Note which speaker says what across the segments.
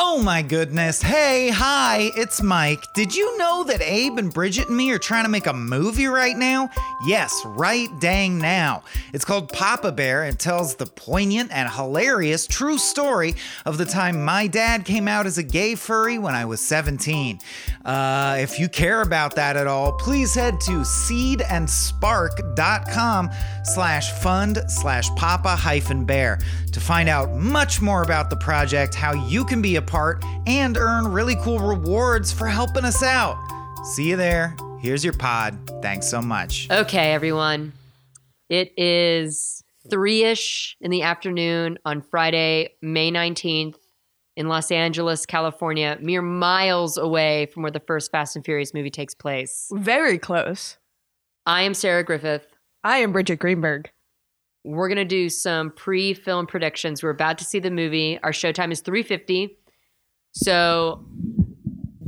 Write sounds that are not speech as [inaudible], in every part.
Speaker 1: Oh my goodness. Hey, hi, it's Mike. Did you know that Abe and Bridget and me are trying to make a movie right now? Yes, right dang now. It's called Papa Bear and tells the poignant and hilarious true story of the time my dad came out as a gay furry when I was 17. Uh, if you care about that at all, please head to seedandspark.com slash fund slash papa hyphen bear to find out much more about the project, how you can be a part, and earn really cool rewards for helping us out. See you there. Here's your pod. Thanks so much.
Speaker 2: Okay, everyone. It is three ish in the afternoon on Friday, May 19th in Los Angeles, California, mere miles away from where the first Fast and Furious movie takes place.
Speaker 3: Very close.
Speaker 2: I am Sarah Griffith.
Speaker 3: I am Bridget Greenberg.
Speaker 2: We're gonna do some pre-film predictions. We're about to see the movie. Our showtime is 3:50. So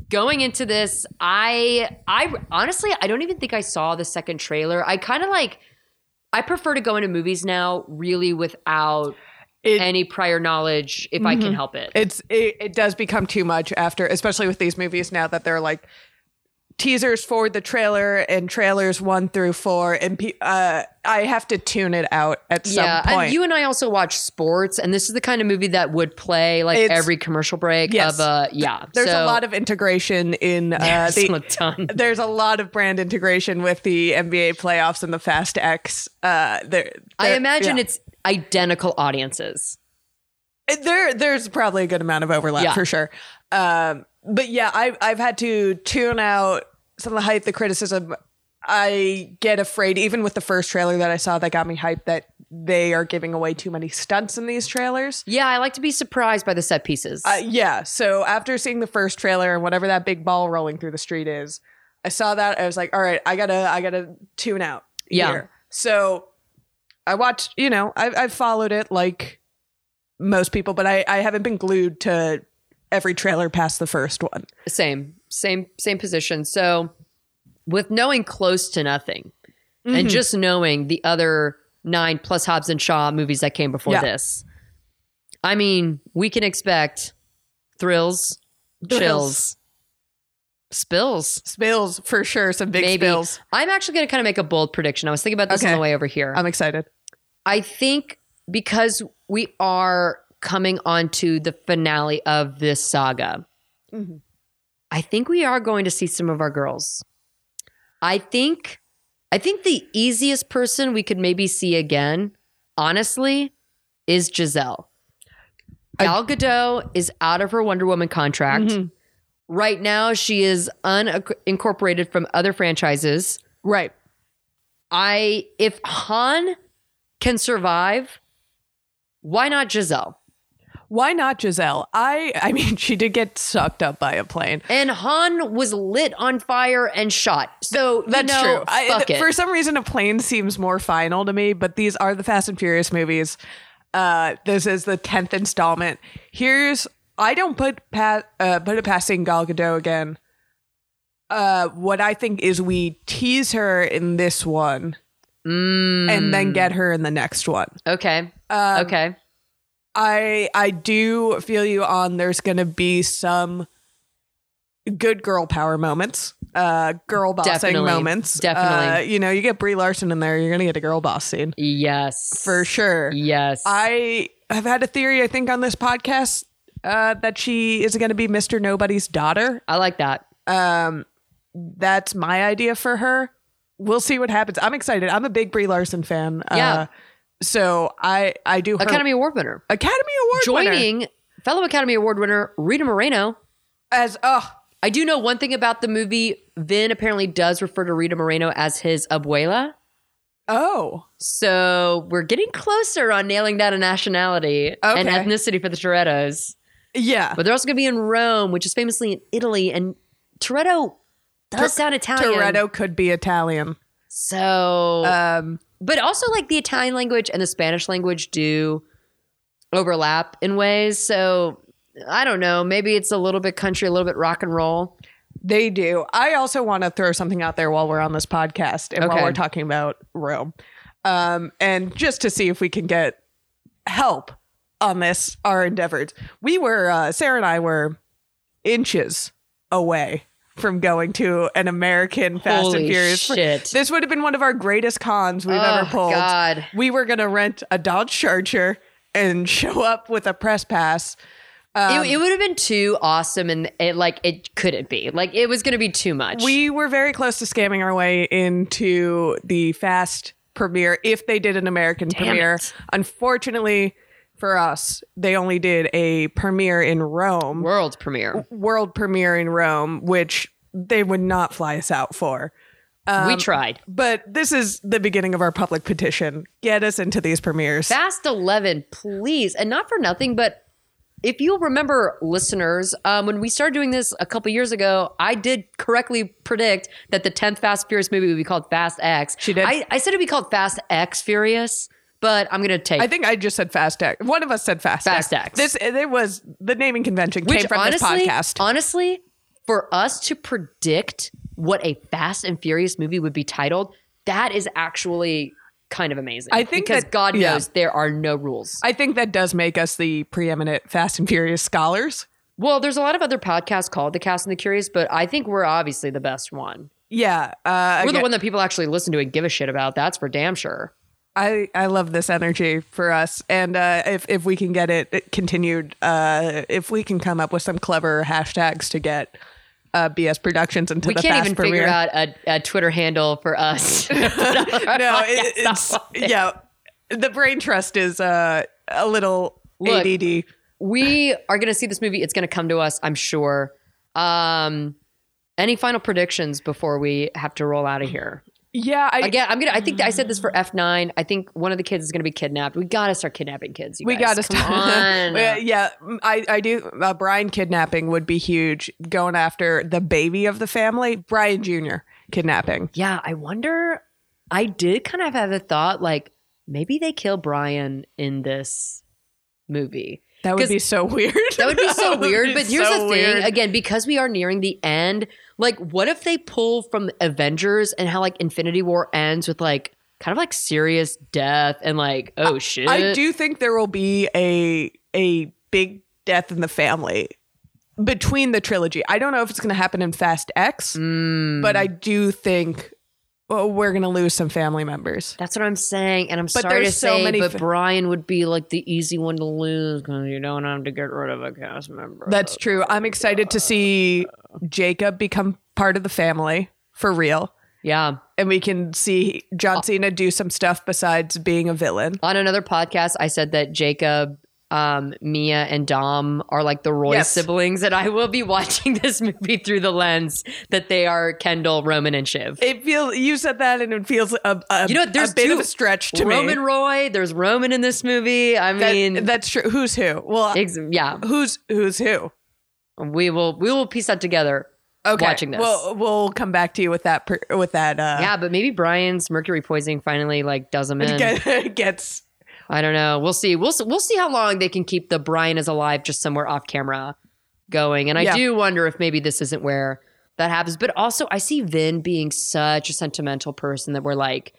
Speaker 2: going into this, I I honestly I don't even think I saw the second trailer. I kind of like I prefer to go into movies now really without
Speaker 3: It Mm-hmm.
Speaker 2: any prior knowledge if I can help it.
Speaker 3: it's it, it does become too much after, especially with these movies now that they're like teasers for the trailer and trailers one through four, and pe- uh, I have to tune it out at
Speaker 2: yeah,
Speaker 3: some point.
Speaker 2: and you and I also watch sports, and this is the kind of movie that would play like
Speaker 3: It's-
Speaker 2: every commercial break
Speaker 3: Yes.
Speaker 2: of a yeah.
Speaker 3: there's
Speaker 2: so,
Speaker 3: a lot of integration
Speaker 2: [laughs]
Speaker 3: in uh,
Speaker 2: There's
Speaker 3: the.
Speaker 2: a ton.
Speaker 3: [laughs] There's a lot of brand integration with the NBA playoffs and the Fast X. Uh, there,
Speaker 2: I
Speaker 3: there-
Speaker 2: imagine
Speaker 3: yeah.
Speaker 2: it's identical audiences.
Speaker 3: there there's probably a good amount of overlap
Speaker 2: Yeah.
Speaker 3: for sure um but yeah i i've had to tune out some of the hype the criticism i get afraid even with the first trailer that i saw that got me hyped that they are giving away too many stunts in these trailers
Speaker 2: Yeah, I like to be surprised by the set pieces.
Speaker 3: uh, yeah so after seeing the first trailer and whatever that big ball rolling through the street is i saw that i was like all right i gotta i gotta tune out
Speaker 2: Yeah.
Speaker 3: here. so i watched you know i i followed it like most people but i i haven't been glued to every trailer past the first one
Speaker 2: same, same, same position. So, with knowing close to nothing,
Speaker 3: Mm-hmm.
Speaker 2: and just knowing the other nine plus Hobbs and Shaw movies that came before
Speaker 3: Yeah.
Speaker 2: this, I mean, we can expect thrills, chills,
Speaker 3: Thrills.
Speaker 2: spills.
Speaker 3: spills for sure some big
Speaker 2: Maybe
Speaker 3: spills
Speaker 2: I'm actually going to kind of make a bold prediction. I was thinking about this on
Speaker 3: Okay.
Speaker 2: the way over here.
Speaker 3: i'm excited
Speaker 2: I think because we are coming onto the finale of this saga,
Speaker 3: Mhm.
Speaker 2: I think we are going to see some of our girls. I think, I think the easiest person we could maybe see again, honestly, is Giselle.
Speaker 3: I-
Speaker 2: Gal Gadot is out of her Wonder Woman contract.
Speaker 3: Mhm.
Speaker 2: Right now, she is unincorporated from other franchises.
Speaker 3: right
Speaker 2: I if Han can survive, why not Giselle?
Speaker 3: why not giselle i i mean [laughs] she did get sucked up by a plane
Speaker 2: And Han was lit on fire and shot. So you
Speaker 3: That's
Speaker 2: know,
Speaker 3: true. I-
Speaker 2: fuck
Speaker 3: th-
Speaker 2: it.
Speaker 3: For some reason, a plane seems more final to me, but these are the Fast and Furious movies. Uh, this is the tenth installment. Here's I don't put pa- uh, put it past seeing Gal Gadot again. Uh, what I think is we tease her in this one, and then get her in the next one.
Speaker 2: okay,
Speaker 3: Um,
Speaker 2: okay,
Speaker 3: I I do feel you on there's gonna be some good girl power moments, uh, girl bossing
Speaker 2: Definitely.
Speaker 3: moments.
Speaker 2: Definitely.
Speaker 3: uh, you know, you get Brie Larson in there, you're gonna get a girl boss scene
Speaker 2: yes,
Speaker 3: for sure.
Speaker 2: yes.
Speaker 3: I have had a theory, I think, on this podcast uh, that she is gonna be Mister Nobody's daughter.
Speaker 2: I like that.
Speaker 3: Um, that's my idea for her. We'll see what happens. I'm excited. I'm a big Brie Larson fan.
Speaker 2: Yeah.
Speaker 3: Uh, so I I do her
Speaker 2: Academy Award winner
Speaker 3: Academy Award winner.
Speaker 2: joining fellow Academy Award winner Rita Moreno.
Speaker 3: as oh
Speaker 2: I do know one thing about the movie. Vin apparently does refer to Rita Moreno as his abuela.
Speaker 3: Oh,
Speaker 2: So we're getting closer on nailing down a nationality and
Speaker 3: Okay.
Speaker 2: ethnicity for the Torettos.
Speaker 3: yeah.
Speaker 2: But they're also going to be in Rome, which is famously in Italy. And Toretto does sound Italian.
Speaker 3: Toretto could be Italian.
Speaker 2: So,
Speaker 3: Um,
Speaker 2: but also like the Italian language and the Spanish language do overlap in ways. So I don't know. Maybe it's a little bit country, a little bit rock and roll.
Speaker 3: they do. I also want to throw something out there while we're on this podcast and
Speaker 2: Okay.
Speaker 3: while we're talking about Rome, um, and just to see if we can get help on this our endeavors. We were uh, Sarah and I were inches away from going to an American Fast
Speaker 2: Holy
Speaker 3: and Furious.
Speaker 2: shit.
Speaker 3: This would have been one of our greatest cons we've
Speaker 2: Oh,
Speaker 3: ever pulled.
Speaker 2: God.
Speaker 3: We were gonna rent a Dodge Charger and show up with a press pass. Um,
Speaker 2: it, it would have been too awesome, and it like it couldn't be. Like it was going to be too much.
Speaker 3: We were very close to scamming our way into the Fast premiere if they did an American premiere.
Speaker 2: it.
Speaker 3: Unfortunately for us, they only did a premiere in Rome,
Speaker 2: world premiere.
Speaker 3: world premiere in Rome, which they would not fly us out for. Um,
Speaker 2: we tried.
Speaker 3: But this is the beginning of our public petition. Get us into these premieres.
Speaker 2: Fast Eleven, please, and not for nothing, but if you'll remember, listeners, um, when we started doing this a couple years ago, I did correctly predict that the tenth Fast Furious movie would be called Fast X.
Speaker 3: She did.
Speaker 2: I, I said it'd be called Fast X Furious, but I'm gonna take
Speaker 3: I think I just said Fast X. One of us said Fast,
Speaker 2: Fast X.
Speaker 3: This it was the naming convention came from
Speaker 2: honestly,
Speaker 3: this podcast.
Speaker 2: Honestly, for us to predict what a Fast and Furious movie would be titled, that is actually kind of amazing.
Speaker 3: I think
Speaker 2: because
Speaker 3: that-
Speaker 2: God
Speaker 3: yeah.
Speaker 2: knows there are no rules.
Speaker 3: I think that does make us the preeminent Fast and Furious scholars.
Speaker 2: well, there's a lot of other podcasts called The Cast and the Curious, but I think we're obviously the best one.
Speaker 3: Yeah, uh,
Speaker 2: We're
Speaker 3: again,
Speaker 2: the one that people actually listen to and give a shit about. That's for damn sure.
Speaker 3: I I love this energy for us, and uh, if if we can get it, it continued, uh, if we can come up with some clever hashtags to get uh, BS Productions into
Speaker 2: We
Speaker 3: the
Speaker 2: can't
Speaker 3: fast
Speaker 2: even
Speaker 3: premiere.
Speaker 2: figure out a, a Twitter handle for us. [laughs]
Speaker 3: [laughs] no, it, it's yeah, the brain trust is uh, a little
Speaker 2: Look.
Speaker 3: ADD.
Speaker 2: we are going to see this movie. It's going to come to us, I'm sure. Um, any final predictions before we have to roll out of here?
Speaker 3: Yeah, I,
Speaker 2: Again, I'm gonna. I think I said this
Speaker 3: Mm.
Speaker 2: for F9. I think one of the kids is gonna be kidnapped. We gotta start kidnapping kids. You
Speaker 3: [laughs] we
Speaker 2: guys.
Speaker 3: got to
Speaker 2: Come
Speaker 3: stop.
Speaker 2: [laughs] on.
Speaker 3: yeah, yeah, I, I do. Uh, Brian kidnapping would be huge. Going after the baby of the family, Brian Jr. kidnapping.
Speaker 2: yeah, I wonder. I did kind of have a thought, like maybe they kill Brian in this movie.
Speaker 3: That would
Speaker 2: 'Cause-
Speaker 3: be so weird.
Speaker 2: That would be
Speaker 3: [laughs]
Speaker 2: so
Speaker 3: would
Speaker 2: weird.
Speaker 3: be
Speaker 2: But here's
Speaker 3: so
Speaker 2: the thing
Speaker 3: weird.
Speaker 2: again, because we are nearing the end, like, what if they pull from Avengers and how, like, Infinity War ends with, like, kind of like serious death and, like, oh shit.
Speaker 3: I do think there will be a a big death in the family between the trilogy. I don't know if it's going to happen in Fast X,
Speaker 2: Mm.
Speaker 3: but I do think oh, we're going to lose some family members.
Speaker 2: That's what I'm saying. And I'm
Speaker 3: But
Speaker 2: sorry to
Speaker 3: there's so
Speaker 2: say,
Speaker 3: many
Speaker 2: but
Speaker 3: fa-
Speaker 2: Brian would be, like, the easy one to lose because you don't have to get rid of a cast member.
Speaker 3: That's true. I'm excited to see Jacob become part of the family for real.
Speaker 2: yeah.
Speaker 3: And we can see
Speaker 2: Uh,
Speaker 3: John Cena do some stuff besides being a villain.
Speaker 2: On another podcast, I said that Jacob. Um, Mia and Dom are like the Roy
Speaker 3: Yes.
Speaker 2: siblings, and I will be [laughs] watching this movie through the lens that they are Kendall, Roman, and Shiv.
Speaker 3: It feels you said that, and it feels a, a
Speaker 2: You know what, there's
Speaker 3: a bit
Speaker 2: two-
Speaker 3: of a stretch to
Speaker 2: Roman
Speaker 3: me.
Speaker 2: Roy. There's Roman in this movie. I
Speaker 3: That-
Speaker 2: mean,
Speaker 3: that's true. Who's who? Well,
Speaker 2: ex- yeah,
Speaker 3: who's who's who?
Speaker 2: we will we will piece that together.
Speaker 3: Okay,
Speaker 2: Watching this.
Speaker 3: We'll we'll come back to you with that. Per, with that, uh,
Speaker 2: yeah, but maybe Brian's mercury poisoning finally like does him in.
Speaker 3: [laughs] get, gets
Speaker 2: I don't know. We'll see. We'll s- we'll see how long they can keep the Brian is alive just somewhere off camera going. And I
Speaker 3: Yeah.
Speaker 2: do wonder if maybe this isn't where that happens. But also, I see Vin being such a sentimental person that we're like,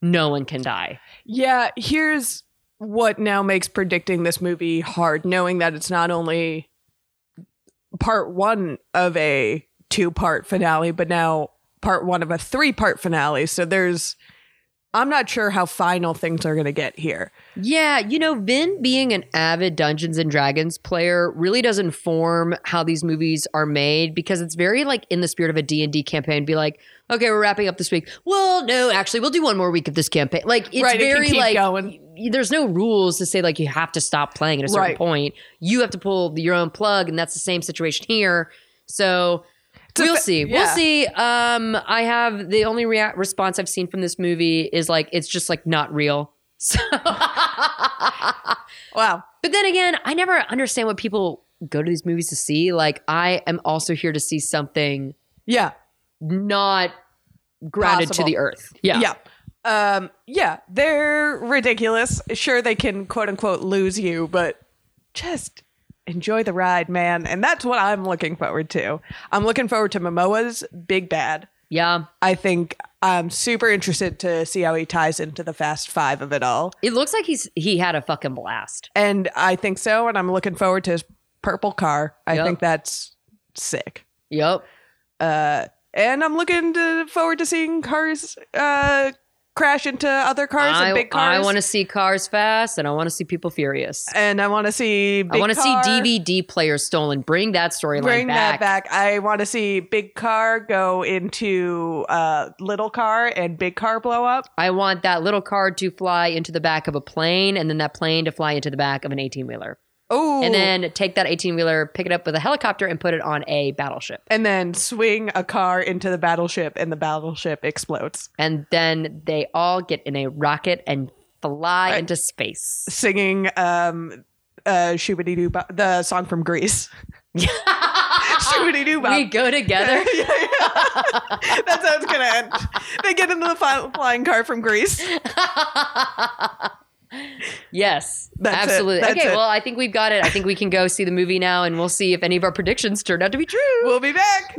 Speaker 2: no one can die.
Speaker 3: Yeah, here's what now makes predicting this movie hard, knowing that it's not only part one of a two part finale, but now part one of a three part finale. So there's, I'm not sure how final things are going to get here.
Speaker 2: Yeah, you know, Vin being an avid Dungeons and Dragons player really does inform how these movies are made because it's very like in the spirit of a D&D campaign be like, okay, we're wrapping up this week. Well, no, actually, we'll do one more week of this campaign. Like it's
Speaker 3: Right, it can
Speaker 2: very
Speaker 3: keep
Speaker 2: like
Speaker 3: going.
Speaker 2: y- there's no rules to say like you have to stop playing at a certain
Speaker 3: Right.
Speaker 2: point. You have to pull your own plug and that's the same situation here. So
Speaker 3: a
Speaker 2: we'll
Speaker 3: fa-
Speaker 2: see. We'll
Speaker 3: yeah.
Speaker 2: see. Um, I have the only rea- response I've seen from this movie is like it's just like not real. So
Speaker 3: Wow.
Speaker 2: but then again, I never understand what people go to these movies to see. Like, I am also here to see something
Speaker 3: Yeah.
Speaker 2: not grounded
Speaker 3: Possible.
Speaker 2: to the earth. Yeah.
Speaker 3: Yeah. Um, yeah. They're ridiculous. Sure, they can quote unquote lose you, but just enjoy the ride, man. And that's what I'm looking forward to. I'm looking forward to Momoa's Big Bad.
Speaker 2: Yeah.
Speaker 3: I think I'm super interested to see how he ties into the Fast Five of it all.
Speaker 2: It looks like he's he had a fucking blast.
Speaker 3: And I think so. And I'm looking forward to his purple car. I
Speaker 2: Yep.
Speaker 3: think that's sick. Uh,
Speaker 2: Yep.
Speaker 3: And I'm looking to, forward to seeing cars uh, crash into other cars
Speaker 2: I,
Speaker 3: and big cars.
Speaker 2: want to see cars fast and I want to see people furious.
Speaker 3: and I want to see. Big
Speaker 2: I want to see
Speaker 3: car-
Speaker 2: DVD players stolen. Bring that storyline
Speaker 3: Bring
Speaker 2: back.
Speaker 3: that back. I want to see big car go into uh, little car and big car blow up.
Speaker 2: I want that little car to fly into the back of a plane and then that plane to fly into the back of an 18 wheeler.
Speaker 3: Oh,
Speaker 2: And then take that 18 wheeler, pick it up with a helicopter, and put it on a battleship.
Speaker 3: and then swing a car into the battleship, and the battleship explodes.
Speaker 2: And then they all get in a rocket and fly into
Speaker 3: [laughs]
Speaker 2: space.
Speaker 3: Singing um, uh, Shubidi Doo Bop, the song from [laughs] Greece. Shubidi Doo
Speaker 2: We
Speaker 3: Bop.
Speaker 2: go
Speaker 3: [laughs]
Speaker 2: together.
Speaker 3: That's how it's gonna end. They get into the fi- flying car from Greece.
Speaker 2: Yes,
Speaker 3: That's it.
Speaker 2: absolutely.
Speaker 3: That's
Speaker 2: okay,
Speaker 3: it.
Speaker 2: well, I think we've got it. I think we can go see the movie now, and we'll see if any of our predictions turned out to be true.
Speaker 3: We'll be back.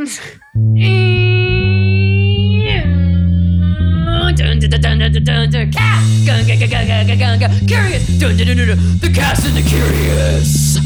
Speaker 2: Curious. The cast and the curious.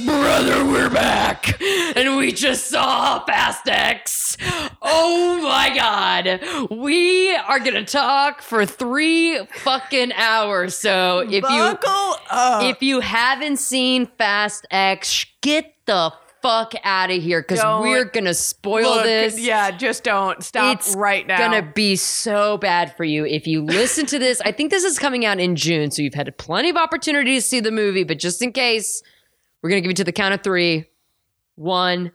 Speaker 2: Brother, we're back. And we just saw Fast X. Oh my god. We are going to talk for 3 fucking hours. So if you
Speaker 3: Buckle up.
Speaker 2: if you haven't seen Fast X, sh- get the fuck out of here because
Speaker 3: Don't
Speaker 2: we're gonna spoil
Speaker 3: Look,
Speaker 2: this.
Speaker 3: Yeah, just don't stop
Speaker 2: It's
Speaker 3: right now.
Speaker 2: Gonna be so bad for you if you listen to this. I think this is coming out in June, so you've had plenty of opportunity to see the movie. But just in case, we're gonna give you to the count of three: one,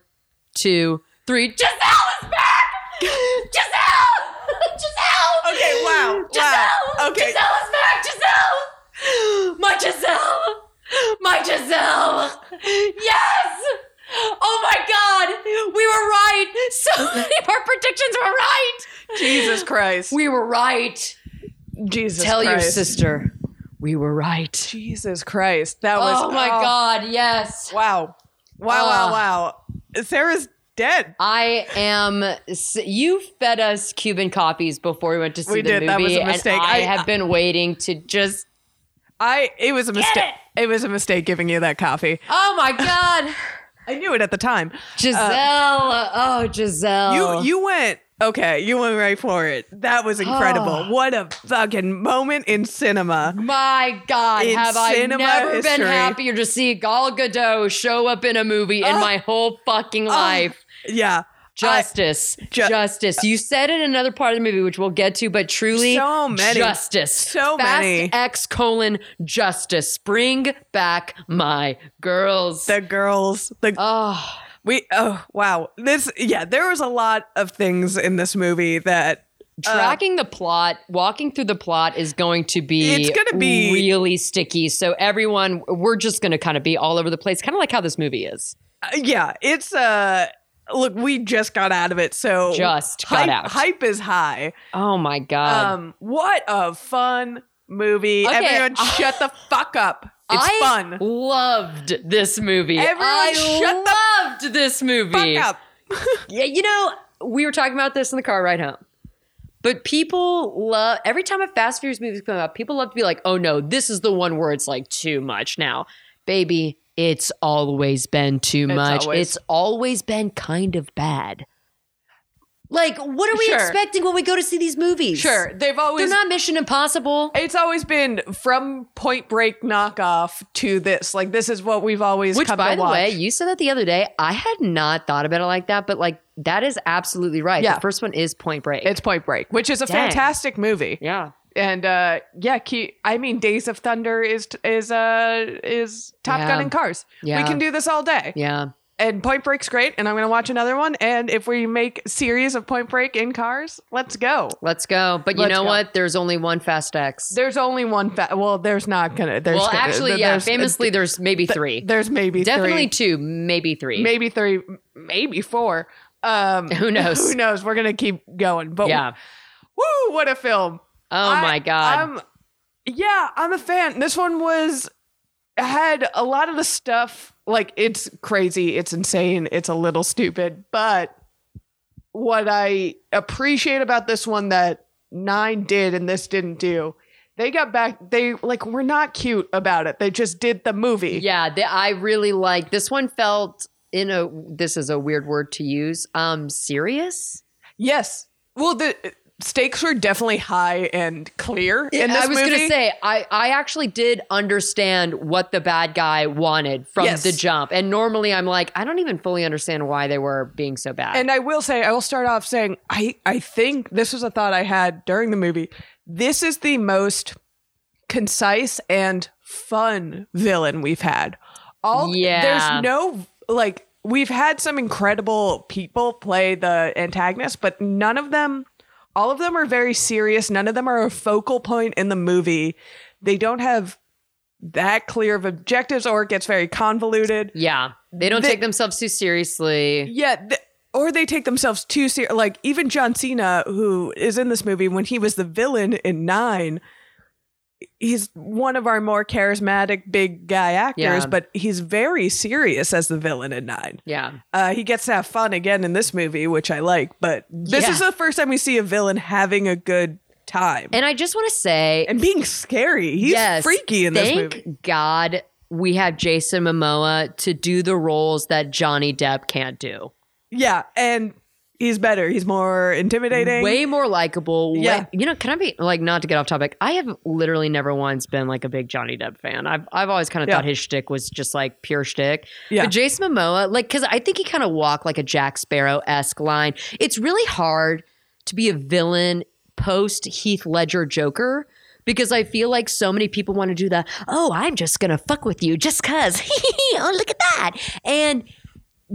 Speaker 2: two, three. Giselle is back.
Speaker 3: [laughs]
Speaker 2: Giselle. [laughs] Giselle.
Speaker 3: Okay, wow,
Speaker 2: Giselle.
Speaker 3: wow, okay.
Speaker 2: Giselle is back. Giselle. My Giselle. My Giselle. Yes. Oh my God. We were right. So [laughs] many of our predictions were right.
Speaker 3: [gasps] Jesus Christ.
Speaker 2: We were right.
Speaker 3: Jesus
Speaker 2: Tell your
Speaker 3: Christ.
Speaker 2: sister. We were right.
Speaker 3: Jesus Christ. That was
Speaker 2: Oh my God. Yes.
Speaker 3: Wow. Wow,
Speaker 2: Ah.
Speaker 3: wow, wow. Sarah's dead.
Speaker 2: I am. s- You fed us Cuban copies before we went to see
Speaker 3: We
Speaker 2: the
Speaker 3: did.
Speaker 2: movie,
Speaker 3: That was a
Speaker 2: and
Speaker 3: mistake.
Speaker 2: I,
Speaker 3: I-
Speaker 2: have been waiting to just.
Speaker 3: I it was a mistake. It. was a mistake giving you that coffee.
Speaker 2: Oh my God,
Speaker 3: I knew it at the time.
Speaker 2: [laughs] Giselle! oh, Giselle!
Speaker 3: You you went okay, you went right for it.
Speaker 2: [sighs]
Speaker 3: That was incredible. What a fucking moment in cinema.
Speaker 2: my God,
Speaker 3: In
Speaker 2: have I
Speaker 3: cinema
Speaker 2: never been
Speaker 3: history.
Speaker 2: happier to see Gal Gadot show up in a movie
Speaker 3: Ah.
Speaker 2: in my whole fucking life?
Speaker 3: Oh, Yeah.
Speaker 2: Justice,
Speaker 3: Ah. ju-
Speaker 2: justice. You said in another part of the movie, which we'll get to, but truly,
Speaker 3: So many.
Speaker 2: justice,
Speaker 3: So
Speaker 2: Fast
Speaker 3: many.
Speaker 2: X colon justice. Bring back my girls.
Speaker 3: I, the girls, the
Speaker 2: oh,
Speaker 3: we oh wow. This yeah, there was a lot of things in this movie that uh,
Speaker 2: tracking the plot, walking through the plot is going to be
Speaker 3: It's gonna be-
Speaker 2: really sticky. So everyone, we're just going to kind of be all over the place, kind of like how this movie is.
Speaker 3: Uh, yeah, it's uh look, we just got out of it, so
Speaker 2: Just got
Speaker 3: hype,
Speaker 2: out.
Speaker 3: Hype is high.
Speaker 2: Oh my god.
Speaker 3: Um, what a fun movie!
Speaker 2: Okay, [laughs]
Speaker 3: Everyone,
Speaker 2: I-
Speaker 3: shut the fuck up. It's
Speaker 2: I
Speaker 3: fun.
Speaker 2: Loved this movie.
Speaker 3: Everyone
Speaker 2: I
Speaker 3: shut
Speaker 2: loved this movie.
Speaker 3: Fuck up.
Speaker 2: Yeah, you know, we were talking about this in the car ride home. But people love every time a Fast Furious movie comes out, people love to be like, "Oh no, this is the one where it's like too much now, baby." It's always been too much.
Speaker 3: always-
Speaker 2: It's always been kind of bad. Like, what are we
Speaker 3: Sure.
Speaker 2: expecting when we go to see these movies?
Speaker 3: Sure, they've always.
Speaker 2: they're not Mission Impossible.
Speaker 3: it's always been from Point Break knockoff to this. Like this is what we've always
Speaker 2: Which,
Speaker 3: come
Speaker 2: by
Speaker 3: to
Speaker 2: the
Speaker 3: watch.
Speaker 2: way, you said that the other day. I had not thought about it like that, but like that is absolutely right.
Speaker 3: Yeah.
Speaker 2: The first one is Point Break.
Speaker 3: it's Point Break, which is a
Speaker 2: Dang.
Speaker 3: fantastic movie.
Speaker 2: yeah.
Speaker 3: And uh, yeah, key, I mean, Days of Thunder is is uh is Top
Speaker 2: Yeah.
Speaker 3: Gun and Cars.
Speaker 2: Yeah.
Speaker 3: We can do this all day.
Speaker 2: Yeah.
Speaker 3: and Point Break's great, and I'm going to watch another one. And if we make series of Point Break in cars, let's go.
Speaker 2: Let's go. But you
Speaker 3: Let's
Speaker 2: know
Speaker 3: go.
Speaker 2: what? There's only one Fast X.
Speaker 3: There's only one. Fa- well, there's not going to. There's
Speaker 2: well,
Speaker 3: gonna-
Speaker 2: actually, yeah.
Speaker 3: there's- uh,
Speaker 2: Famously, there's maybe three.
Speaker 3: there's maybe
Speaker 2: Definitely
Speaker 3: three,
Speaker 2: two, maybe three.
Speaker 3: maybe three, maybe four. Um, [laughs]
Speaker 2: Who knows?
Speaker 3: Who knows? We're going to keep going. But
Speaker 2: Yeah.
Speaker 3: woo, what a film!
Speaker 2: Oh
Speaker 3: I-
Speaker 2: my god.
Speaker 3: I'm, yeah, I'm a fan. This one was had a lot of the stuff like it's crazy, it's insane, it's a little stupid, but what I appreciate about this one that nine did and this didn't do. They got back. They like were not cute about it. They just did the movie.
Speaker 2: Yeah, the, I really like this one. Felt in a this is a weird word to use. Um, serious.
Speaker 3: Yes. Well, the stakes were definitely high and clear in this
Speaker 2: I was
Speaker 3: movie.
Speaker 2: gonna say I I actually did understand what the bad guy wanted from
Speaker 3: Yes.
Speaker 2: the jump, and normally I'm like I don't even fully understand why they were being so bad.
Speaker 3: And I will say, I will start off saying, I, I think this was a thought I had during the movie. This is the most concise and fun villain we've had. All
Speaker 2: Yeah.
Speaker 3: there's no like we've had some incredible people play the antagonist, but none of them all of them are very serious. None of them are a focal point in the movie. They don't have that clear of objectives or it gets very convoluted.
Speaker 2: yeah, they don't
Speaker 3: They-
Speaker 2: take themselves too seriously.
Speaker 3: Yeah, th- or they take themselves too serious. Like even John Cena, who is in this movie, when he was the villain in Nine, he's one of our more charismatic big guy actors,
Speaker 2: Yeah.
Speaker 3: but he's very serious as the villain in Nine.
Speaker 2: Yeah,
Speaker 3: Uh, he gets to have fun again in this movie, which I like. But this
Speaker 2: Yeah.
Speaker 3: is the first time we see a villain having a good time and,
Speaker 2: and I just want to say
Speaker 3: being scary. He's
Speaker 2: yes,
Speaker 3: freaky in this
Speaker 2: thank
Speaker 3: movie.
Speaker 2: God we have Jason Momoa to do the roles that Johnny Depp can't do.
Speaker 3: Yeah, and he's better. He's more intimidating.
Speaker 2: Way more likable. way-
Speaker 3: Yeah.
Speaker 2: you know, can I be like not to get off topic? I have literally never once been like a big Johnny Depp fan. I've I've always kind of
Speaker 3: Yeah.
Speaker 2: thought his shtick was just like pure shtick.
Speaker 3: Yeah.
Speaker 2: But Jason Momoa, like, because I think he kind of walked like a Jack Sparrow esque line. It's really hard to be a villain post Heath Ledger Joker. Because I feel like so many people want to do the, oh, I'm just going to fuck with you just because. [laughs] oh, look at that. And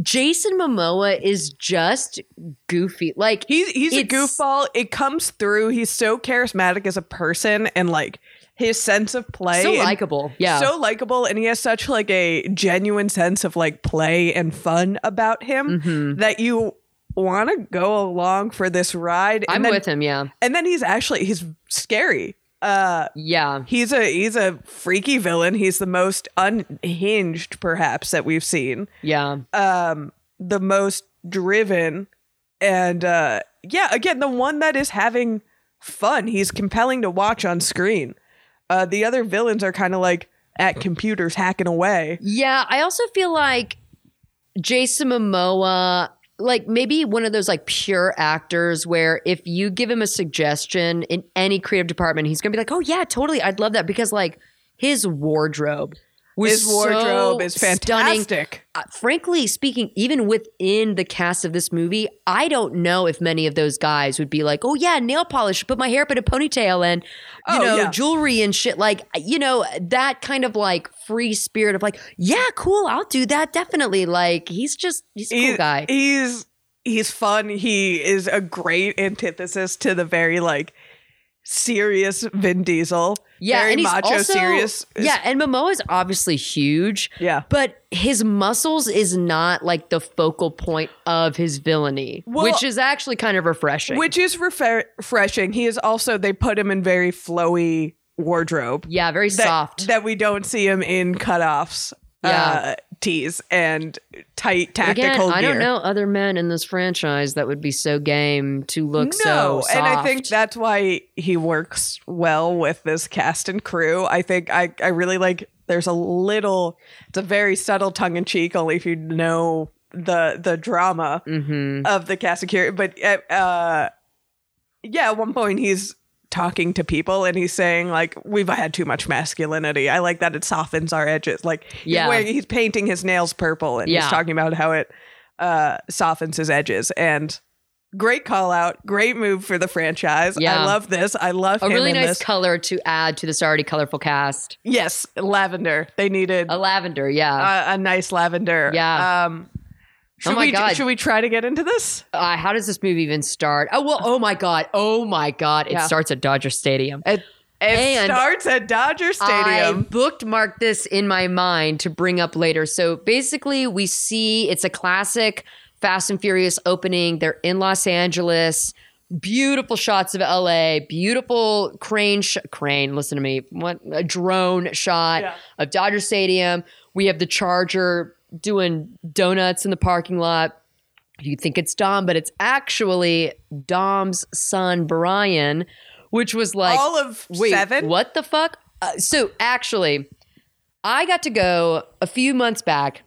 Speaker 2: Jason Momoa is just goofy. Like,
Speaker 3: He's he's a
Speaker 2: It's-
Speaker 3: goofball. It comes through. He's so charismatic as a person and like his sense of play.
Speaker 2: so
Speaker 3: and-
Speaker 2: likable. Yeah.
Speaker 3: So likable and he has such like a genuine sense of like play and fun about him
Speaker 2: Mm-hmm.
Speaker 3: that you want to go along for this ride. And
Speaker 2: I'm
Speaker 3: then,
Speaker 2: with him. Yeah.
Speaker 3: And then he's actually he's scary. Uh
Speaker 2: Yeah.
Speaker 3: he's a he's a freaky villain. He's the most unhinged perhaps that we've seen
Speaker 2: Yeah.
Speaker 3: um the most driven and uh yeah again the one that is having fun he's compelling to watch on screen uh the other villains are kind of like at computers hacking away
Speaker 2: Yeah. I also feel like Jason Momoa, like maybe one of those like pure actors where if you give him a suggestion in any creative department, he's going to be like, oh, yeah, totally. I'd love that. Because like his wardrobe was
Speaker 3: his wardrobe
Speaker 2: so
Speaker 3: is
Speaker 2: stunning.
Speaker 3: fantastic
Speaker 2: uh, frankly speaking, even within the cast of this movie, I don't know if many of those guys would be like, "Oh yeah, nail polish, put my hair up in a ponytail, and you
Speaker 3: Oh,
Speaker 2: know,
Speaker 3: yeah.
Speaker 2: jewelry and shit." Like, uh, you know, that kind of like free spirit of like, "Yeah, cool, I'll do that, definitely." Like, he's just he's a cool
Speaker 3: He-
Speaker 2: guy.
Speaker 3: he's he's fun he is a great antithesis to the very like serious vin diesel
Speaker 2: yeah,
Speaker 3: very
Speaker 2: and he's
Speaker 3: macho
Speaker 2: also,
Speaker 3: serious
Speaker 2: Yeah, and Momoa's obviously huge.
Speaker 3: yeah
Speaker 2: But his muscles is not like the focal point of his villainy,
Speaker 3: Well-
Speaker 2: which is actually kind of refreshing.
Speaker 3: Which is refer- refreshing. He is also they put him in very flowy wardrobe.
Speaker 2: yeah, very
Speaker 3: that,
Speaker 2: soft.
Speaker 3: That we don't see him in cutoffs,
Speaker 2: Yeah.
Speaker 3: uh, tees, and tight
Speaker 2: Again,
Speaker 3: tactical
Speaker 2: I
Speaker 3: gear.
Speaker 2: don't know other men in this franchise that would be so game to look so
Speaker 3: no,
Speaker 2: soft.
Speaker 3: and I think that's why he works well with this cast and crew. I think I, I really like. There's a little. It's a very subtle tongue in cheek, only if you know the the drama
Speaker 2: Mm-hmm.
Speaker 3: of the cast and crew. But uh, yeah, at one point he's talking to people and he's saying like we've had too much masculinity i like that it softens our edges like he's
Speaker 2: Yeah.
Speaker 3: wearing- he's painting his nails purple and
Speaker 2: Yeah.
Speaker 3: he's talking about how it uh softens his edges and great call out great move for the franchise
Speaker 2: Yeah.
Speaker 3: i love this i love
Speaker 2: a
Speaker 3: him
Speaker 2: really
Speaker 3: in
Speaker 2: nice
Speaker 3: this.
Speaker 2: color to add to this already colorful cast.
Speaker 3: yes lavender they needed
Speaker 2: A lavender, yeah.
Speaker 3: a, a nice lavender
Speaker 2: Yeah. Oh
Speaker 3: um should
Speaker 2: my
Speaker 3: we
Speaker 2: God.
Speaker 3: should we try to get into this
Speaker 2: Uh, how does this movie even start? Oh well, oh my god, oh my god, it
Speaker 3: Yeah.
Speaker 2: starts at Dodger Stadium.
Speaker 3: it, it
Speaker 2: And
Speaker 3: starts at dodger stadium
Speaker 2: I bookmarked this in my mind to bring up later. So basically, we see it's a classic Fast and Furious opening. They're in Los Angeles. Beautiful shots of LA. Beautiful crane sh- crane. Listen to me. What a drone shot
Speaker 3: Yeah.
Speaker 2: of Dodger Stadium. We have the Charger doing donuts in the parking lot. you think it's Dom, but it's actually Dom's son Brian, which was like
Speaker 3: All of
Speaker 2: wait,
Speaker 3: seven?
Speaker 2: What the fuck? Uh, so actually, I got to go a few months back.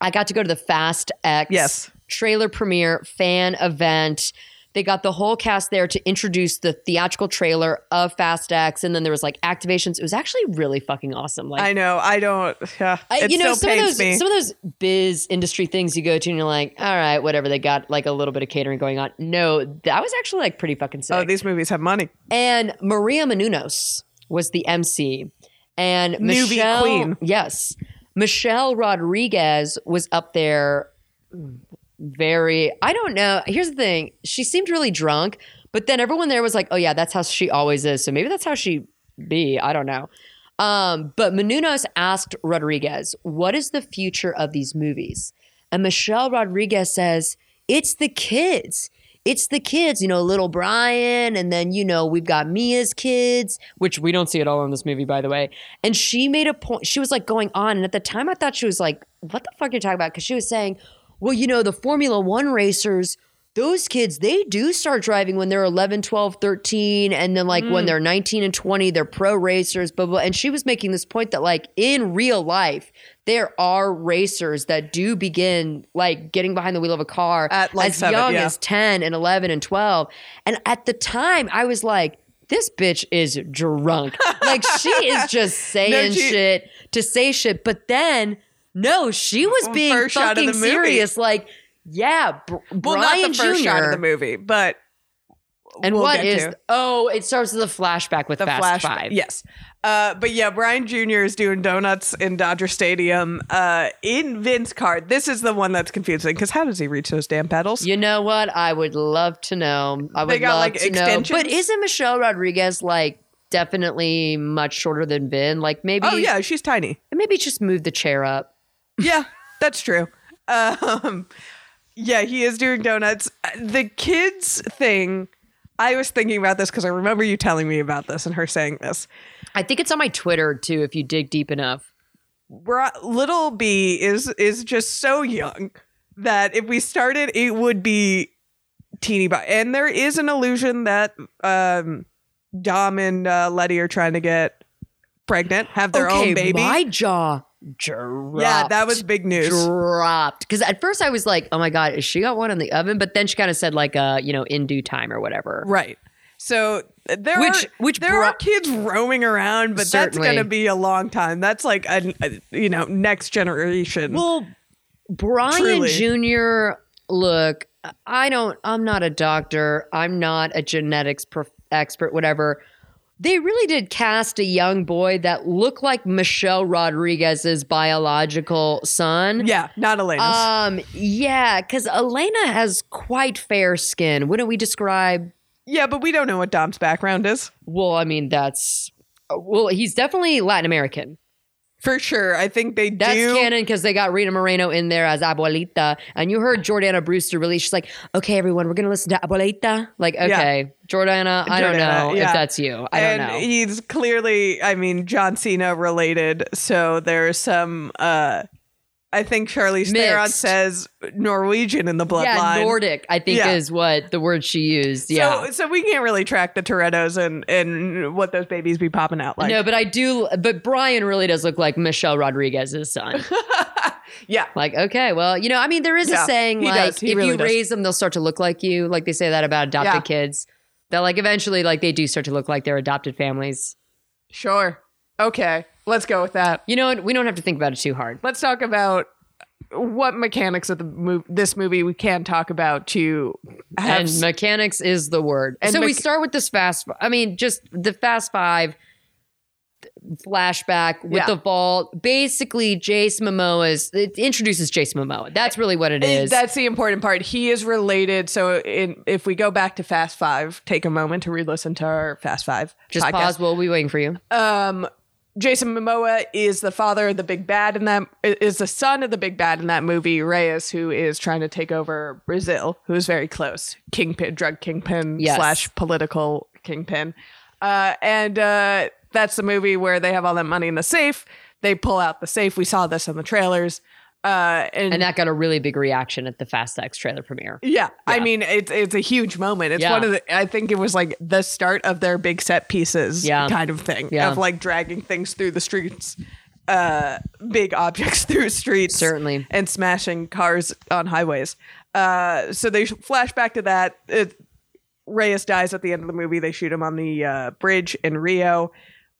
Speaker 2: I got to go to the Fast X
Speaker 3: Yes.
Speaker 2: trailer premiere fan event. They got the whole cast there to introduce the theatrical trailer of Fast X, and then there was like activations. It was actually really fucking awesome. Like
Speaker 3: I know. I don't. Yeah,
Speaker 2: I-
Speaker 3: it
Speaker 2: you know, some
Speaker 3: still
Speaker 2: of
Speaker 3: pains
Speaker 2: those
Speaker 3: me.
Speaker 2: some of those biz industry things you go to and you're like, all right, whatever. They got like a little bit of catering going on. No, that was actually like pretty fucking sick.
Speaker 3: oh, these movies have money.
Speaker 2: and Maria Menounos was the MC, and
Speaker 3: Newbie
Speaker 2: Michelle,
Speaker 3: queen.
Speaker 2: yes, Michelle Rodriguez was up there. Very, I don't know. Here's the thing: she seemed really drunk, but then everyone there was like, "Oh yeah, that's how she always is." So maybe that's how she be. I don't know. Um, but Menounos asked Rodriguez, "What is the future of these movies?" And Michelle Rodriguez says, "It's the kids. It's the kids. You know, little Brian, and then you know we've got Mia's kids, which we don't see at all in this movie, by the way." And she made a point. She was like going on, and at the time, I thought she was like, "What the fuck are you talking about?" Because she was saying, "Well, you know, the Formula One racers." those kids they do start driving when they're 11 12 13 and then like
Speaker 3: Mm.
Speaker 2: when they're 19 and 20 they're pro racers blah blah and she was making this point that like in real life there are racers that do begin like getting behind the wheel of a car
Speaker 3: At, like,
Speaker 2: as
Speaker 3: seven,
Speaker 2: young
Speaker 3: yeah.
Speaker 2: as 10 and 11 and 12 and at the time i was like this bitch is
Speaker 3: [laughs]
Speaker 2: drunk like she is just saying
Speaker 3: she-
Speaker 2: shit to say shit but then no she was being
Speaker 3: first shot of
Speaker 2: fucking
Speaker 3: the movie.
Speaker 2: serious like yeah, Br-
Speaker 3: Well,
Speaker 2: Brian
Speaker 3: not the first
Speaker 2: Jr.
Speaker 3: shot of the movie, but
Speaker 2: And
Speaker 3: we'll
Speaker 2: what
Speaker 3: get
Speaker 2: is?
Speaker 3: to.
Speaker 2: Oh, it starts with a flashback with
Speaker 3: the
Speaker 2: Fast
Speaker 3: flash
Speaker 2: Five.
Speaker 3: Yes. Uh, but yeah, Brian Jr. is doing donuts in Dodger Stadium uh, in Vince car. This is the one that's confusing because how does he reach those damn pedals?
Speaker 2: You know what? I would love to know. I would
Speaker 3: They got,
Speaker 2: love
Speaker 3: like,
Speaker 2: to know.
Speaker 3: extensions?
Speaker 2: But isn't Michelle Rodriguez like definitely much shorter than Vin? Like maybe,
Speaker 3: Oh yeah,
Speaker 2: [laughs]
Speaker 3: she's tiny.
Speaker 2: maybe just move the chair up.
Speaker 3: Yeah, that's true. Um, yeah, he is doing donuts. Uh, The kids thing. I was thinking about this because I remember you telling me about this and her saying this.
Speaker 2: I think it's on my Twitter too. If you dig deep enough,
Speaker 3: Bra- little B is is just so young that if we started, it would be teeny bop. And there is an illusion that um, Dom and uh, Letty are trying to get pregnant, have their
Speaker 2: okay,
Speaker 3: own baby.
Speaker 2: my jaw dropped.
Speaker 3: yeah, that was big news.
Speaker 2: dropped because at first I was like, "Oh my god, is she got one in the oven?" But then she kind of said like, "Uh, you know, in due time or whatever."
Speaker 3: Right. So uh, there
Speaker 2: Which-
Speaker 3: are
Speaker 2: which
Speaker 3: there
Speaker 2: bro-
Speaker 3: are kids roaming around, but
Speaker 2: Certainly.
Speaker 3: that's going to be a long time. That's like a, a you know next generation.
Speaker 2: Well, Brian
Speaker 3: Mm. Truly.
Speaker 2: Jr., look, I don't, I'm not a doctor. I'm not a genetics prof- expert, whatever. They really did cast a young boy that looked like Michelle Rodriguez's biological son.
Speaker 3: yeah, not Elena's.
Speaker 2: Um, yeah, because Elena has quite fair skin. Wouldn't we describe?
Speaker 3: yeah, but we don't know what Dom's background is
Speaker 2: Well, I mean, that's, well, he's definitely Latin American.
Speaker 3: for sure. I think they
Speaker 2: That's
Speaker 3: do.
Speaker 2: canon because they got Rita Moreno in there as Abuelita. And you heard Jordana Brewster really. She's like, okay, everyone, we're going to listen to Abuelita. Like, okay, Jordana, I don't
Speaker 3: Jordana,
Speaker 2: know if
Speaker 3: yeah.
Speaker 2: that's you. I
Speaker 3: and
Speaker 2: don't know.
Speaker 3: he's clearly, I mean, John Cena related. So there's some. uh I think Charlize Theron
Speaker 2: Mixed.
Speaker 3: says Norwegian in the bloodline.
Speaker 2: yeah, Nordic, I think
Speaker 3: Yeah.
Speaker 2: is what the word she used. Yeah.
Speaker 3: So, so we can't really track the Torettos and and what those babies be popping out like.
Speaker 2: no, but I do. But Brian really does look like Michelle Rodriguez's son.
Speaker 3: [laughs] Yeah.
Speaker 2: like, okay, well, you know, I mean, there is
Speaker 3: Yeah,
Speaker 2: a saying
Speaker 3: he
Speaker 2: like,
Speaker 3: does. He
Speaker 2: if
Speaker 3: really
Speaker 2: you
Speaker 3: does.
Speaker 2: raise them, they'll start to look like you. Like they say that about adopted
Speaker 3: Yeah.
Speaker 2: kids. That like eventually, like they do start to look like their adopted families.
Speaker 3: Sure. Okay. Let's go with that.
Speaker 2: You know what? We don't have to think about it too hard.
Speaker 3: Let's talk about what mechanics of the mov- this movie we can talk about to have
Speaker 2: and mechanics is the word.
Speaker 3: And
Speaker 2: so we
Speaker 3: mech-
Speaker 2: start with this fast. I mean, just the fast five flashback with
Speaker 3: Yeah.
Speaker 2: the vault. Basically, Jace Momoa is it introduces Jace Momoa. That's really what it is.
Speaker 3: That's the important part. He is related. So in, if we go back to Fast Five, take a moment to re-listen to our Fast Five
Speaker 2: just
Speaker 3: podcast.
Speaker 2: pause. We'll be waiting for you.
Speaker 3: Um, Jason Momoa is the father of the big bad in that is the son of the big bad in that movie Reyes, who is trying to take over Brazil, who is very close kingpin, drug kingpin
Speaker 2: Yes.
Speaker 3: slash political kingpin, uh, and uh, that's the movie where they have all that money in the safe. They pull out the safe. We saw this in the trailers. Uh, and,
Speaker 2: and that got a really big reaction at the Fast X trailer premiere.
Speaker 3: yeah, I mean, it's it's a huge moment. It's
Speaker 2: Yeah.
Speaker 3: one of the. I think it was like the start of their big set pieces,
Speaker 2: Yeah.
Speaker 3: kind of thing
Speaker 2: Yeah.
Speaker 3: of like dragging things through the streets, uh, big objects [laughs] through streets,
Speaker 2: Certainly.
Speaker 3: and smashing cars on highways. Uh, so they flash back to that. It, Reyes dies at the end of the movie. They shoot him on the uh, bridge in Rio.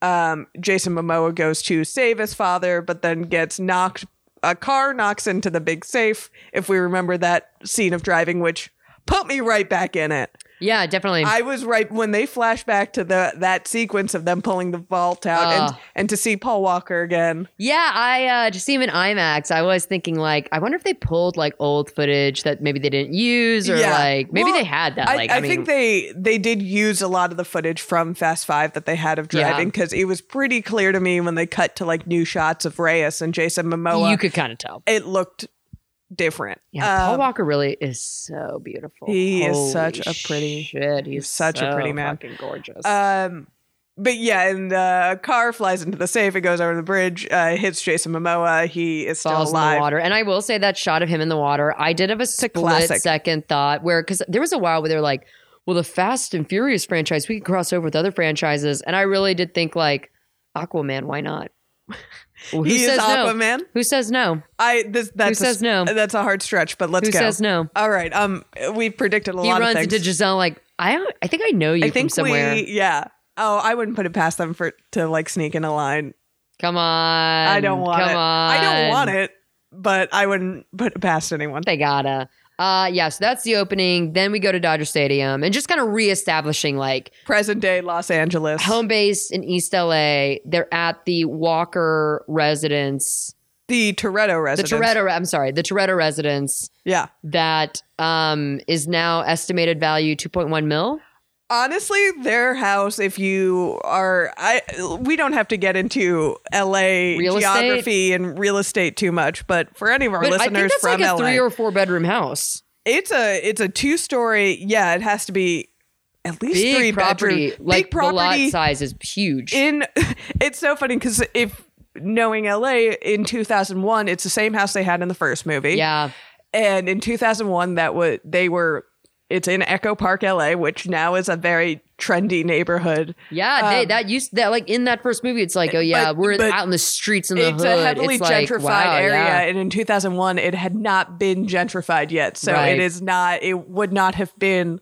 Speaker 3: Um, Jason Momoa goes to save his father, but then gets knocked. A car knocks into the big safe. If we remember that scene of driving, which put me right back in it.
Speaker 2: Yeah, definitely.
Speaker 3: I was right when they flash back to the that sequence of them pulling the vault out and
Speaker 2: Ah.
Speaker 3: and to see Paul Walker again.
Speaker 2: yeah, I uh, to see him in IMAX, I was thinking like, I wonder if they pulled like old footage that maybe they didn't use, or like maybe
Speaker 3: Well,
Speaker 2: they had [laughs] that.
Speaker 3: I,
Speaker 2: like,
Speaker 3: I,
Speaker 2: I, mean,
Speaker 3: think they they did use a lot of the footage from Fast Five that they had of
Speaker 2: Yeah.
Speaker 3: driving because it was pretty clear to me when they cut to like new shots of Reyes and Jason Momoa.
Speaker 2: you could kind of tell.
Speaker 3: it looked different.
Speaker 2: Yeah, Paul
Speaker 3: Um,
Speaker 2: Walker really is so beautiful.
Speaker 3: he is
Speaker 2: Holy
Speaker 3: such a pretty-
Speaker 2: shit. He's
Speaker 3: such a
Speaker 2: so
Speaker 3: pretty man.
Speaker 2: Fucking gorgeous.
Speaker 3: Um, but yeah, and uh, a car flies into the safe. It goes over the bridge, uh, hits Jason Momoa. He is still
Speaker 2: falls in the
Speaker 3: alive.
Speaker 2: water. And I will say that shot of him in the water, I did have a split
Speaker 3: classic.
Speaker 2: second thought where because there was a while where they're like, well, the Fast and Furious franchise, we could cross over with other franchises, and I really did think like Aquaman, why not? [laughs] Well, who
Speaker 3: He is
Speaker 2: says no?
Speaker 3: Aquaman.
Speaker 2: Who says no?
Speaker 3: I this that's
Speaker 2: says
Speaker 3: a,
Speaker 2: no?
Speaker 3: s- That's a hard stretch, but let's
Speaker 2: Who
Speaker 3: go.
Speaker 2: says no?
Speaker 3: All right. Um, we predicted a
Speaker 2: He
Speaker 3: lot
Speaker 2: runs
Speaker 3: of things.
Speaker 2: into Giselle like I don't, I think I know you
Speaker 3: I think
Speaker 2: from somewhere.
Speaker 3: we yeah. Oh, I wouldn't put it past them for to like sneak in a line.
Speaker 2: Come on,
Speaker 3: I don't want
Speaker 2: Um, come
Speaker 3: it.
Speaker 2: On.
Speaker 3: I don't want it, but I wouldn't put it past anyone.
Speaker 2: They gotta. Uh, yeah, so that's the opening. Then we go to Dodger Stadium and just kind of reestablishing like
Speaker 3: Present day Los Angeles.
Speaker 2: home base in East LA. They're at the Walker residence,
Speaker 3: The Toretto
Speaker 2: the
Speaker 3: residence.
Speaker 2: Toretto. I'm sorry, the Toretto residence
Speaker 3: Yeah.
Speaker 2: that um, is now estimated value 2.1 mil.
Speaker 3: Honestly, their house, if you are I we don't have to get into LA
Speaker 2: Real estate?
Speaker 3: geography and real estate too much, but for any of our
Speaker 2: But I think
Speaker 3: listeners
Speaker 2: that's
Speaker 3: from
Speaker 2: like a
Speaker 3: LA
Speaker 2: three or four bedroom house.
Speaker 3: it's a it's a two story yeah, it has to be at least
Speaker 2: Big
Speaker 3: three
Speaker 2: property,
Speaker 3: bedroom.
Speaker 2: like
Speaker 3: big property
Speaker 2: the lot size is huge.
Speaker 3: in [laughs] it's so funny because if knowing LA in 2001, it's the same house they had in the first movie.
Speaker 2: yeah,
Speaker 3: And in 2001, that was they were. It's in Echo Park, LA, which now is a very trendy neighborhood.
Speaker 2: yeah. they, that used that like in that first movie, it's like oh yeah,
Speaker 3: Um, but-
Speaker 2: we're
Speaker 3: but
Speaker 2: out in the streets in the
Speaker 3: It's
Speaker 2: hood.
Speaker 3: a heavily
Speaker 2: it's like,
Speaker 3: gentrified
Speaker 2: wow,
Speaker 3: area,
Speaker 2: yeah.
Speaker 3: and in 2001, it had not been gentrified yet, so
Speaker 2: Right.
Speaker 3: it is not. It would not have been,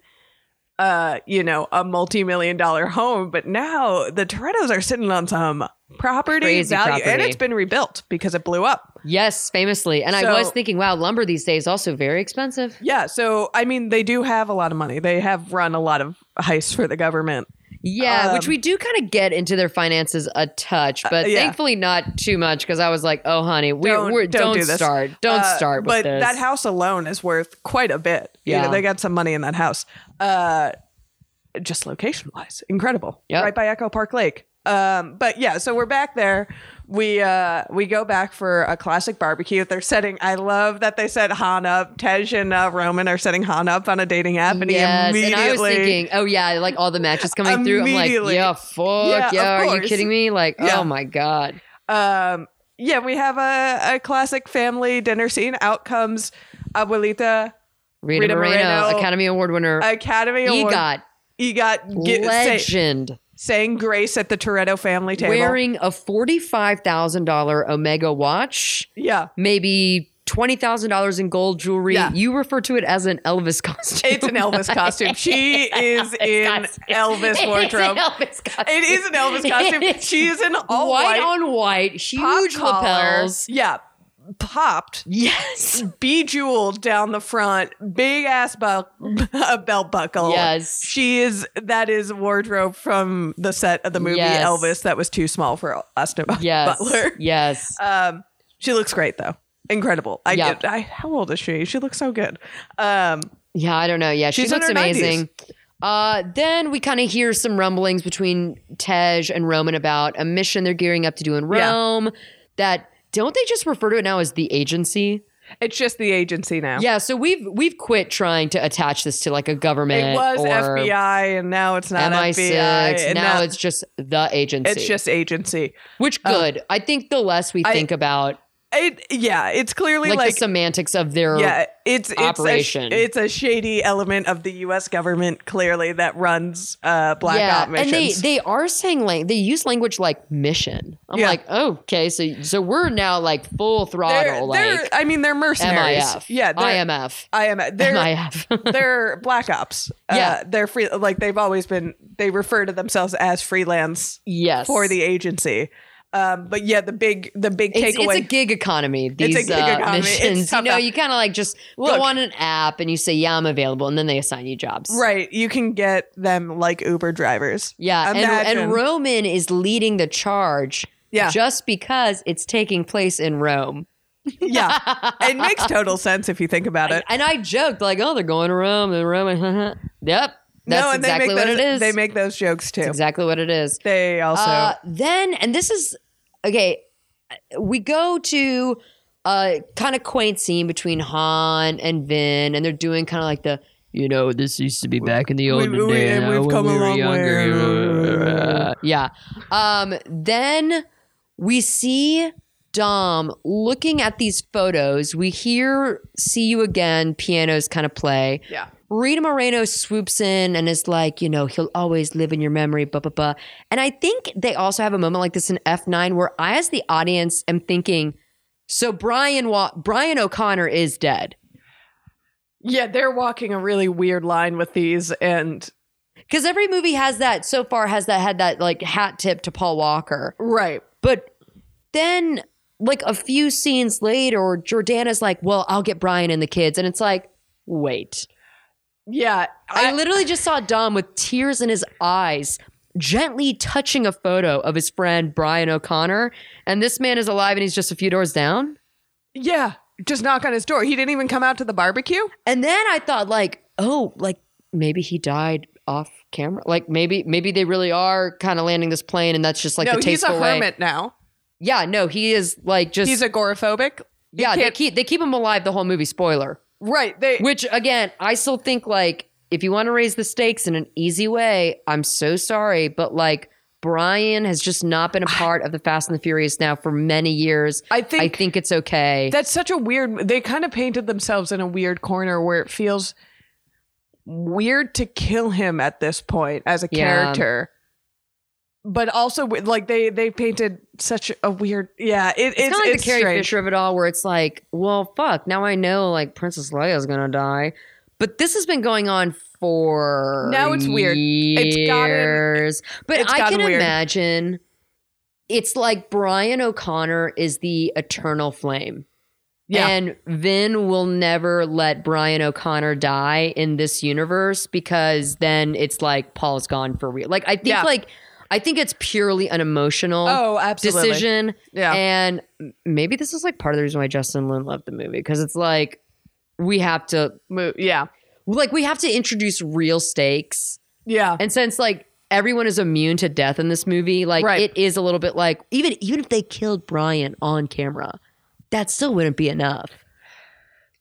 Speaker 3: uh, you know, a multi-million dollar home. But now the Toretto's are sitting on some property
Speaker 2: Crazy
Speaker 3: value, and
Speaker 2: property.
Speaker 3: it's been rebuilt because it blew up.
Speaker 2: Yes, famously. And I
Speaker 3: So-
Speaker 2: was thinking, wow, lumber these days also very expensive.
Speaker 3: Yeah, so I mean, they do have a lot of money. They have run a lot of heists for the government.
Speaker 2: Yeah, which
Speaker 3: Um,
Speaker 2: we do kind of get into their finances a touch, but
Speaker 3: yeah.
Speaker 2: thankfully not too much because I was like, oh, honey, we,
Speaker 3: Don't
Speaker 2: we're,
Speaker 3: don't,
Speaker 2: don't,
Speaker 3: do this.
Speaker 2: start. Don't
Speaker 3: Uh,
Speaker 2: start with
Speaker 3: but
Speaker 2: this.
Speaker 3: that house alone is worth quite a bit. You
Speaker 2: Yeah.
Speaker 3: know, they got some money in that house. Uh, just location wise, incredible.
Speaker 2: Yep.
Speaker 3: right by Echo Park Lake. Um, but yeah, so we're back there. We uh, we go back for a classic barbecue. They're setting. I love that they set Han up. Tej and uh, Roman are setting Han up on a dating app, and
Speaker 2: yes,
Speaker 3: he
Speaker 2: and
Speaker 3: immediately
Speaker 2: I was thinking, oh yeah, like all the matches coming through. I'm like,
Speaker 3: Immediately.
Speaker 2: yeah, fuck,
Speaker 3: Yeah,
Speaker 2: yeah,
Speaker 3: of
Speaker 2: are you
Speaker 3: course.
Speaker 2: kidding me? Like,
Speaker 3: Yeah.
Speaker 2: oh my god,
Speaker 3: um yeah we have a, a classic family dinner scene out comes abuelita
Speaker 2: Rita,
Speaker 3: Rita
Speaker 2: Moreno,
Speaker 3: Moreno,
Speaker 2: Academy Award winner,
Speaker 3: academy award
Speaker 2: EGOT,
Speaker 3: egot get, say,
Speaker 2: legend,
Speaker 3: saying grace at the toretto family table
Speaker 2: wearing a forty-five thousand dollar Omega watch.
Speaker 3: yeah
Speaker 2: maybe twenty thousand dollars in gold jewelry.
Speaker 3: Yeah.
Speaker 2: You refer to it as an Elvis costume. [laughs]
Speaker 3: it's an elvis costume she is in [laughs]
Speaker 2: [laughs]
Speaker 3: elvis wardrobe
Speaker 2: Elvis costume.
Speaker 3: it is an
Speaker 2: [laughs]
Speaker 3: elvis costume she is in all
Speaker 2: white,
Speaker 3: white,
Speaker 2: on white,
Speaker 3: pop
Speaker 2: huge
Speaker 3: collar.
Speaker 2: lapels.
Speaker 3: yeah popped
Speaker 2: Yes.
Speaker 3: bejeweled down the front, big ass bu- a [laughs] belt buckle.
Speaker 2: Yes.
Speaker 3: she is. That is wardrobe from the set of the movie
Speaker 2: Yes.
Speaker 3: Elvis. That was too small for Austin
Speaker 2: Yes.
Speaker 3: [laughs] Butler.
Speaker 2: Yes.
Speaker 3: [laughs] Um, she looks great though. Incredible. I,
Speaker 2: Yeah.
Speaker 3: I how old is she? She looks so good. Um,
Speaker 2: yeah, I don't know. Yeah, she
Speaker 3: she's in
Speaker 2: looks
Speaker 3: her 90s.
Speaker 2: amazing. Uh, then we kind of hear some rumblings between Tej and Roman about a mission they're gearing up to do in
Speaker 3: Yeah.
Speaker 2: Rome. That don't they just refer to it now as the agency?
Speaker 3: it's just the agency now.
Speaker 2: Yeah, so we've we've quit trying to attach this to like a government.
Speaker 3: It was
Speaker 2: or
Speaker 3: FBI and now it's not
Speaker 2: MI6.
Speaker 3: FBI. and
Speaker 2: Now it's just the agency.
Speaker 3: it's just agency.
Speaker 2: which good. I think the less we
Speaker 3: I-
Speaker 2: think about
Speaker 3: It, yeah, it's clearly
Speaker 2: like,
Speaker 3: like,
Speaker 2: the semantics of their
Speaker 3: yeah, it's it's
Speaker 2: operation.
Speaker 3: A sh- it's a shady element of the U.S. government clearly that runs uh, black op
Speaker 2: and they
Speaker 3: missions.
Speaker 2: they are saying like they use language like mission. I'm
Speaker 3: Yeah.
Speaker 2: like, oh, okay, so so we're now like full throttle,
Speaker 3: they're,
Speaker 2: like
Speaker 3: I mean, they're mercenaries.
Speaker 2: MIF,
Speaker 3: Yeah, they're-
Speaker 2: IMF,
Speaker 3: IMF.
Speaker 2: [laughs]
Speaker 3: They're,
Speaker 2: MIF.
Speaker 3: they're black ops.
Speaker 2: [laughs] Yeah.
Speaker 3: Uh, they're free. Like they've always been. They refer to themselves as freelance
Speaker 2: yes,
Speaker 3: for the agency. Um, but yeah, the big the big
Speaker 2: It's, it's
Speaker 3: takeaway.
Speaker 2: a gig economy.
Speaker 3: a
Speaker 2: These
Speaker 3: gig
Speaker 2: uh,
Speaker 3: economy. It's
Speaker 2: missions, you
Speaker 3: tough
Speaker 2: know,
Speaker 3: out.
Speaker 2: you kind of like just
Speaker 3: Look.
Speaker 2: go on an app and you say, "Yeah, I'm available," and then they assign you jobs.
Speaker 3: right, you can get them like Uber drivers.
Speaker 2: Yeah, and,
Speaker 3: Imagine.
Speaker 2: [laughs] and Roman is leading the charge.
Speaker 3: Yeah.
Speaker 2: just because it's taking place in Rome.
Speaker 3: yeah, it makes total sense if you think about it.
Speaker 2: And I joked like, "Oh, they're going to Rome and Rome." and [laughs] yep, that's
Speaker 3: and
Speaker 2: exactly
Speaker 3: they make
Speaker 2: what
Speaker 3: those,
Speaker 2: it is.
Speaker 3: They make those jokes too.
Speaker 2: That's exactly what it is.
Speaker 3: They also
Speaker 2: Uh, then, and this is okay. We go to a kind of quaint scene between Han and Vin, and they're doing kind of like the, you know, this used to be back in the
Speaker 3: we-
Speaker 2: olden
Speaker 3: we-
Speaker 2: day.
Speaker 3: and we've
Speaker 2: when
Speaker 3: come a
Speaker 2: we were
Speaker 3: long way." [laughs]
Speaker 2: younger. yeah. Um, then we see Dom looking at these photos. We hear "See You Again" pianos kind of play.
Speaker 3: yeah.
Speaker 2: Rita Moreno swoops in and is like, you know, he'll always live in your memory, blah, blah, blah. And I think they also have a moment like this in F9 where I, as the audience, am thinking, so Brian, Wa- Brian O'Connor is dead.
Speaker 3: Yeah, they're walking a really weird line with these, and
Speaker 2: Because every movie has that, so far, has that had that like hat tip to Paul Walker.
Speaker 3: right,
Speaker 2: But then, like a few scenes later, Jordana's like, well, I'll get Brian and the kids. And it's like, wait.
Speaker 3: yeah,
Speaker 2: I literally just saw Dom with tears in his eyes, gently touching a photo of his friend Brian O'Connor. And this man is alive and he's just a few doors down.
Speaker 3: yeah. Just knock on his door. He didn't even come out to the barbecue.
Speaker 2: And then I thought, like, oh, like maybe he died off camera. Like maybe, maybe they really are kind of landing this plane and that's just like
Speaker 3: no,
Speaker 2: the
Speaker 3: he's a
Speaker 2: tasteful way.
Speaker 3: hermit now.
Speaker 2: Yeah, no, he is like just.
Speaker 3: He's agoraphobic. You
Speaker 2: yeah, they
Speaker 3: can't-
Speaker 2: keep, they keep him alive the whole movie. Spoiler.
Speaker 3: right. They
Speaker 2: Which again, I still think like if you want to raise the stakes in an easy way, I'm so sorry, but like Brian has just not
Speaker 3: [sighs]
Speaker 2: been a part of the Fast and the Furious now for many years.
Speaker 3: I think-
Speaker 2: I think it's okay.
Speaker 3: that's such a weird. They kind of painted themselves in a weird corner where it feels weird to kill him at this point as a
Speaker 2: Yeah.
Speaker 3: character. But also, with- like they they painted such a weird. Yeah, it,
Speaker 2: it's
Speaker 3: it's
Speaker 2: kind of like
Speaker 3: it's
Speaker 2: the Carrie
Speaker 3: strange.
Speaker 2: Fisher of it all, where it's like, well, fuck. Now I know like Princess Leia's gonna die, but this has been going on for
Speaker 3: Now it's weird. It's gotten-
Speaker 2: years. but
Speaker 3: it's
Speaker 2: I
Speaker 3: gotten
Speaker 2: can
Speaker 3: weird.
Speaker 2: imagine. It's like Brian O'Connor is the eternal flame.
Speaker 3: Yeah.
Speaker 2: And Vin will never let Brian O'Connor die in this universe because then it's like Paul's gone for real. Like I think
Speaker 3: Yeah.
Speaker 2: like I think it's purely an emotional
Speaker 3: Oh, absolutely.
Speaker 2: decision.
Speaker 3: Yeah.
Speaker 2: And m- maybe this is like part of the reason why Justin Lin loved the movie because it's like we have to
Speaker 3: Mo- yeah,
Speaker 2: like we have to introduce real stakes.
Speaker 3: yeah.
Speaker 2: And since like everyone is immune to death in this movie, like
Speaker 3: Right.
Speaker 2: it is a little bit like even even if they killed Brian on camera, that still wouldn't be enough.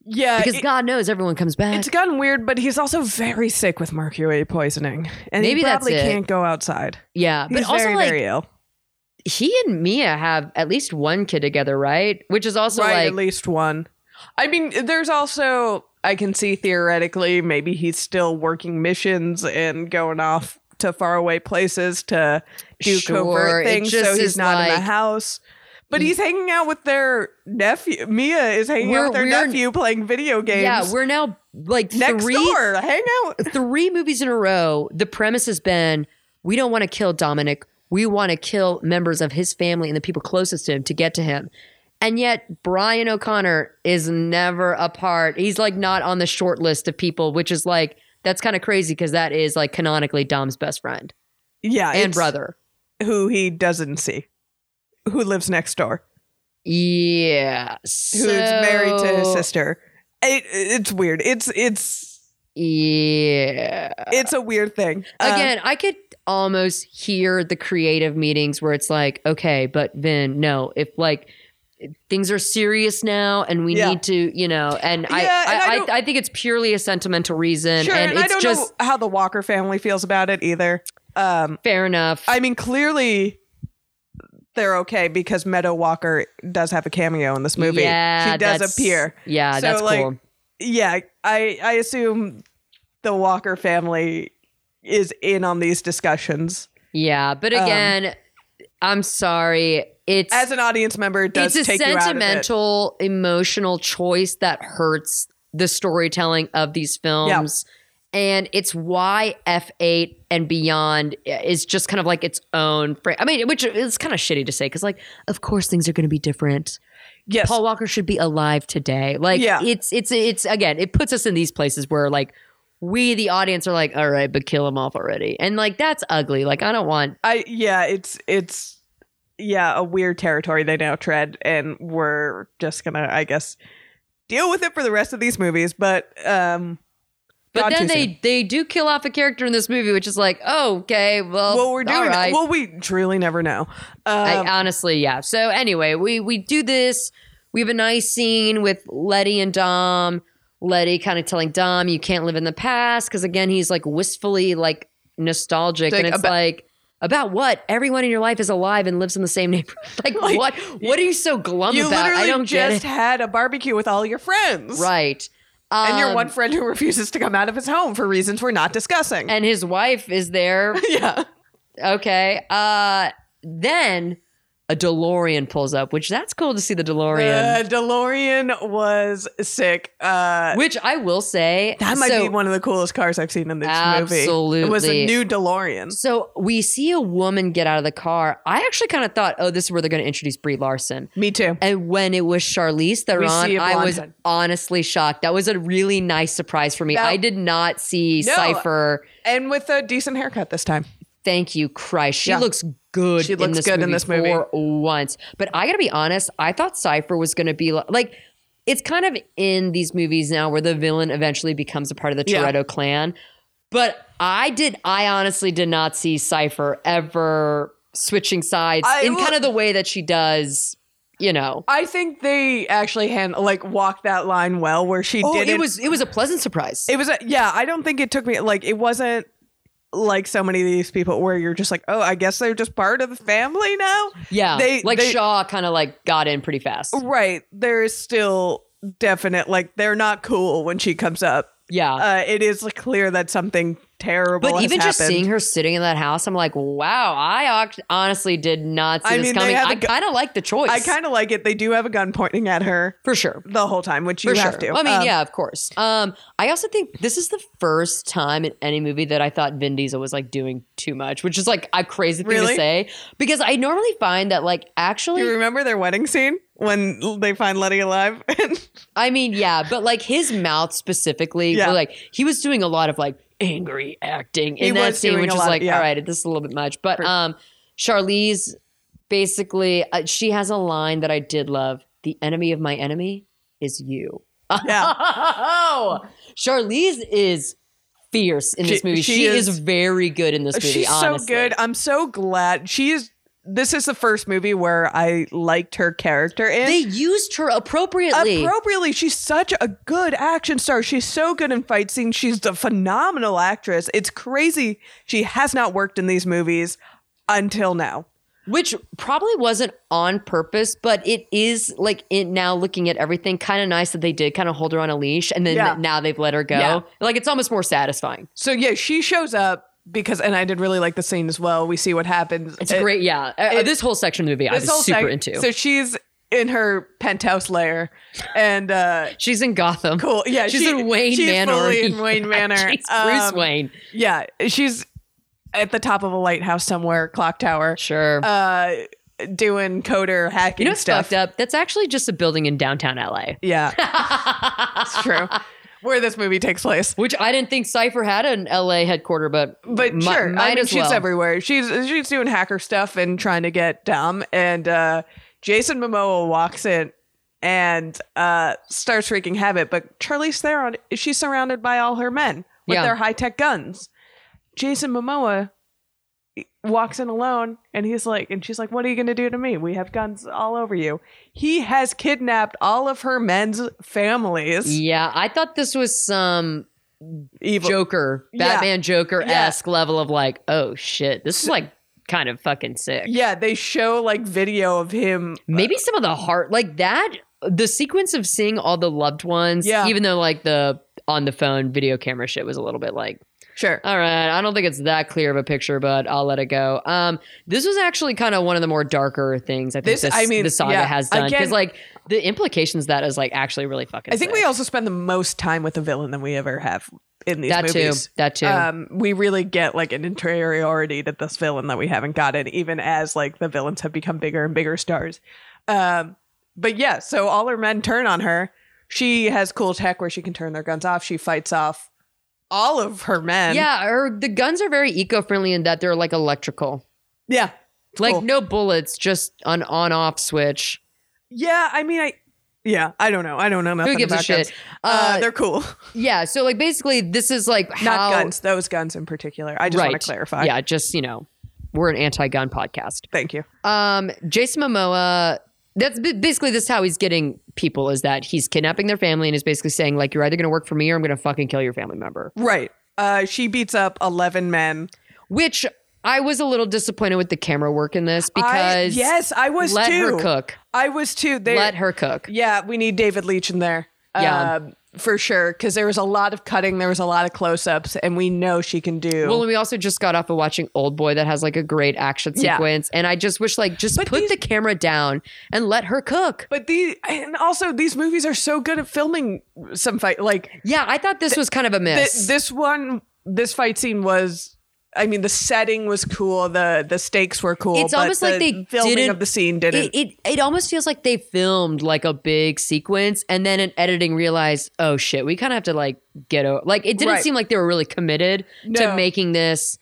Speaker 3: Yeah,
Speaker 2: Because
Speaker 3: Uh, it-
Speaker 2: God knows everyone comes back.
Speaker 3: it's gotten weird, but he's also very sick with mercury poisoning, and
Speaker 2: Maybe
Speaker 3: he
Speaker 2: that's
Speaker 3: probably
Speaker 2: it.
Speaker 3: can't go outside.
Speaker 2: yeah,
Speaker 3: He's
Speaker 2: but also
Speaker 3: very,
Speaker 2: like
Speaker 3: very ill.
Speaker 2: he and Mia have at least one kid together, right? Which is also
Speaker 3: right,
Speaker 2: like
Speaker 3: at least one. I mean, there's also I can see theoretically maybe he's still working missions and going off to faraway places to do
Speaker 2: Sure,
Speaker 3: covert
Speaker 2: it
Speaker 3: things,
Speaker 2: just
Speaker 3: so he's
Speaker 2: is
Speaker 3: not in the
Speaker 2: like-
Speaker 3: house. But he's hanging out with their nephew. Mia is hanging out
Speaker 2: We're-
Speaker 3: with their
Speaker 2: we're-
Speaker 3: nephew playing video games.
Speaker 2: yeah, we're now like
Speaker 3: next
Speaker 2: three
Speaker 3: door. Hang out. [laughs]
Speaker 2: three movies in a row, the premise has been we don't want to kill Dominic. We want to kill members of his family and the people closest to him to get to him. And yet Brian O'Connor is never a part. He's like not on the short list of people, which is like that's kind of crazy because that is like canonically Dom's best friend
Speaker 3: Yeah,
Speaker 2: and
Speaker 3: Uh, it's
Speaker 2: brother.
Speaker 3: who he doesn't see, who lives next door,
Speaker 2: Yeah.
Speaker 3: who's married to his
Speaker 2: so-
Speaker 3: sister. It, it's weird. It's it's
Speaker 2: Yeah.
Speaker 3: it's a weird thing. Uh,
Speaker 2: Again, I could almost hear the creative meetings where it's like, okay, but Vin, no, if like things are serious now and we
Speaker 3: Yeah.
Speaker 2: need to, you know, and, I,
Speaker 3: Yeah, and I
Speaker 2: I,
Speaker 3: don't-
Speaker 2: I, I think it's purely a sentimental reason.
Speaker 3: sure, and,
Speaker 2: and,
Speaker 3: I
Speaker 2: it's
Speaker 3: don't
Speaker 2: just
Speaker 3: know how the Walker family feels about it either. Um,
Speaker 2: fair enough.
Speaker 3: I mean, clearly, they're okay because Meadow Walker does have a cameo in this movie.
Speaker 2: Yeah,
Speaker 3: she does
Speaker 2: that's-
Speaker 3: appear.
Speaker 2: yeah,
Speaker 3: So,
Speaker 2: that's
Speaker 3: like,
Speaker 2: cool.
Speaker 3: Yeah, I I assume the Walker family is in on these discussions.
Speaker 2: Yeah, but again, I'm sorry. It's
Speaker 3: um, As an audience member, it does
Speaker 2: it's a
Speaker 3: take you out of it.
Speaker 2: sentimental, emotional choice that hurts the storytelling of these films. And it's why F8 and beyond is just kind of like its own. Fra- I mean, which is kind of shitty to say because, like, of course things are going to be different.
Speaker 3: Yes.
Speaker 2: Paul Walker should be alive today. Like,
Speaker 3: Yeah.
Speaker 2: it's it's it's again, it puts us in these places where like we, the audience, are like, all right, but kill him off already, and like that's ugly. Like, I don't want
Speaker 3: I yeah, it's it's yeah, a weird territory they now tread and we're just going to I guess deal with it for the rest of these movies, but um
Speaker 2: But
Speaker 3: gone
Speaker 2: then
Speaker 3: too
Speaker 2: they
Speaker 3: soon.
Speaker 2: they do kill off a character in this movie, which is like, oh, okay, well,
Speaker 3: well, we're
Speaker 2: all
Speaker 3: doing
Speaker 2: right.
Speaker 3: well we truly never know. Um,
Speaker 2: I honestly, yeah. So anyway, we we do this. We have a nice scene with Letty and Dom. Letty kind of telling Dom, "You can't live in the past," because again, he's like wistfully like nostalgic,
Speaker 3: Like,
Speaker 2: and it's
Speaker 3: about-
Speaker 2: like. About what? Everyone in your life is alive and lives in the same neighborhood. [laughs] Like,
Speaker 3: Like,
Speaker 2: what? What are you so glum
Speaker 3: you
Speaker 2: about?
Speaker 3: literally
Speaker 2: I don't
Speaker 3: just
Speaker 2: get
Speaker 3: had a barbecue with all your friends.
Speaker 2: it. Right. Um,
Speaker 3: And your one friend who refuses to come out of his home for reasons we're not discussing.
Speaker 2: and his wife is there
Speaker 3: [laughs] yeah.
Speaker 2: Okay. Uh then a DeLorean pulls up, which that's cool to see the DeLorean.
Speaker 3: Uh, DeLorean was sick. Uh,
Speaker 2: which I will say
Speaker 3: that might
Speaker 2: so,
Speaker 3: be one of the coolest cars I've seen in this movie. It was
Speaker 2: Absolutely.
Speaker 3: a new DeLorean.
Speaker 2: So we see a woman get out of the car. I actually kind of thought, oh, this is where they're going to introduce Brie Larson.
Speaker 3: Me too.
Speaker 2: And when it was Charlize
Speaker 3: see
Speaker 2: Theron,
Speaker 3: a
Speaker 2: I
Speaker 3: blonde
Speaker 2: was
Speaker 3: head.
Speaker 2: honestly shocked. That was a really nice surprise for me.
Speaker 3: That-
Speaker 2: I did not see
Speaker 3: No.
Speaker 2: Cypher.
Speaker 3: And with a decent haircut this time.
Speaker 2: Thank you, Christ. She
Speaker 3: Yeah.
Speaker 2: looks good.
Speaker 3: She
Speaker 2: in
Speaker 3: looks
Speaker 2: this
Speaker 3: good in
Speaker 2: movie
Speaker 3: this movie.
Speaker 2: for once. But I gotta be honest, I thought Cipher was gonna be like, like, it's kind of in these movies now where the villain eventually becomes a part of the
Speaker 3: Yeah.
Speaker 2: Toretto clan. But I did, I honestly did not see Cipher ever switching sides
Speaker 3: I
Speaker 2: in
Speaker 3: will-
Speaker 2: kind of the way that she does. You know,
Speaker 3: I think they actually hand like walked that line well where she
Speaker 2: oh,
Speaker 3: did
Speaker 2: it was it was a pleasant surprise.
Speaker 3: it was a, yeah, I don't think it took me like it wasn't like so many of these people where you're just like, "Oh, I guess they're just part of the family now."
Speaker 2: yeah,
Speaker 3: They
Speaker 2: like
Speaker 3: they,
Speaker 2: Shaw kind of like got in pretty fast.
Speaker 3: Right. There is still definite like they're not cool when she comes up.
Speaker 2: Yeah,
Speaker 3: Uh, it is clear that something terrible
Speaker 2: But
Speaker 3: has
Speaker 2: even just
Speaker 3: happened.
Speaker 2: seeing her sitting in that house, I'm like, wow, I oct- honestly did not see
Speaker 3: I
Speaker 2: this
Speaker 3: mean, they
Speaker 2: coming.
Speaker 3: have a
Speaker 2: I
Speaker 3: gu-
Speaker 2: kind of like the choice.
Speaker 3: I kind of like it. They do have a gun pointing at her
Speaker 2: for sure.
Speaker 3: the whole time, which
Speaker 2: For
Speaker 3: you
Speaker 2: sure.
Speaker 3: have to.
Speaker 2: I mean,
Speaker 3: Um,
Speaker 2: yeah, of course. Um, I also think this is the first time in any movie that I thought Vin Diesel was like doing too much, which is like a crazy thing to
Speaker 3: Really?
Speaker 2: say because I normally find that like actually,
Speaker 3: You remember their wedding scene when they find Letty alive? [laughs]
Speaker 2: [laughs] I mean, yeah, but like his mouth specifically,
Speaker 3: Yeah.
Speaker 2: like he was doing a lot of like angry acting in
Speaker 3: He
Speaker 2: that
Speaker 3: was
Speaker 2: scene,
Speaker 3: doing
Speaker 2: which
Speaker 3: a
Speaker 2: is
Speaker 3: lot of-
Speaker 2: like,
Speaker 3: yeah.
Speaker 2: all right, this is a little bit much. But um, Charlize basically, uh, she has a line that I did love: "The enemy of my enemy is you."
Speaker 3: yeah.
Speaker 2: Oh, Charlize is fierce in
Speaker 3: She-
Speaker 2: this movie. She,
Speaker 3: she
Speaker 2: is,
Speaker 3: is-
Speaker 2: very good in this movie.
Speaker 3: She's
Speaker 2: honestly.
Speaker 3: so good. I'm so glad. She is. This is the first movie where I liked her character in.
Speaker 2: They used her appropriately.
Speaker 3: Appropriately, she's such a good action star. She's so good in fight scenes. She's a phenomenal actress. It's crazy. She has not worked in these movies until now.
Speaker 2: which probably wasn't on purpose but it is like it now looking at everything kind of nice that they did kind of hold her on a leash and then
Speaker 3: Yeah.
Speaker 2: now they've let her go
Speaker 3: Yeah.
Speaker 2: like it's almost more satisfying
Speaker 3: So yeah, she shows up because, and I did really like the scene as well. We see what happens.
Speaker 2: it's
Speaker 3: It-
Speaker 2: great yeah Uh,
Speaker 3: it-
Speaker 2: this whole section of the movie i was
Speaker 3: this whole
Speaker 2: super
Speaker 3: sec-
Speaker 2: into
Speaker 3: So she's in her penthouse lair, and uh,
Speaker 2: she's in gotham
Speaker 3: cool. Yeah,
Speaker 2: she's
Speaker 3: she-
Speaker 2: in wayne
Speaker 3: she's
Speaker 2: manor
Speaker 3: fully
Speaker 2: [laughs]
Speaker 3: in Wayne
Speaker 2: Yeah,
Speaker 3: Manor.
Speaker 2: she's bruce
Speaker 3: Um,
Speaker 2: wayne
Speaker 3: yeah, she's at the top of a lighthouse somewhere, clock tower,
Speaker 2: sure
Speaker 3: uh, doing coder hacking
Speaker 2: you know what's
Speaker 3: stuff.
Speaker 2: fucked up that's actually just a building in downtown la [laughs]
Speaker 3: Yeah, it's true. Where this movie takes place,
Speaker 2: which i didn't think cypher had an la headquarter but
Speaker 3: but
Speaker 2: mi-
Speaker 3: sure,
Speaker 2: might
Speaker 3: I mean,
Speaker 2: as
Speaker 3: she's
Speaker 2: well.
Speaker 3: everywhere. She's she's doing hacker stuff and trying to get dumb. And uh, Jason Momoa walks in and uh, starts wreaking havoc. But Charlize Theron, she's surrounded by all her men with
Speaker 2: Yeah.
Speaker 3: their high tech guns. Jason Momoa walks in alone and he's like and she's like what are you going to do to me we have guns all over you he has kidnapped all of her men's families
Speaker 2: yeah i thought this was some
Speaker 3: evil [laughs]
Speaker 2: Joker,
Speaker 3: Yeah.
Speaker 2: Batman Joker esque level of like, oh shit, this is like kind of fucking sick.
Speaker 3: Yeah, they show like video of him.
Speaker 2: Maybe some of the heart, like that, the sequence of seeing all the loved ones,
Speaker 3: Yeah.
Speaker 2: even though like the on the phone video camera shit was a little bit like,
Speaker 3: Sure.
Speaker 2: all right, I don't think it's that clear of a picture, but I'll let it go. Um, this was actually kind of one of the more darker things I think
Speaker 3: This-
Speaker 2: this,
Speaker 3: I mean,
Speaker 2: the saga
Speaker 3: yeah,
Speaker 2: has done
Speaker 3: again-
Speaker 2: because like the implications of that is like actually really fucking.
Speaker 3: I think we
Speaker 2: sick.
Speaker 3: also spend the most time with a villain than we ever have in these
Speaker 2: that
Speaker 3: movies.
Speaker 2: too that too.
Speaker 3: Um, we really get like an interiority to this villain that we haven't gotten, even as like the villains have become bigger and bigger stars. Um, but yeah, so all her men turn on her. She has cool tech where she can turn their guns off. She fights off all of her men.
Speaker 2: yeah, or the guns are very eco-friendly in that they're like electrical,
Speaker 3: yeah, It's
Speaker 2: like
Speaker 3: cool.
Speaker 2: no bullets, just an on-off switch.
Speaker 3: yeah. I mean, I yeah, I don't know. I don't know nothing
Speaker 2: Who gives
Speaker 3: about
Speaker 2: a shit?
Speaker 3: guns. Uh,
Speaker 2: Uh,
Speaker 3: they're cool. [laughs]
Speaker 2: yeah, so like basically, this is like how
Speaker 3: Not guns. Those guns in particular. I just want to clarify.
Speaker 2: Yeah, just you know, we're an anti-gun podcast.
Speaker 3: Thank you.
Speaker 2: Um, Jason Momoa. That's b- basically this is how he's getting people is that he's kidnapping their family and is basically saying like you're either going to work for me or I'm going to fucking kill your family member.
Speaker 3: Right. Uh, she beats up eleven men.
Speaker 2: Which I was a little disappointed with the camera work in this because
Speaker 3: I- yes, I was
Speaker 2: let
Speaker 3: too.
Speaker 2: her cook,
Speaker 3: I was too. They,
Speaker 2: let her cook.
Speaker 3: Yeah, we need David Leach in there.
Speaker 2: Yeah.
Speaker 3: Um, for sure. Because there was a lot of cutting, there was a lot of close ups, and we know she can do.
Speaker 2: Well, and we also just got off of watching Old Boy that has like a great action
Speaker 3: Yeah.
Speaker 2: sequence, and I just wish like just put
Speaker 3: these-
Speaker 2: the camera down and let her cook.
Speaker 3: but the and also these movies are so good at filming some fight. Like
Speaker 2: Yeah, I thought this was kind of a
Speaker 3: th-
Speaker 2: miss.
Speaker 3: this one, this fight scene was. I mean, the setting was cool. the The stakes were cool.
Speaker 2: It's
Speaker 3: but
Speaker 2: almost like
Speaker 3: the
Speaker 2: they
Speaker 3: filming
Speaker 2: didn't-
Speaker 3: of the scene didn't.
Speaker 2: it, it it almost feels like they filmed like a big sequence and then in editing realized oh shit we kind of have to like get over like it didn't
Speaker 3: Right.
Speaker 2: seem like they were really committed
Speaker 3: No.
Speaker 2: to making this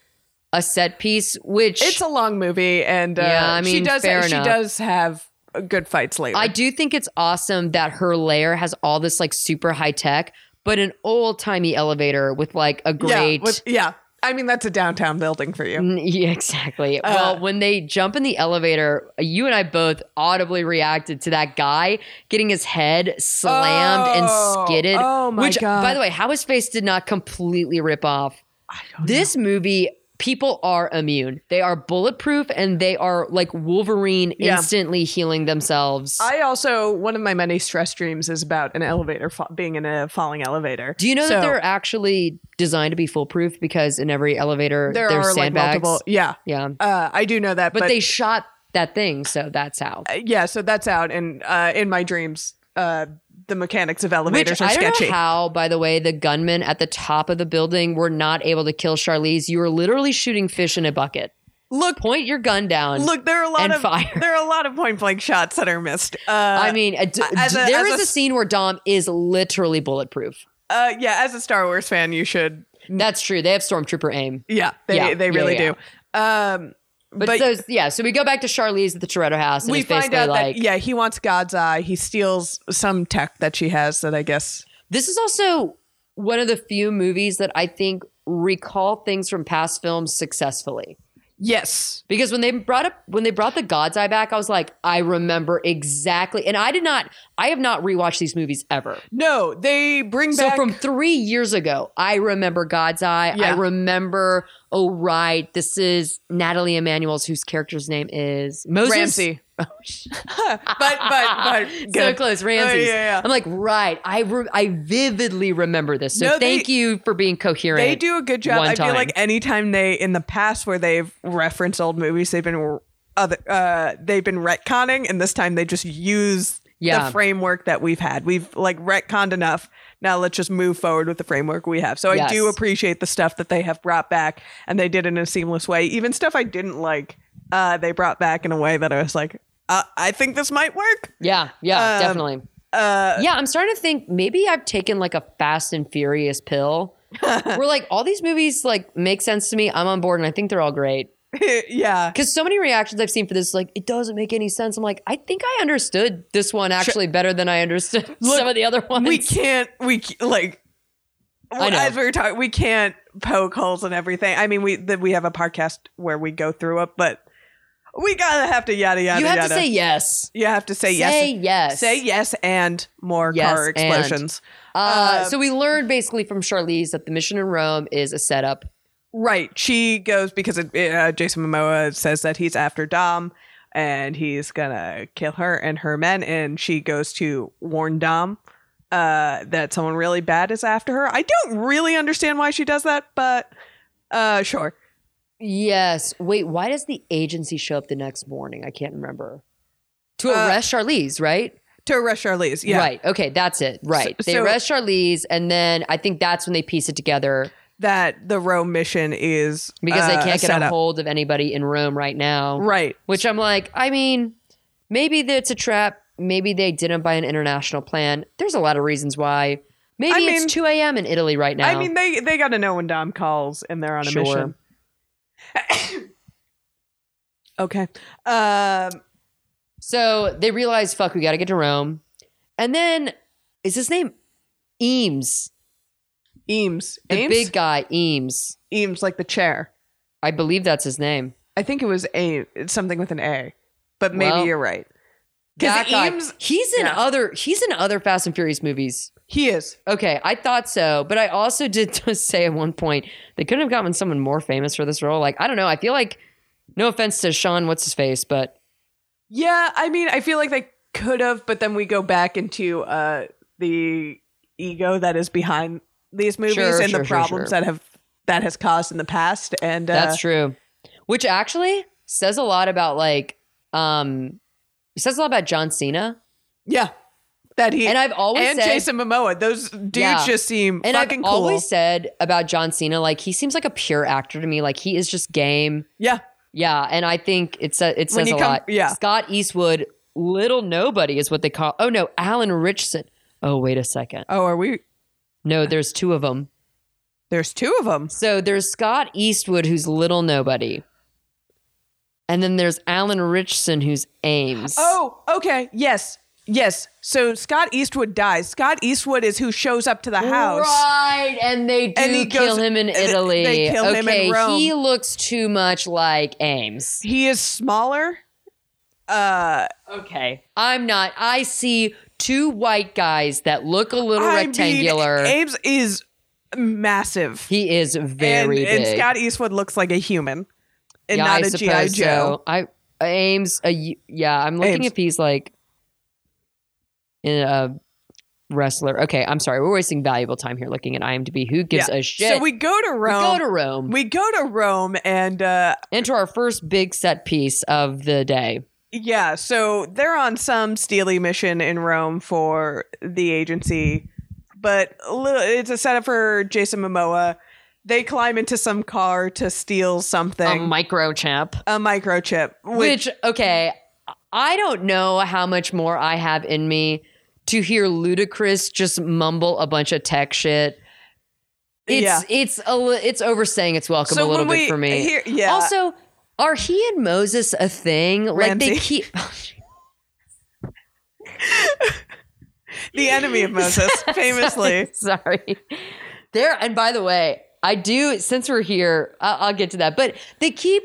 Speaker 2: a set piece which
Speaker 3: it's a long movie, and uh,
Speaker 2: Yeah, I
Speaker 3: she
Speaker 2: mean,
Speaker 3: does.
Speaker 2: fair
Speaker 3: she
Speaker 2: enough.
Speaker 3: does have uh, good fights later.
Speaker 2: I do think it's awesome that her lair has all this like super high tech but an old timey elevator with like a great
Speaker 3: Yeah, with- yeah. I mean, that's a downtown building for you.
Speaker 2: N- [laughs] Yeah, exactly.
Speaker 3: Uh,
Speaker 2: well, when they jump in the elevator, you and I both audibly reacted to that guy getting his head slammed
Speaker 3: Oh,
Speaker 2: and skidded.
Speaker 3: oh my
Speaker 2: which,
Speaker 3: God.
Speaker 2: by the way, how his face did not completely rip off. This movie, people are immune. They are bulletproof and they are like Wolverine
Speaker 3: Yeah.
Speaker 2: instantly healing themselves.
Speaker 3: I also one of my many stress dreams is about an elevator fa- being in a falling elevator.
Speaker 2: do you know
Speaker 3: So,
Speaker 2: that they're actually designed to be foolproof because in every elevator
Speaker 3: there
Speaker 2: there's
Speaker 3: are like
Speaker 2: sandbags?
Speaker 3: multiple? Yeah,
Speaker 2: yeah.
Speaker 3: uh, I do know that,
Speaker 2: but,
Speaker 3: but, uh,
Speaker 2: they shot that thing, so that's how.
Speaker 3: yeah. So that's out, and uh, in my dreams, uh, the mechanics of
Speaker 2: Which
Speaker 3: elevators are
Speaker 2: I don't
Speaker 3: sketchy.
Speaker 2: know how, by the way, the gunmen at the top of the building were not able to kill Charlize. You were literally shooting fish in a bucket.
Speaker 3: look,
Speaker 2: Point your gun down.
Speaker 3: look, there are a lot
Speaker 2: and
Speaker 3: of
Speaker 2: fire.
Speaker 3: there are a lot of point blank shots that are missed. Uh,
Speaker 2: I mean, a d-
Speaker 3: as a-
Speaker 2: there
Speaker 3: as
Speaker 2: is
Speaker 3: a
Speaker 2: a,
Speaker 3: s-
Speaker 2: scene where Dom is literally bulletproof.
Speaker 3: uh, yeah, as a Star Wars fan, you should.
Speaker 2: That's true. They have stormtrooper aim.
Speaker 3: Yeah, they
Speaker 2: Yeah,
Speaker 3: they
Speaker 2: yeah,
Speaker 3: really
Speaker 2: yeah.
Speaker 3: do. Um,
Speaker 2: But, those, yeah, so we go back to Charlize at the Toretto house, and
Speaker 3: we
Speaker 2: it's
Speaker 3: find
Speaker 2: basically
Speaker 3: out
Speaker 2: like
Speaker 3: that yeah, he wants God's eye. He steals some tech that she has that I guess
Speaker 2: this is also one of the few movies that I think recall things from past films successfully.
Speaker 3: yes.
Speaker 2: Because when they brought up when they brought the God's Eye back, I was like, I remember exactly. And I did not I have not rewatched these movies ever.
Speaker 3: No, they bring
Speaker 2: So
Speaker 3: back
Speaker 2: from three years ago, I remember God's Eye.
Speaker 3: Yeah.
Speaker 2: I remember, oh right, this is Natalie Emanuel's whose character's name is Moses.
Speaker 3: Ramsey. [laughs] but but but
Speaker 2: [laughs] So
Speaker 3: good. Oh,
Speaker 2: close, Ramsey's.
Speaker 3: yeah, yeah.
Speaker 2: I'm like, right. I re- I vividly remember this. So
Speaker 3: No, they-
Speaker 2: thank you for being coherent.
Speaker 3: They do a good job.
Speaker 2: One
Speaker 3: I feel
Speaker 2: time.
Speaker 3: like anytime they in the past where they've referenced old movies, they've been other uh they've been retconning and this time they just use
Speaker 2: Yeah.
Speaker 3: the framework that we've had. We've like retconned enough. Now let's just move forward with the framework we have. So I do
Speaker 2: Yes.
Speaker 3: appreciate the stuff that they have brought back and they did it in a seamless way. Even stuff I didn't like, uh they brought back in a way that I was like, uh, I think this might work. [laughs]
Speaker 2: Yeah, yeah,
Speaker 3: Um,
Speaker 2: definitely.
Speaker 3: uh,
Speaker 2: yeah, I'm starting to think maybe I've taken like a Fast and Furious
Speaker 3: [laughs]
Speaker 2: pill. Where like all these movies like make sense to me. I'm on board, and I think they're all great.
Speaker 3: yeah.
Speaker 2: Because so many reactions I've seen for this, like it doesn't make any sense. I'm like, I think I understood this one actually better than I understood [laughs] some of the other ones.
Speaker 3: we can't we c- like
Speaker 2: I know.
Speaker 3: as we were talking we can't poke holes in everything i mean we that we have a podcast where we go through it but we gotta have to yada yada
Speaker 2: you have
Speaker 3: yada
Speaker 2: to say yes.
Speaker 3: you have to say, yes
Speaker 2: Say yes.
Speaker 3: say yes and more
Speaker 2: Yes,
Speaker 3: car
Speaker 2: and.
Speaker 3: explosions uh,
Speaker 2: Uh, so we learned basically from Charlize that the mission in Rome is a setup
Speaker 3: Right. She goes because it, uh, Jason Momoa says that he's after Dom and he's going to kill her and her men. And she goes to warn Dom uh, that someone really bad is after her. I don't really understand why she does that, but uh, sure.
Speaker 2: Yes. Wait, why does the agency show up the next morning? I can't remember. To arrest Charlize, right?
Speaker 3: To arrest Charlize. Uh, Yeah.
Speaker 2: Right. Okay, that's it. Right.
Speaker 3: S-
Speaker 2: they
Speaker 3: so-
Speaker 2: arrest Charlize, and then I think that's when they piece it together
Speaker 3: That the Rome mission is.
Speaker 2: because
Speaker 3: uh,
Speaker 2: they can't get
Speaker 3: set
Speaker 2: a
Speaker 3: up.
Speaker 2: hold of anybody in Rome right now.
Speaker 3: Right.
Speaker 2: Which I'm like, I mean, maybe it's a trap. Maybe they didn't buy an international plan. There's a lot of reasons why. Maybe
Speaker 3: I mean-
Speaker 2: it's 2 a.m. in Italy right now.
Speaker 3: I mean, they, they got to know when Dom calls and they're on a
Speaker 2: Sure.
Speaker 3: mission. [coughs] okay. Um,
Speaker 2: so they realize, fuck, we got to get to Rome. And then, is his name Eames?
Speaker 3: Eames.
Speaker 2: The
Speaker 3: Ames?
Speaker 2: big guy, Eames.
Speaker 3: Eames, like the chair.
Speaker 2: I believe that's his name.
Speaker 3: I think it was a it's something with an A, but maybe
Speaker 2: Well,
Speaker 3: you're right.
Speaker 2: That
Speaker 3: Because
Speaker 2: guy,
Speaker 3: Eames,
Speaker 2: he's in
Speaker 3: yeah.
Speaker 2: other he's in other Fast and Furious movies.
Speaker 3: he is.
Speaker 2: Okay, I thought so, but I also [laughs] did just say at one point they couldn't have gotten someone more famous for this role. Like I don't know, I feel like no offense to Sean, what's his face, but
Speaker 3: Yeah, I mean, I feel like they could have, but then we go back into uh the ego that is behind these movies
Speaker 2: Sure,
Speaker 3: and
Speaker 2: sure,
Speaker 3: the
Speaker 2: sure,
Speaker 3: problems
Speaker 2: sure.
Speaker 3: that have that has caused in the past. And uh,
Speaker 2: that's true. Which actually says a lot about like um it says a lot about John Cena.
Speaker 3: yeah, that he
Speaker 2: And I've always
Speaker 3: and
Speaker 2: said
Speaker 3: Jason Momoa. Those dudes
Speaker 2: Yeah.
Speaker 3: just seem
Speaker 2: and I've
Speaker 3: fucking cool.
Speaker 2: always said about John Cena, like he seems like a pure actor to me. Like he is just game.
Speaker 3: yeah,
Speaker 2: Yeah, and I think it sa- it
Speaker 3: When
Speaker 2: says
Speaker 3: you
Speaker 2: a
Speaker 3: come-
Speaker 2: lot.
Speaker 3: yeah.
Speaker 2: Scott Eastwood, little nobody is what they call. Oh no, Alan Richson. Oh wait a second.
Speaker 3: Oh, are we?
Speaker 2: No, there's two of them.
Speaker 3: There's two of them.
Speaker 2: So there's Scott Eastwood, who's little nobody, and then there's Alan Richson, who's Ames.
Speaker 3: Oh, okay. Yes. Yes. So Scott Eastwood dies. Scott Eastwood is who shows up to the house.
Speaker 2: Right, and they do
Speaker 3: And he
Speaker 2: kill
Speaker 3: goes-
Speaker 2: him in
Speaker 3: and they-
Speaker 2: Italy.
Speaker 3: they kill
Speaker 2: okay,
Speaker 3: him in Rome.
Speaker 2: he looks too much like Ames.
Speaker 3: He is smaller. Uh
Speaker 2: Okay, I'm not. I see two white guys that look a little
Speaker 3: I mean,
Speaker 2: rectangular.
Speaker 3: Ames is massive.
Speaker 2: He is
Speaker 3: and,
Speaker 2: very
Speaker 3: and
Speaker 2: big.
Speaker 3: Scott Eastwood looks like a human and
Speaker 2: yeah,
Speaker 3: not
Speaker 2: I
Speaker 3: a G.I.
Speaker 2: suppose
Speaker 3: Joe.
Speaker 2: So. I Ames. A, y- yeah, I'm looking
Speaker 3: Ames.
Speaker 2: if he's like in a wrestler. Okay, I'm sorry. We're wasting valuable time here looking at IMDb. Who gives
Speaker 3: Yeah.
Speaker 2: a shit?
Speaker 3: So we go to
Speaker 2: We
Speaker 3: Rome.
Speaker 2: go to Rome.
Speaker 3: We go to Rome and uh
Speaker 2: Enter our first big set piece of the day.
Speaker 3: yeah, so they're on some steely mission in Rome for the agency, but a little, it's a setup for Jason Momoa. They climb into some car to steal
Speaker 2: A
Speaker 3: something,
Speaker 2: microchip.
Speaker 3: a microchip, which
Speaker 2: Um, Which, okay, I don't know how much more I have in me to hear Ludacris just mumble a bunch of tech shit. It's
Speaker 3: Yeah.
Speaker 2: it's a li- it's overstaying its welcome a little
Speaker 3: when
Speaker 2: bit for me.
Speaker 3: Here, yeah.
Speaker 2: Also, are he and Moses a thing? Like they
Speaker 3: Ramsey. [laughs]
Speaker 2: keep
Speaker 3: the enemy of
Speaker 2: [laughs]
Speaker 3: Moses, famously.
Speaker 2: Sorry. There and by the way, I do since we're here, I- I'll get to that. But they keep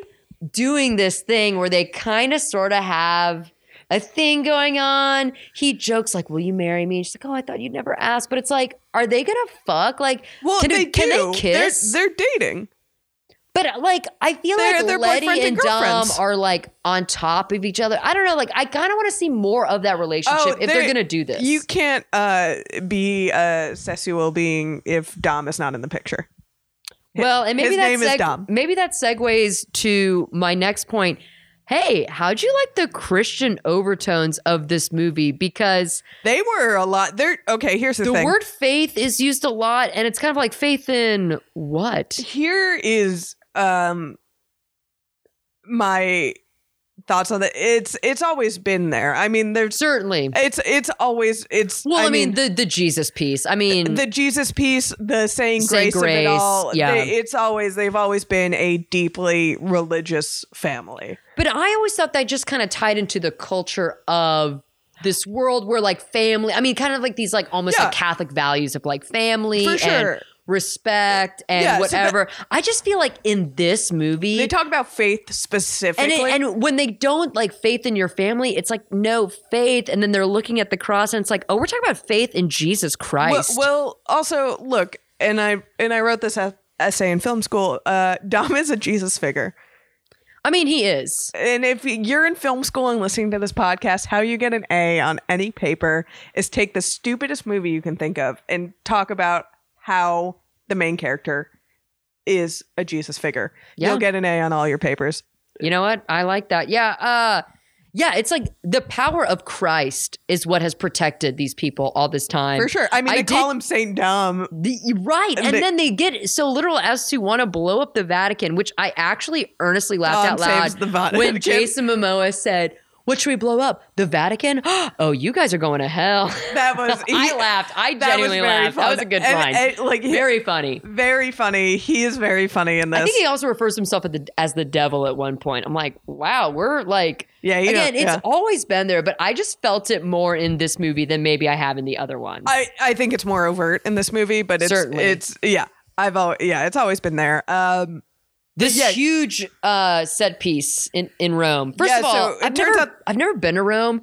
Speaker 2: doing this thing where they kind of sort of have a thing going on. He jokes like, "Will you marry me?" And she's like, "Oh, I thought you'd never ask." But it's like, are they gonna fuck? Like,
Speaker 3: Well,
Speaker 2: can,
Speaker 3: they
Speaker 2: can
Speaker 3: do.
Speaker 2: they kiss?
Speaker 3: They're, they're dating.
Speaker 2: but like, I feel
Speaker 3: They're-
Speaker 2: like
Speaker 3: they're
Speaker 2: Letty
Speaker 3: boyfriends
Speaker 2: and,
Speaker 3: and
Speaker 2: Dom
Speaker 3: girlfriends.
Speaker 2: are like on top of each other. I don't know. Like, I kind of want to see more of that relationship
Speaker 3: Oh,
Speaker 2: if they're
Speaker 3: they-
Speaker 2: gonna do this.
Speaker 3: You can't uh, be a sexual being if Dom is not in the picture.
Speaker 2: Well, and maybe
Speaker 3: His
Speaker 2: that
Speaker 3: name is
Speaker 2: seg-
Speaker 3: Dom.
Speaker 2: maybe that segues to my next point. Hey, how'd you like the Christian overtones of this movie? Because
Speaker 3: They were a lot. They're okay. Here's the,
Speaker 2: the
Speaker 3: thing.
Speaker 2: word faith is used a lot, and it's kind of like faith in what?
Speaker 3: Here is um my thoughts on that. It's it's always been there. I mean, there's
Speaker 2: Certainly.
Speaker 3: it's it's always it's.
Speaker 2: Well, I, mean, the the Jesus piece. I mean,
Speaker 3: the Jesus piece, the saying
Speaker 2: Saying
Speaker 3: grace, of
Speaker 2: grace,
Speaker 3: it all.
Speaker 2: yeah.
Speaker 3: they- it's always they've always been a deeply religious family.
Speaker 2: but I always thought that just kind of tied into the culture of this world where like family. I mean, kind of like these like almost
Speaker 3: Yeah.
Speaker 2: like Catholic values of like family
Speaker 3: For
Speaker 2: and
Speaker 3: sure.
Speaker 2: respect and
Speaker 3: [laughs] Yeah, so that-
Speaker 2: whatever. I just feel like in this movie,
Speaker 3: They talk about faith
Speaker 2: and,
Speaker 3: specifically.
Speaker 2: it, and when they don't like faith in your family, it's like no faith, and then they're looking at the cross, and it's like, oh, we're talking about faith in Jesus
Speaker 3: well,
Speaker 2: Christ.
Speaker 3: well, also look, and I and I wrote this up essay in film school, uh, Dom is a Jesus figure.
Speaker 2: I mean, he is.
Speaker 3: And if you're in film school and listening to this podcast, how you get an A on any paper is take the stupidest movie you can think of and talk about how the main character is a Jesus figure.
Speaker 2: Yeah.
Speaker 3: You'll get an A on all your papers.
Speaker 2: You know what? I like that. Yeah. Uh, yeah. It's like the power of Christ is what has protected these people all this time.
Speaker 3: For sure. I mean,
Speaker 2: I
Speaker 3: they call
Speaker 2: did-
Speaker 3: him Saint Dom.
Speaker 2: The- right. And
Speaker 3: They-
Speaker 2: then they get so literal as to want to blow up the Vatican, which I actually earnestly laughed
Speaker 3: Dom
Speaker 2: out loud
Speaker 3: saves the Vatican.
Speaker 2: when Jason Momoa said, What should we blow up? The Vatican? [gasps] Oh, you guys are going to hell.
Speaker 3: That was
Speaker 2: [laughs] I
Speaker 3: he- [laughs]
Speaker 2: laughed. I
Speaker 3: that was
Speaker 2: genuinely
Speaker 3: very
Speaker 2: laughed. That was a
Speaker 3: fun.
Speaker 2: good
Speaker 3: And-
Speaker 2: line.
Speaker 3: and, like he-
Speaker 2: Very funny.
Speaker 3: very funny. He is very funny in this.
Speaker 2: I think he also refers to himself at the, as the devil at one point. I'm like, wow, we're like,
Speaker 3: Yeah, you
Speaker 2: again,
Speaker 3: don't-
Speaker 2: it's
Speaker 3: yeah.
Speaker 2: always been there, but I just felt it more in this movie than maybe I have in the other one.
Speaker 3: I, I think it's more overt in this movie, but it's
Speaker 2: Certainly.
Speaker 3: it's yeah. I've always, yeah, it's always been there. Um,
Speaker 2: this
Speaker 3: yeah.
Speaker 2: huge uh, set piece in, in Rome. First
Speaker 3: Yeah,
Speaker 2: of all,
Speaker 3: so it
Speaker 2: I've
Speaker 3: turns
Speaker 2: never
Speaker 3: out-
Speaker 2: I've never been to Rome.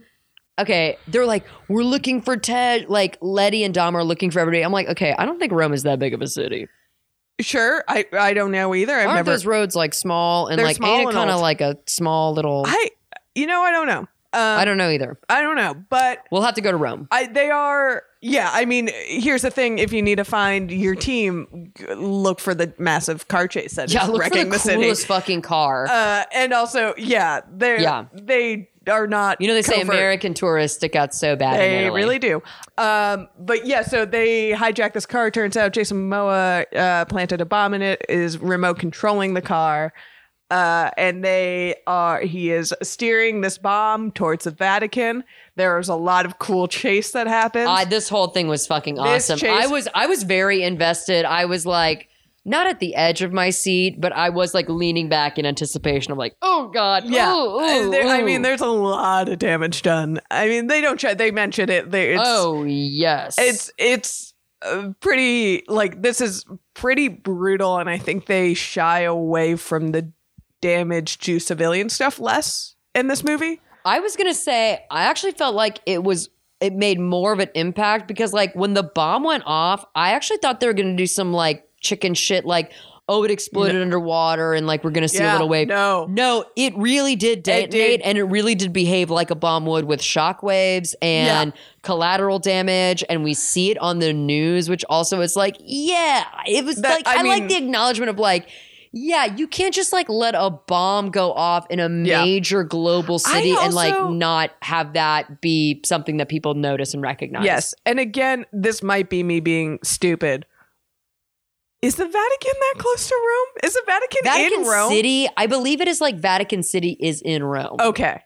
Speaker 2: Okay, they're like, we're looking for Ted. Like Letty and Dom are looking for everybody. I'm like, okay, I don't think Rome is that big of a city.
Speaker 3: sure, I I don't know either. I've
Speaker 2: Aren't
Speaker 3: never.
Speaker 2: those roads like small and
Speaker 3: They're
Speaker 2: like
Speaker 3: small
Speaker 2: ain't it
Speaker 3: and
Speaker 2: kind of
Speaker 3: old.
Speaker 2: like a small little? I,
Speaker 3: I you know I don't know. Um, I don't
Speaker 2: don't know either.
Speaker 3: I don't know, but
Speaker 2: We'll have to go to Rome.
Speaker 3: I they are yeah. I mean, here's the thing: if you need to find your team, g- look for the massive car chase that is
Speaker 2: Yeah, look
Speaker 3: wrecking
Speaker 2: for the,
Speaker 3: the,
Speaker 2: coolest
Speaker 3: city.
Speaker 2: fucking car.
Speaker 3: Uh, and also, yeah, they
Speaker 2: Yeah.
Speaker 3: yeah. they are not.
Speaker 2: You know, they say
Speaker 3: covert.
Speaker 2: American tourists stick out so bad. in
Speaker 3: They
Speaker 2: Italy.
Speaker 3: really do. Um, but yeah, so they hijack this car. Turns out Jason Momoa uh, planted a bomb in it, is remote controlling the car. Uh, and they are, he is steering this bomb towards the Vatican. There's a lot of cool chase that happens.
Speaker 2: I, this whole thing was fucking
Speaker 3: This
Speaker 2: awesome.
Speaker 3: chase-
Speaker 2: I was, I was very invested. I was like, not at the edge of my seat, but I was like leaning back in anticipation. I'm like, oh god,
Speaker 3: yeah.
Speaker 2: ooh,
Speaker 3: And
Speaker 2: ooh,
Speaker 3: there- I mean,
Speaker 2: ooh.
Speaker 3: there's a lot of damage done. I mean, they don't try, they mention it. They, it's,
Speaker 2: oh yes,
Speaker 3: it's it's uh, pretty like this is pretty brutal and i think they shy away from the damage to civilian stuff less in this movie
Speaker 2: I was gonna say, I actually felt like it was it made more of an impact because like when the bomb went off, I actually thought they were gonna do some like chicken shit, like oh it exploded underwater and like we're gonna see a
Speaker 3: Yeah,
Speaker 2: little wave.
Speaker 3: no.
Speaker 2: no, it really did
Speaker 3: It did.
Speaker 2: detonate and it really did behave like a bomb would with shock waves and collateral damage, and we see it on the news, which also is like yeah, it was like
Speaker 3: That-
Speaker 2: I,
Speaker 3: I
Speaker 2: like
Speaker 3: mean-
Speaker 2: the acknowledgement of like. Yeah, you can't just like let a bomb go off in a
Speaker 3: Yeah.
Speaker 2: major global
Speaker 3: I
Speaker 2: city and like
Speaker 3: also-
Speaker 2: not have that be something that people notice and recognize.
Speaker 3: yes and again this might be me being stupid is the vatican that close to rome is the vatican,
Speaker 2: Vatican
Speaker 3: in rome Oh.
Speaker 2: City, I believe it is like Vatican City is in Rome.
Speaker 3: okay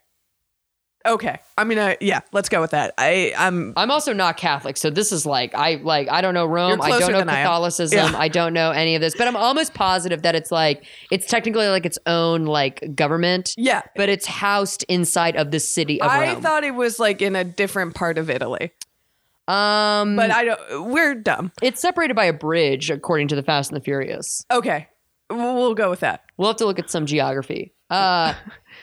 Speaker 3: okay i'm gonna yeah let's go with that i i'm
Speaker 2: I'm also not Catholic, so this is like I like I don't know Rome,
Speaker 3: You're
Speaker 2: I don't
Speaker 3: closer
Speaker 2: know
Speaker 3: than I am.
Speaker 2: Catholicism,
Speaker 3: Yeah.
Speaker 2: I don't know any of this, but I'm almost positive that it's like it's technically like its own like government,
Speaker 3: yeah
Speaker 2: but it's housed inside of the city of
Speaker 3: i
Speaker 2: Rome.
Speaker 3: thought it was like in a different part of italy
Speaker 2: um,
Speaker 3: but i don't we're dumb
Speaker 2: it's separated by a bridge, according to the Fast and the Furious.
Speaker 3: okay we'll we'll go with that
Speaker 2: We'll have to look at some geography. Uh,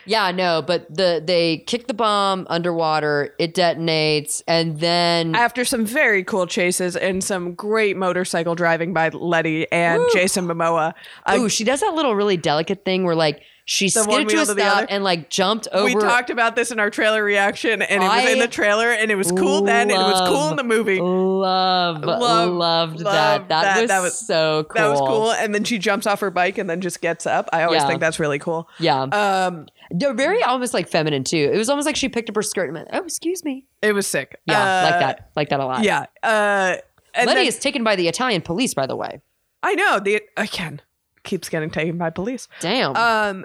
Speaker 2: yeah, no, but the they kick the bomb underwater, it detonates, and then
Speaker 3: after some very cool chases and some great motorcycle driving by Letty and Jason Momoa. Uh, I-
Speaker 2: ooh, she does that little really delicate thing where like she
Speaker 3: The
Speaker 2: skidded
Speaker 3: one
Speaker 2: to a
Speaker 3: wheel to the
Speaker 2: stop
Speaker 3: other?
Speaker 2: and like jumped over.
Speaker 3: we talked about this in our trailer reaction, and it was
Speaker 2: I
Speaker 3: in the trailer, and it was cool then, and it was cool in the movie.
Speaker 2: Love,
Speaker 3: Love-
Speaker 2: loved that. That,
Speaker 3: love that.
Speaker 2: Was
Speaker 3: That was-
Speaker 2: so cool.
Speaker 3: That was cool. And then she jumps off her bike and then just gets up. I always
Speaker 2: Yeah.
Speaker 3: think that's really cool.
Speaker 2: Yeah,
Speaker 3: Um,
Speaker 2: they're very almost like feminine too. It was almost like she picked up her skirt and went, "Oh, excuse me."
Speaker 3: it was sick.
Speaker 2: Yeah, like
Speaker 3: Uh,
Speaker 2: that, like that a lot.
Speaker 3: Yeah. Uh, and
Speaker 2: Letty
Speaker 3: then-
Speaker 2: is taken by the Italian police, by the way.
Speaker 3: I know. The again keeps getting taken by police.
Speaker 2: Damn.
Speaker 3: Um,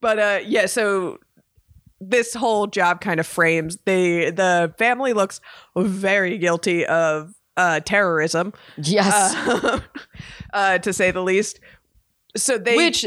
Speaker 3: but uh, yeah. So this whole job kind of frames the the family looks very guilty of uh, terrorism, [laughs]
Speaker 2: yes.
Speaker 3: uh, uh, to say the least. So they
Speaker 2: Which,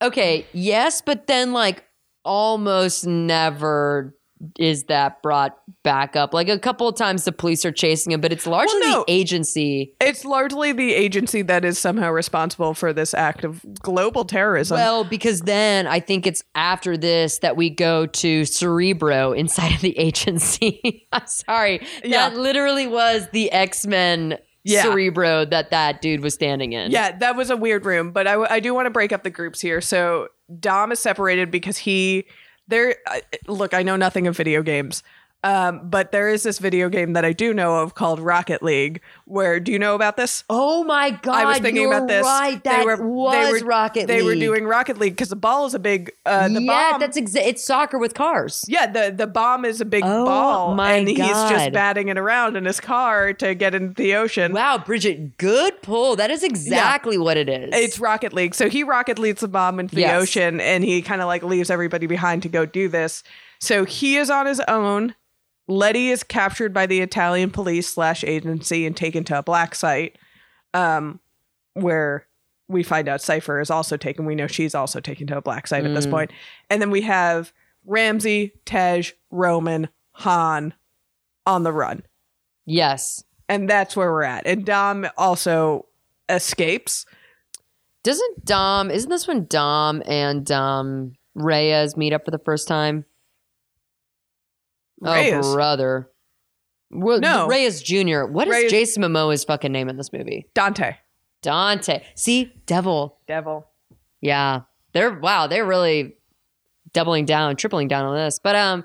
Speaker 2: okay, yes, but then like almost never is that brought back up. Like a couple of times the police are chasing him, but it's largely
Speaker 3: no.
Speaker 2: the agency.
Speaker 3: it's largely the agency that is somehow responsible for this act of global terrorism.
Speaker 2: Well, because then I think it's after this that we go to Cerebro inside of the agency. [laughs] I'm sorry.
Speaker 3: Yeah.
Speaker 2: That literally was the X Men
Speaker 3: Yeah.
Speaker 2: cerebro that that dude was standing in.
Speaker 3: Yeah, that was a weird room, but I, w- I do want to break up the groups here. So Dom is separated because he there. I look, I know nothing of video games, um, but there is this video game that I do know of called Rocket League. Where do you know about this?
Speaker 2: Oh my god!
Speaker 3: I was thinking
Speaker 2: you're
Speaker 3: about this.
Speaker 2: Right, that was Rocket
Speaker 3: They were
Speaker 2: League.
Speaker 3: doing Rocket League because the ball is a big. Uh, the
Speaker 2: yeah,
Speaker 3: bomb,
Speaker 2: that's exa- it's soccer with cars.
Speaker 3: yeah, the the bomb is a big
Speaker 2: Oh
Speaker 3: ball,
Speaker 2: my
Speaker 3: and he's
Speaker 2: God.
Speaker 3: just batting it around in his car to get into the ocean.
Speaker 2: Wow, Bridget, good pull. That is exactly what it is.
Speaker 3: It's Rocket League. So he rocket leads the bomb into the
Speaker 2: Yes.
Speaker 3: ocean and he kind of like leaves everybody behind to go do this. So he is on his own. Letty is captured by the Italian police slash agency and taken to a black site um, where we find out Cypher is also taken. We know she's also taken to a black site at this
Speaker 2: Mm.
Speaker 3: point. And then we have Ramsey, Tej, Roman, Han on the run.
Speaker 2: yes.
Speaker 3: And that's where we're at. And Dom also escapes.
Speaker 2: Doesn't Dom? Isn't this when Dom and um, Reyes meet up for the first time?
Speaker 3: Reyes.
Speaker 2: Oh, brother. Well,
Speaker 3: No.
Speaker 2: Reyes Jr. What is
Speaker 3: Reyes-
Speaker 2: Jason Momoa's fucking name in this movie?
Speaker 3: Dante.
Speaker 2: Dante. See, Devil.
Speaker 3: Devil.
Speaker 2: Yeah. They're wow, they're really doubling down, tripling down on this. But um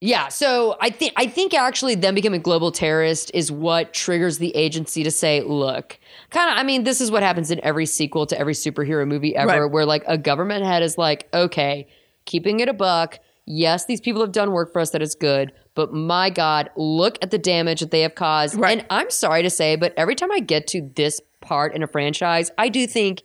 Speaker 2: yeah, so I think I think actually them becoming global terrorist is what triggers the agency to say, look, kind of I mean, this is what happens in every sequel to every superhero movie ever
Speaker 3: Right.
Speaker 2: where like a government head is like, okay, keeping it a buck, yes, these people have done work for us that is good, but my god, look at the damage that they have caused.
Speaker 3: Right.
Speaker 2: And I'm sorry to say, but every time I get to this part in a franchise, I do think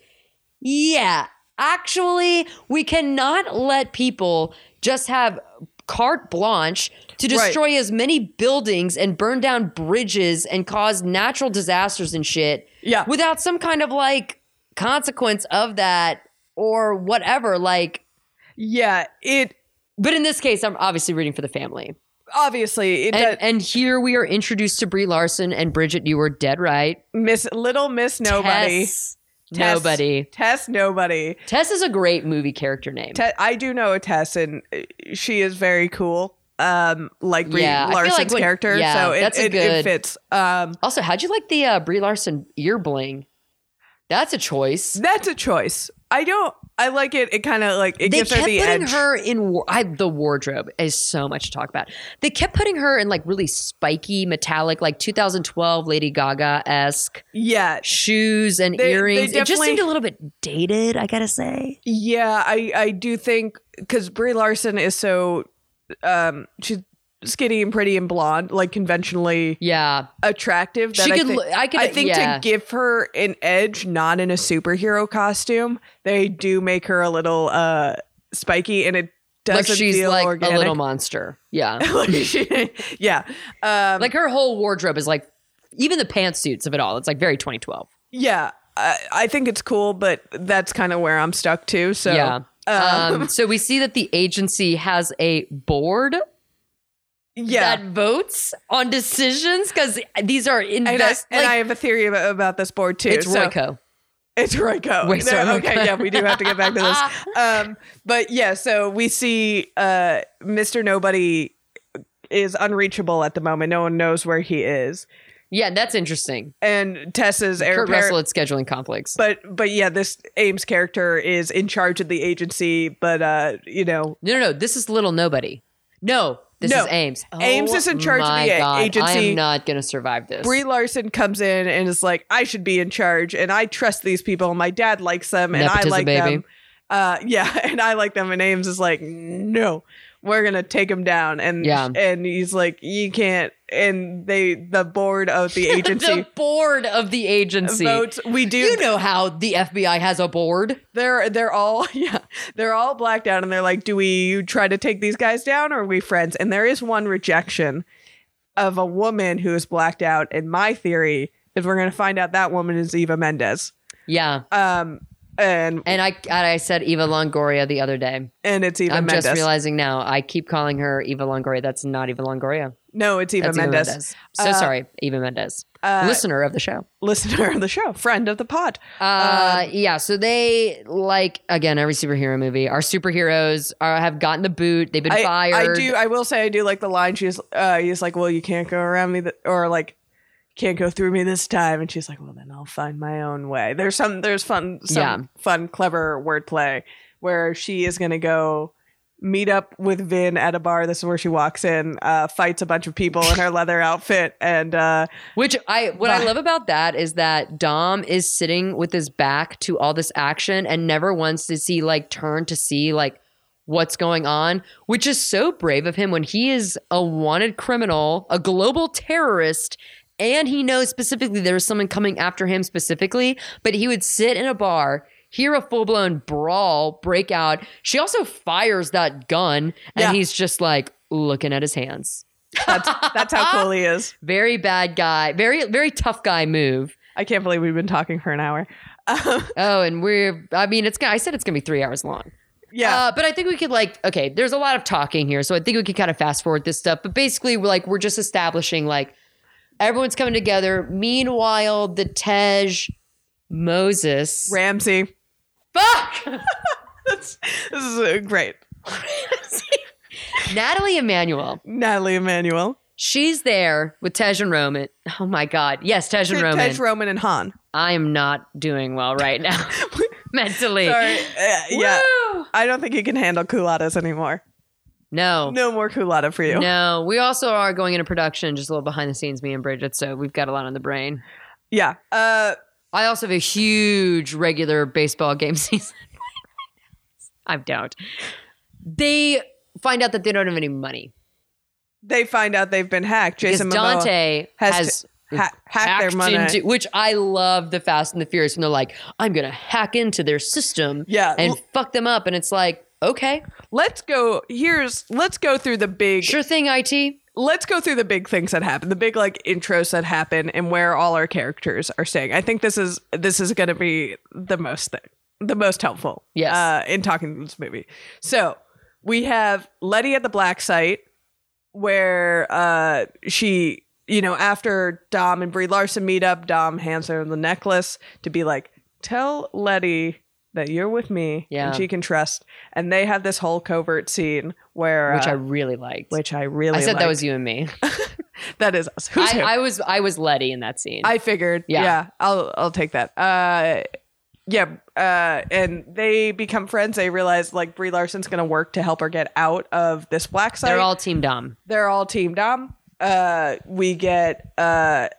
Speaker 2: yeah, actually, we cannot let people just have carte blanche to
Speaker 3: Right.
Speaker 2: destroy as many buildings and burn down bridges and cause natural disasters and shit
Speaker 3: Yeah.
Speaker 2: without some kind of like consequence of that or whatever. Like,
Speaker 3: Yeah, it
Speaker 2: but in this case, I'm obviously rooting for the family.
Speaker 3: obviously it
Speaker 2: And,
Speaker 3: does,
Speaker 2: and here we are introduced to Brie Larson and Bridget. You were dead right.
Speaker 3: Miss Little Miss Nobody.
Speaker 2: Tess.
Speaker 3: Tess-
Speaker 2: Nobody.
Speaker 3: Tess Nobody.
Speaker 2: Tess is a great movie character name.
Speaker 3: Te- I do know a Tess, and uh, she is very cool. Um, like Brie
Speaker 2: Yeah, I feel like
Speaker 3: Larson's
Speaker 2: when-
Speaker 3: character,
Speaker 2: yeah,
Speaker 3: so it,
Speaker 2: that's a
Speaker 3: it,
Speaker 2: good-
Speaker 3: it fits. Um,
Speaker 2: Also, how'd you like the uh, Brie Larson ear bling? That's a choice.
Speaker 3: that's a choice. I don't. I like it. It kind of like it
Speaker 2: they
Speaker 3: gives
Speaker 2: kept
Speaker 3: her the
Speaker 2: putting
Speaker 3: edge.
Speaker 2: her in war- I, the wardrobe is so much to talk about. They kept putting her in like really spiky, metallic, like 2012 Lady Gaga esque
Speaker 3: yeah,
Speaker 2: shoes and
Speaker 3: They- they
Speaker 2: earrings. It just
Speaker 3: definitely-
Speaker 2: seemed a little bit dated, I gotta say.
Speaker 3: yeah. I I do think because Brie Larson is so, um, she's skinny and pretty and blonde, like conventionally
Speaker 2: Yeah,
Speaker 3: attractive. That
Speaker 2: she
Speaker 3: I
Speaker 2: could.
Speaker 3: think-
Speaker 2: lo- I could.
Speaker 3: I think
Speaker 2: yeah.
Speaker 3: to give her an edge, not in a superhero costume, they do make her a little uh spiky, and it
Speaker 2: like
Speaker 3: doesn't
Speaker 2: she's
Speaker 3: feel
Speaker 2: like
Speaker 3: organic.
Speaker 2: a
Speaker 3: [laughs]
Speaker 2: little monster. Yeah,
Speaker 3: Like she- yeah, um,
Speaker 2: like her whole wardrobe is like even the pantsuits of it all. It's like very 2012.
Speaker 3: yeah. I, I think it's cool, but that's kind of where I'm stuck to. So
Speaker 2: yeah.
Speaker 3: um,
Speaker 2: Um, so we see that the agency has a board
Speaker 3: yeah.
Speaker 2: that votes on decisions because these are
Speaker 3: and, I,
Speaker 2: invest.
Speaker 3: and I
Speaker 2: like,
Speaker 3: have a theory about, about this board too.
Speaker 2: it's
Speaker 3: so-
Speaker 2: Royco.
Speaker 3: It's Royco.
Speaker 2: Wait,
Speaker 3: No,
Speaker 2: sorry, Royco.
Speaker 3: okay, yeah, we do have to get back to
Speaker 2: [laughs]
Speaker 3: this. Um, but yeah, so we see uh, Mr. Nobody is unreachable at the moment. No one knows where he is.
Speaker 2: Yeah, that's interesting.
Speaker 3: And Tessa's heir
Speaker 2: Kurt Russell
Speaker 3: apparent.
Speaker 2: at scheduling conflicts.
Speaker 3: But but yeah, this Ames character is in charge of the agency, but uh, you know,
Speaker 2: no, no, no. This is little nobody. No, this
Speaker 3: No.
Speaker 2: is Ames. Oh,
Speaker 3: Ames is in charge of
Speaker 2: my
Speaker 3: the a-
Speaker 2: God, I
Speaker 3: agency.
Speaker 2: am not going to survive this.
Speaker 3: Brie Larson comes in and is like, I should be in charge, and I trust these people. My dad likes them, and
Speaker 2: Nepotism,
Speaker 3: I like
Speaker 2: baby.
Speaker 3: them. Uh, [laughs] yeah, and I like them. And Ames is like, no, we're gonna take him down. And
Speaker 2: Yeah.
Speaker 3: and he's like, you can't. And they, the board of the
Speaker 2: [laughs] [laughs] the
Speaker 3: agency
Speaker 2: board of the agency.
Speaker 3: votes. We do.
Speaker 2: You know how the FBI has a board.
Speaker 3: they're they're all [laughs] yeah, they're all blacked out, and they're like, do we try to take these guys down, or are we friends? And there is one rejection of a woman who is blacked out. And my theory is we're gonna find out that woman is Eva Mendes.
Speaker 2: Yeah.
Speaker 3: Um, and and,
Speaker 2: And I, and I said Eva Longoria the other day.
Speaker 3: it's Eva
Speaker 2: I'm
Speaker 3: Mendes.
Speaker 2: just realizing now. I keep calling her Eva Longoria. That's not Eva Longoria.
Speaker 3: no, it's Eva
Speaker 2: That's
Speaker 3: Mendes.
Speaker 2: Eva Mendes. So
Speaker 3: Uh,
Speaker 2: sorry, Eva Mendes,
Speaker 3: uh,
Speaker 2: listener of the show.
Speaker 3: Listener of the show, friend of the pod.
Speaker 2: Uh, yeah. So they like again every superhero movie. Our superheroes are have gotten the boot. They've been
Speaker 3: I,
Speaker 2: fired.
Speaker 3: I do. I will say I do like the line. She's uh, he's like, well, you can't go around me, th- or like. can't go through me this time. And she's like, well, then I'll find my own way. There's some, there's fun, some
Speaker 2: Yeah.
Speaker 3: fun, clever wordplay where she is going to go meet up with Vin at a bar. This is where she walks in, uh, fights a bunch of people in
Speaker 2: [laughs]
Speaker 3: her leather outfit. And, uh,
Speaker 2: Which I what I
Speaker 3: But-
Speaker 2: love about that is that Dom is sitting with his back to all this action and never once does he like turn to see like what's going on, which is so brave of him when he is a wanted criminal, a global terrorist, and he knows specifically there's someone coming after him specifically, but he would sit in a bar Hear a full blown brawl break out. She also fires that gun, and
Speaker 3: Yeah.
Speaker 2: he's just like looking at his hands
Speaker 3: that's, that's how cool he is.
Speaker 2: very bad guy, very very tough guy move.
Speaker 3: I can't believe we've been talking for an hour. Um,
Speaker 2: Oh, and we're I mean it's gonna I said it's gonna be three hours long.
Speaker 3: yeah.
Speaker 2: Uh, but I think we could like okay, there's a lot of talking here, so I think we could kind of fast forward this stuff. But basically, we're like we're just establishing like everyone's coming together. Meanwhile, the Tej Moses
Speaker 3: Ramsey. [laughs]
Speaker 2: fuck
Speaker 3: That's, this is uh, great.
Speaker 2: Natalie Emanuel.
Speaker 3: Natalie Emanuel.
Speaker 2: She's there with Tej and Roman. Oh my god, yes, Tej and Roman.
Speaker 3: Tej Roman and Han.
Speaker 2: I am not doing well right
Speaker 3: [laughs]
Speaker 2: now [laughs] mentally.
Speaker 3: Sorry. Uh, yeah.
Speaker 2: Woo!
Speaker 3: I don't think you can handle culottes anymore.
Speaker 2: No.
Speaker 3: No more culotta for you.
Speaker 2: No, we also are going into production, just a little behind the scenes, me and Bridget. So we've got a lot on the brain.
Speaker 3: Yeah. Uh,
Speaker 2: I also have a huge regular baseball game [laughs] season. I don't. They find out that they don't have any money.
Speaker 3: they find out they've been hacked. Jason
Speaker 2: because
Speaker 3: Momoa
Speaker 2: Dante
Speaker 3: has
Speaker 2: has,
Speaker 3: ha- hacked, their money.
Speaker 2: into- which I love the Fast and the Furious when they're like, I'm going to hack into their system
Speaker 3: Yeah.
Speaker 2: and
Speaker 3: L-
Speaker 2: fuck them up. And it's like, okay,
Speaker 3: let's go. Here's let's go through the big.
Speaker 2: sure thing, IT.
Speaker 3: Let's go through the big things that happen. The big like intros that happen and where all our characters are staying. I think this is this is going to be the most thing, the most helpful.
Speaker 2: Yes.
Speaker 3: Uh, in talking through this movie. So we have Letty at the black site, where uh, she, you know, after Dom and Brie Larson meet up, Dom hands her the necklace to be like, tell Letty that you're with me
Speaker 2: Yeah.
Speaker 3: and she can trust. And they have this whole covert scene where,
Speaker 2: Which I
Speaker 3: uh,
Speaker 2: really liked.
Speaker 3: which I really,
Speaker 2: I said that
Speaker 3: liked.
Speaker 2: was you and me.
Speaker 3: that is us. [laughs] Who's
Speaker 2: I,
Speaker 3: who?
Speaker 2: I was I was Letty in that scene.
Speaker 3: I figured. Yeah.
Speaker 2: Yeah.
Speaker 3: I'll I'll take that. Uh yeah, uh, and they become friends. They realize like Brie Larson's gonna work to help her get out of this black site.
Speaker 2: They're all Team Dom.
Speaker 3: they're all team Dom. Uh, we get uh,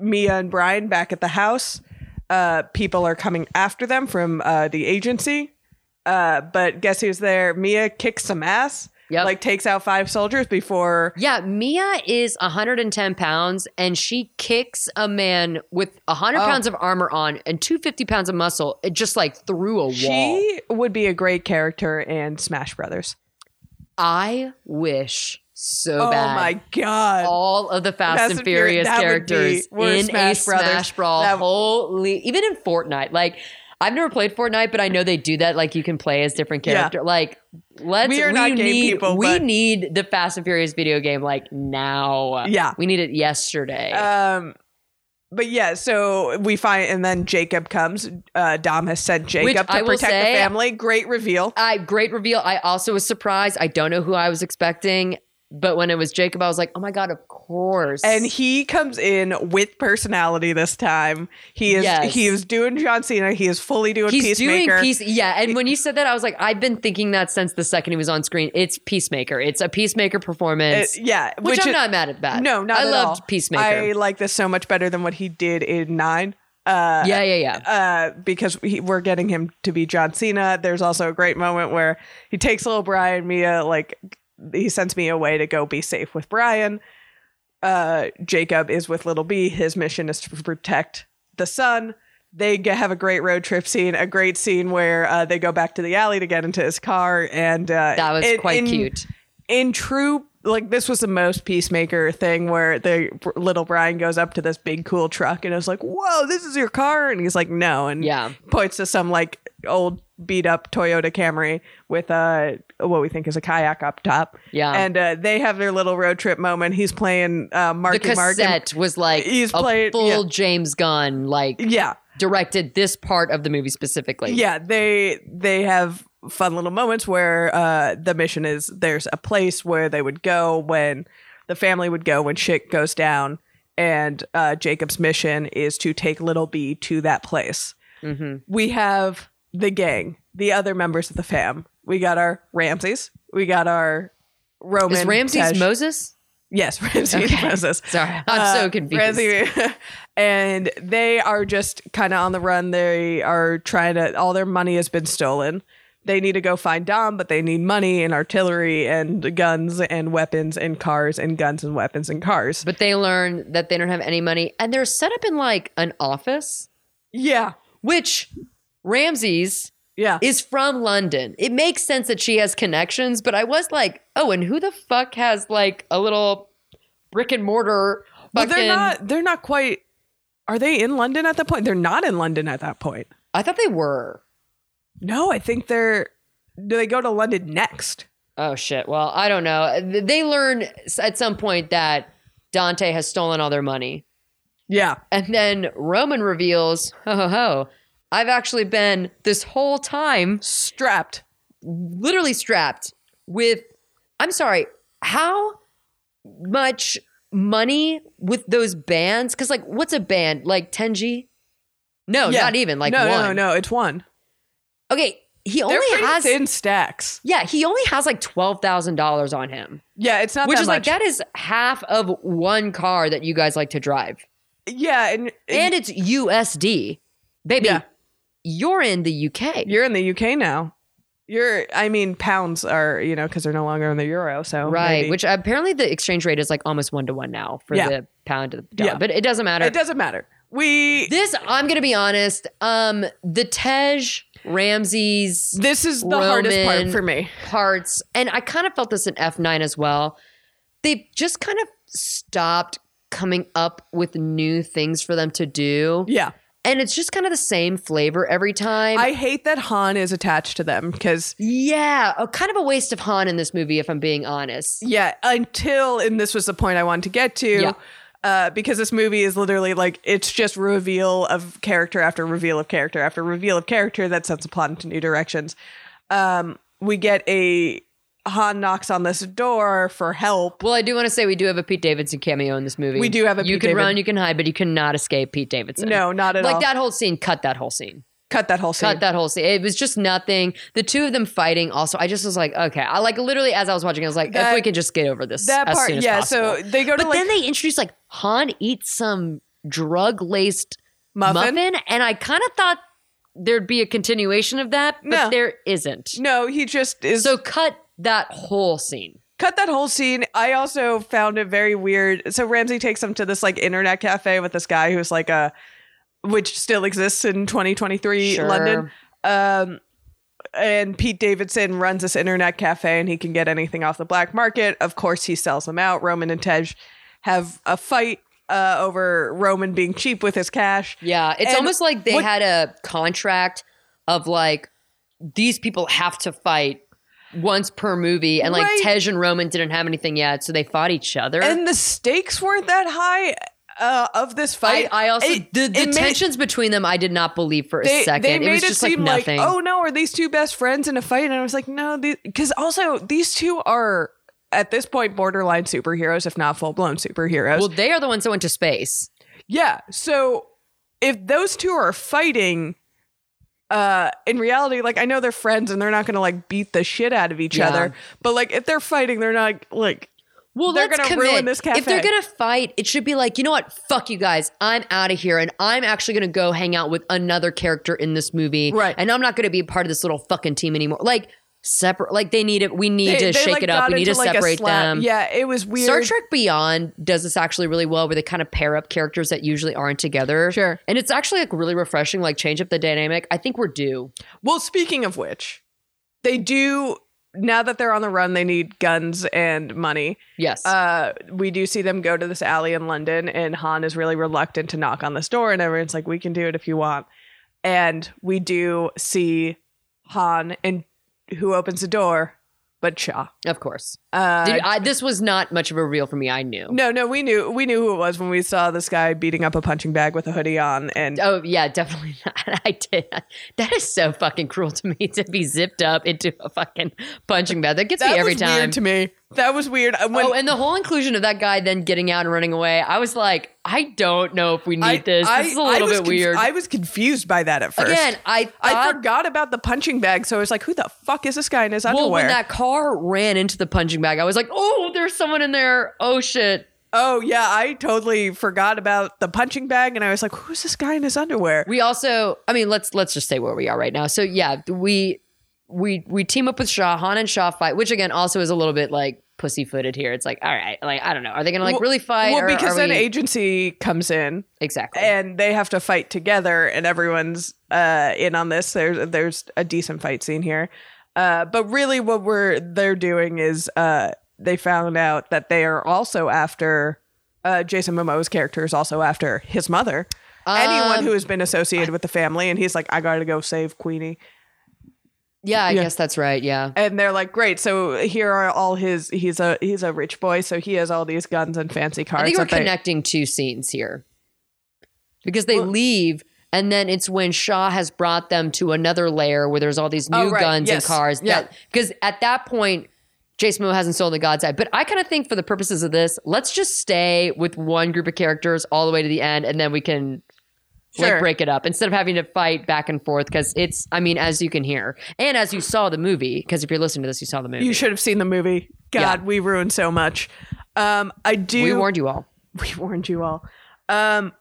Speaker 3: Mia and Brian back at the house. Uh, people are coming after them from uh, the agency. Uh, but guess who's there? Mia kicks some ass.
Speaker 2: Yep.
Speaker 3: Like takes out five soldiers before.
Speaker 2: Yeah, Mia is 110 pounds and she kicks a man with 100
Speaker 3: Oh.
Speaker 2: pounds of armor on and 250 pounds of muscle it just like through a wall.
Speaker 3: She would be a great character in Smash Brothers.
Speaker 2: I wish so
Speaker 3: oh
Speaker 2: bad.
Speaker 3: my god!
Speaker 2: All of the Fast,
Speaker 3: Fast
Speaker 2: and
Speaker 3: and
Speaker 2: Furious
Speaker 3: Furious, that would be-
Speaker 2: characters
Speaker 3: were
Speaker 2: in
Speaker 3: Smash
Speaker 2: a
Speaker 3: Brothers.
Speaker 2: Smash Brawl.
Speaker 3: That-
Speaker 2: Holy, even in Fortnite. Like, I've never played Fortnite, but I know they do that. Like, you can play as different
Speaker 3: Yeah.
Speaker 2: characters. Like, let's.
Speaker 3: We are not game
Speaker 2: need,
Speaker 3: people,
Speaker 2: We
Speaker 3: but-
Speaker 2: need the Fast and Furious video game like now.
Speaker 3: Yeah.
Speaker 2: we need it yesterday.
Speaker 3: Um, but yeah, so we find, and then Jacob comes. Uh, Dom has sent Jacob
Speaker 2: I
Speaker 3: to
Speaker 2: will
Speaker 3: protect
Speaker 2: say-
Speaker 3: the family. Great reveal.
Speaker 2: I great reveal. I also was surprised. I don't know who I was expecting, but when it was Jacob, I was like, oh my god, of course.
Speaker 3: And he comes in with personality this time. He is
Speaker 2: Yes.
Speaker 3: he is doing John Cena. He is fully doing
Speaker 2: He's
Speaker 3: Peacemaker. Uh,
Speaker 2: doing peace. Yeah, and when you said that, I was like, I've been thinking that since the second he was on screen. It's Peacemaker. It's a Peacemaker
Speaker 3: Uh,
Speaker 2: performance,
Speaker 3: yeah,
Speaker 2: which, I'm
Speaker 3: is-
Speaker 2: not mad at that.
Speaker 3: No, not
Speaker 2: I
Speaker 3: at
Speaker 2: loved
Speaker 3: all. I
Speaker 2: Peacemaker.
Speaker 3: like this so much better than what he did in Nine. Uh,
Speaker 2: yeah, yeah, yeah.
Speaker 3: uh, because he, we're getting him to be John Cena. There's also a great moment where he takes little Brian Mia, like he sends me away to go be safe with Brian. Uh, Jacob is with little B. His mission is to protect the son. They g have a great road trip scene, a great scene where uh, they go back to the alley to get into his car, and uh,
Speaker 2: That was
Speaker 3: in-
Speaker 2: quite
Speaker 3: in-
Speaker 2: cute.
Speaker 3: in true like this was the most peacemaker thing where the little Brian goes up to this big cool truck and is like, "Whoa, this is your car," and he's like, "No," and
Speaker 2: Yeah.
Speaker 3: points to some like old beat up Toyota Camry with a what we think is a kayak up top.
Speaker 2: Yeah.
Speaker 3: and uh, they have their little road trip moment. He's playing uh,
Speaker 2: The
Speaker 3: Marky Mark. and-
Speaker 2: cassette was like
Speaker 3: He's
Speaker 2: a
Speaker 3: played-
Speaker 2: full
Speaker 3: yeah.
Speaker 2: James Gunn, like
Speaker 3: yeah,
Speaker 2: directed this part of the movie specifically.
Speaker 3: yeah they they have fun little moments where uh the mission is there's a place where they would go when the family would go when shit goes down and uh, Jacob's mission is to take Little B to that place.
Speaker 2: Mm-hmm.
Speaker 3: We have the gang, the other members of the fam. We got our Ramses. We got our Roman.
Speaker 2: Is Ramses
Speaker 3: Tej-
Speaker 2: Moses?
Speaker 3: Yes, [laughs] Ramses Moses.
Speaker 2: Sorry, I'm so confused.
Speaker 3: Ramses- Uh, and [laughs] they are just kind of on the run. They are trying to. All their money has been stolen. They need to go find Dom, but they need money and artillery and guns and weapons and cars and guns and weapons and cars.
Speaker 2: But they learn that they don't have any money and they're set up in like an office,
Speaker 3: Yeah,
Speaker 2: which Ramses
Speaker 3: yeah.
Speaker 2: is from London. It makes sense that she has connections, but I was like, oh, and who the fuck has like a little brick and mortar
Speaker 3: But
Speaker 2: fucking
Speaker 3: they're not. They're not quite. Are they in London at that point? They're not in London at that point.
Speaker 2: I thought they were.
Speaker 3: No, I think they're. Do they go to London next?
Speaker 2: Oh shit. Well, I don't know. Th- They learn s- at some point that Dante has stolen all their money.
Speaker 3: Yeah.
Speaker 2: And then Roman reveals, ho ho ho, I've actually been this whole time
Speaker 3: Strapped.
Speaker 2: literally strapped with I'm sorry, how much money with those bands? Cause like what's a band? Like 10G? No,
Speaker 3: Yeah.
Speaker 2: Oh, not even like
Speaker 3: no,
Speaker 2: one.
Speaker 3: no, no. It's one.
Speaker 2: Okay. He
Speaker 3: They're
Speaker 2: only
Speaker 3: pretty
Speaker 2: has
Speaker 3: thin stacks.
Speaker 2: Yeah, he only has like twelve thousand dollars on him.
Speaker 3: Yeah, it's not
Speaker 2: Which
Speaker 3: that
Speaker 2: is like
Speaker 3: much.
Speaker 2: that is half of one car that you guys like to drive.
Speaker 3: Yeah, and,
Speaker 2: And it's USD. Baby,
Speaker 3: Yeah.
Speaker 2: you're in the UK.
Speaker 3: you're in the UK now. You're, I mean, pounds are you know because they're no longer in the euro, so
Speaker 2: Right,
Speaker 3: maybe.
Speaker 2: which apparently the exchange rate is like almost one to one now for
Speaker 3: Yeah.
Speaker 2: the pound to the dollar,
Speaker 3: Yeah.
Speaker 2: but it doesn't matter.
Speaker 3: it doesn't matter. We
Speaker 2: This, I'm gonna be honest. Um, the Tej Ramses
Speaker 3: this is the hardest part
Speaker 2: Roman-
Speaker 3: for me.
Speaker 2: parts, and I kind of felt this in F9 as well. They just kind of stopped coming up with new things for them to do,
Speaker 3: Yeah,
Speaker 2: and it's just kind of the same flavor every time.
Speaker 3: I hate that Han is attached to them because
Speaker 2: yeah, a kind of a waste of Han in this movie, if I'm being honest.
Speaker 3: yeah, until and this was the point I wanted to get to.
Speaker 2: Yeah.
Speaker 3: Uh, because this movie is literally like it's just reveal of character after reveal of character after reveal of character that sets a plot into new directions. Um, we get a Han knocks on this door for help.
Speaker 2: Well, I do want to say we do have a Pete Davidson cameo in this movie.
Speaker 3: We do have a
Speaker 2: You
Speaker 3: Pete
Speaker 2: can
Speaker 3: David-
Speaker 2: run, you can hide, but you cannot escape Pete Davidson.
Speaker 3: No, not at
Speaker 2: like
Speaker 3: all.
Speaker 2: that whole scene. Cut that whole scene.
Speaker 3: Cut that whole scene.
Speaker 2: cut that whole scene. It was just nothing. The two of them fighting. Also, I just was like, okay. I like literally as I was watching, I was like,
Speaker 3: That-
Speaker 2: if we could just get over this.
Speaker 3: that
Speaker 2: as
Speaker 3: part,
Speaker 2: soon as
Speaker 3: yeah.
Speaker 2: possible.
Speaker 3: So they go to
Speaker 2: but
Speaker 3: like
Speaker 2: then they introduced like Han eats some drug laced
Speaker 3: muffin.
Speaker 2: muffin? and I kind of thought there'd be a continuation of that, but
Speaker 3: No.
Speaker 2: there isn't.
Speaker 3: No, he just is.
Speaker 2: So cut that whole scene.
Speaker 3: cut that whole scene. I also found it very weird. So Ramsey takes him to this like internet cafe with this guy who's like a, which still exists in 2023
Speaker 2: Sure.
Speaker 3: London. Um, and Pete Davidson runs this internet cafe and he can get anything off the black market. Of course, he sells them out. Roman and Tej have a fight uh, over Roman being cheap with his cash.
Speaker 2: Yeah, it's
Speaker 3: And
Speaker 2: almost like they
Speaker 3: what-
Speaker 2: had a contract of like these people have to fight once per movie, and like
Speaker 3: Right.
Speaker 2: Tej and Roman didn't have anything yet, so they fought each other.
Speaker 3: And the stakes weren't that high uh, of this
Speaker 2: I,
Speaker 3: fight.
Speaker 2: I also
Speaker 3: It-
Speaker 2: the, the
Speaker 3: it made-
Speaker 2: tensions between them I did not believe for a
Speaker 3: they,
Speaker 2: second.
Speaker 3: They
Speaker 2: it
Speaker 3: made
Speaker 2: was
Speaker 3: it
Speaker 2: just like
Speaker 3: seem like,
Speaker 2: nothing.
Speaker 3: oh no, are these two best friends in a fight? And I was like, no, because also these two are at this point borderline superheroes, if not full blown superheroes.
Speaker 2: well, they are the ones that went to space.
Speaker 3: yeah. So if those two are fighting, uh, in reality, like I know they're friends and they're not gonna like beat the shit out of each
Speaker 2: Yeah.
Speaker 3: other, but like if they're fighting, they're not like
Speaker 2: Well,
Speaker 3: They're
Speaker 2: let's
Speaker 3: gonna
Speaker 2: commit.
Speaker 3: ruin this
Speaker 2: If they're
Speaker 3: cafe.
Speaker 2: gonna fight, it should be like, you know what? Fuck you guys. I'm out of here, and I'm actually gonna go hang out with another character in this movie.
Speaker 3: Right.
Speaker 2: And I'm not gonna be a part of this little fucking team anymore. Like separate. Like they need it. We need
Speaker 3: they-
Speaker 2: to
Speaker 3: they,
Speaker 2: shake
Speaker 3: like,
Speaker 2: it up.
Speaker 3: got
Speaker 2: We need to
Speaker 3: into, like, a
Speaker 2: separate
Speaker 3: slap.
Speaker 2: them.
Speaker 3: Yeah, it was weird.
Speaker 2: Star Trek Beyond does this actually really well, where they kind of pair up characters that usually aren't together.
Speaker 3: Sure.
Speaker 2: and it's actually like really refreshing, like change up the dynamic. I think we're due.
Speaker 3: Well, speaking of which, they do now that they're on the run, they need guns and money.
Speaker 2: Yes,
Speaker 3: Uh, we do see them go to this alley in London, and Han is really reluctant to knock on this door, and everyone's like, "We can do it if you want." And we do see Han and who opens the door, but Shaw.
Speaker 2: of course.
Speaker 3: Uh,
Speaker 2: Did- I, this was not much of a reveal for me. I knew.
Speaker 3: no, no, we knew we knew who it was when we saw this guy beating up a punching bag with a hoodie on, and
Speaker 2: Oh yeah, definitely [laughs] not. I did. That is so [laughs] fucking cruel to me to be zipped up into a fucking punching bag. That gets
Speaker 3: that
Speaker 2: me every
Speaker 3: was
Speaker 2: time.
Speaker 3: weird to me. That was weird. Uh, I went,
Speaker 2: oh, and the whole inclusion of that guy then getting out and running away, I was like, I don't know if we need this. This is a little
Speaker 3: was
Speaker 2: bit
Speaker 3: conf-
Speaker 2: weird.
Speaker 3: I was confused by that at first.
Speaker 2: Again, I
Speaker 3: I
Speaker 2: thought-
Speaker 3: forgot about the punching bag, so I was like, "Who the fuck is this guy in his
Speaker 2: well,
Speaker 3: underwear?"
Speaker 2: when that car ran into the punching bag, I was like, oh, there's someone in there. Oh, shit.
Speaker 3: oh yeah, I totally forgot about the punching bag, and I was like, "Who's this guy in his underwear?"
Speaker 2: We also, I mean, let's let's just say where we are right now. So yeah, we we we team up with Shaw, Han and Shaw fight, which again also is a little bit like pussyfooted here. It's like, all right, like I don't know, are they gonna like
Speaker 3: Well-
Speaker 2: really fight?
Speaker 3: Well,
Speaker 2: or
Speaker 3: because
Speaker 2: are
Speaker 3: then Eh,
Speaker 2: we-
Speaker 3: agency comes in
Speaker 2: exactly.
Speaker 3: and they have to fight together, and everyone's uh, in on this. There's there's a decent fight scene here, uh, but really, what we're they're doing is uh, they found out that they are also after. Uh, Jason Momoa's character is also after his mother,
Speaker 2: Um,
Speaker 3: anyone who has been associated with the family, and he's like, "I gotta go save Queenie,"
Speaker 2: yeah, I
Speaker 3: yeah.
Speaker 2: guess that's right. Yeah.
Speaker 3: and they're like, "Great, so here are all his. He's a he's a rich boy, so he has all these guns and fancy cars."
Speaker 2: I think we're
Speaker 3: that they-
Speaker 2: connecting two scenes here because they leave, and then it's when Shaw has brought them to another layer where there's all these new
Speaker 3: Oh, right.
Speaker 2: guns
Speaker 3: Yes.
Speaker 2: and cars.
Speaker 3: Yeah.
Speaker 2: that- because at that point, Jason Momoa hasn't stolen the God's Eye. But I kind of think for the purposes of this, let's just stay with one group of characters all the way to the end, and then we can.
Speaker 3: Sure.
Speaker 2: Like break it up instead of having to fight back and forth because it's I mean as you can hear and as you saw the movie because if you're listening to this you saw the movie
Speaker 3: You should have seen the movie. God, we ruined so much. Um, I do.
Speaker 2: we warned you all
Speaker 3: [laughs] we warned you all. Um,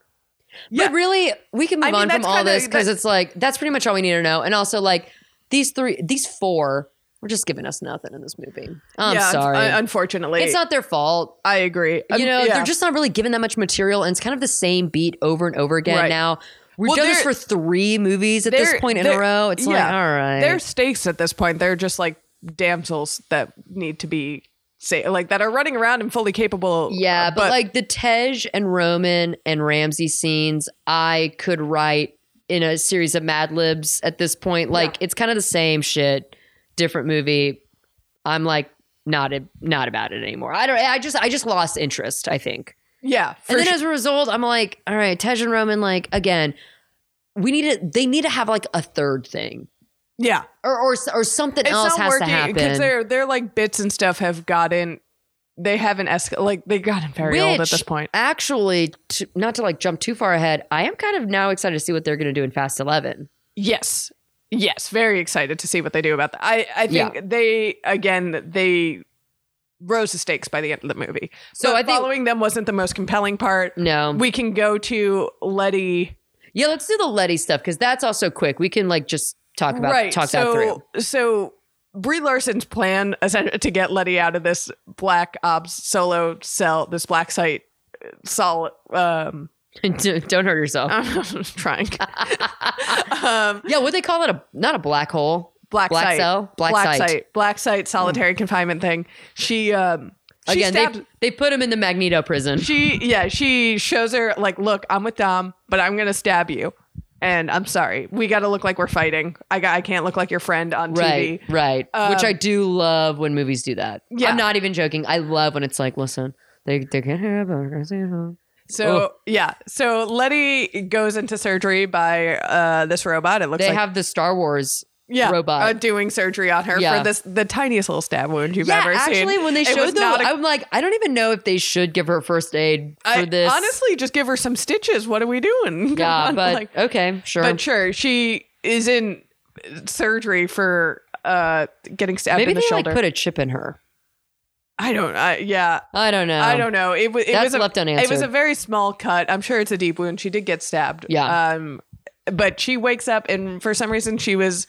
Speaker 3: yeah,
Speaker 2: But really, we can move
Speaker 3: I mean,
Speaker 2: on from
Speaker 3: that's
Speaker 2: all
Speaker 3: kinda-
Speaker 2: this because
Speaker 3: that-
Speaker 2: it's like that's pretty much all we need to know. And also, like these three, these four, were just giving us nothing in this movie. I'm
Speaker 3: yeah, un-
Speaker 2: sorry,
Speaker 3: un- unfortunately,
Speaker 2: it's not their fault.
Speaker 3: I agree. Um,
Speaker 2: You know,
Speaker 3: yeah.
Speaker 2: they're just not really given that much material, and it's kind of the same beat over and over again.
Speaker 3: Right.
Speaker 2: Now we've
Speaker 3: Well,
Speaker 2: done this for
Speaker 3: they're-
Speaker 2: three movies at this
Speaker 3: They're-
Speaker 2: point in a
Speaker 3: they're-
Speaker 2: row. It's like, all
Speaker 3: yeah.
Speaker 2: right,
Speaker 3: Their stakes at this point, they're just like damsels that need to be say like that are running around and fully capable.
Speaker 2: Yeah,
Speaker 3: uh,
Speaker 2: but, like the Tej and Roman and Ramsey scenes, I could write in a series of Mad Libs at this point. Like it's kind of the same shit, different movie. I'm like not a, not about it anymore. I don't. I just I just lost interest. I think.
Speaker 3: yeah, for
Speaker 2: and then
Speaker 3: sure.
Speaker 2: as a result, I'm like, all right, Tej and Roman. Like again, we need to. They need to have like a third thing,
Speaker 3: yeah,
Speaker 2: or or or something
Speaker 3: it's
Speaker 2: else
Speaker 3: not
Speaker 2: has
Speaker 3: working
Speaker 2: to
Speaker 3: because
Speaker 2: happen.
Speaker 3: their their like bits and stuff have gotten they haven't esca- like they gotten very old at
Speaker 2: Which,
Speaker 3: this point.
Speaker 2: Actually, to, not to like jump too far ahead, I am kind of now excited to see what they're going to do in Fast Eleven.
Speaker 3: Yes. Yes. Very excited to see what they do about that. I, I think they, again, they rose the stakes by the end of the movie.
Speaker 2: So
Speaker 3: But
Speaker 2: I think-
Speaker 3: following them wasn't the most compelling part.
Speaker 2: No,
Speaker 3: We can go to Letty.
Speaker 2: yeah, let's do the Letty stuff because that's also quick. We can like just talk about
Speaker 3: right.
Speaker 2: talk
Speaker 3: so,
Speaker 2: that through. [laughs]
Speaker 3: so Brie Larson's plan [laughs] essen- to get Letty out of this black ops solo cell, this black site uh, sol um
Speaker 2: Don't- Don't hurt yourself.
Speaker 3: I'm trying um
Speaker 2: yeah, would they call it a not a black hole?
Speaker 3: black, site.
Speaker 2: cell, black, site.
Speaker 3: black site, solitary confinement thing. She um she
Speaker 2: Again,
Speaker 3: stabbed,
Speaker 2: they they put him in the Magneto prison.
Speaker 3: she yeah she shows her like, look, I'm with Dom, but I'm gonna stab you, and I'm sorry. We got to look like we're fighting. I got, I can't look like your friend on
Speaker 2: Right,
Speaker 3: TV.
Speaker 2: right. Which I do love when movies do that.
Speaker 3: Yeah.
Speaker 2: I'm not even joking. I love when it's like, listen, they they can't hear about
Speaker 3: So
Speaker 2: Ugh.
Speaker 3: yeah, so Letty goes into surgery by uh this robot. It looks
Speaker 2: They
Speaker 3: like
Speaker 2: have the Star Wars
Speaker 3: yeah
Speaker 2: robot.
Speaker 3: uh, doing surgery on her
Speaker 2: Yeah.
Speaker 3: for this the tiniest little stab wound you've
Speaker 2: yeah,
Speaker 3: ever seen.
Speaker 2: actually, when they
Speaker 3: It
Speaker 2: showed
Speaker 3: was
Speaker 2: them,
Speaker 3: not a-
Speaker 2: i I'm like, I don't even know if they should give her first aid for
Speaker 3: I-
Speaker 2: this.
Speaker 3: honestly just give her some stitches. What are we doing? [laughs] Come
Speaker 2: yeah,
Speaker 3: on,
Speaker 2: but
Speaker 3: like-
Speaker 2: okay, sure.
Speaker 3: But sure, she is in surgery for uh getting stabbed
Speaker 2: Maybe
Speaker 3: in the
Speaker 2: they
Speaker 3: shoulder.
Speaker 2: like put a chip in her.
Speaker 3: I don't. I, yeah,
Speaker 2: I don't know.
Speaker 3: I don't know. It was. It
Speaker 2: Oh. That's
Speaker 3: was a,
Speaker 2: left
Speaker 3: It was
Speaker 2: unanswered.
Speaker 3: a very small cut. I'm sure it's a deep wound. She did get stabbed.
Speaker 2: Yeah.
Speaker 3: Um, but she wakes up and for some reason she was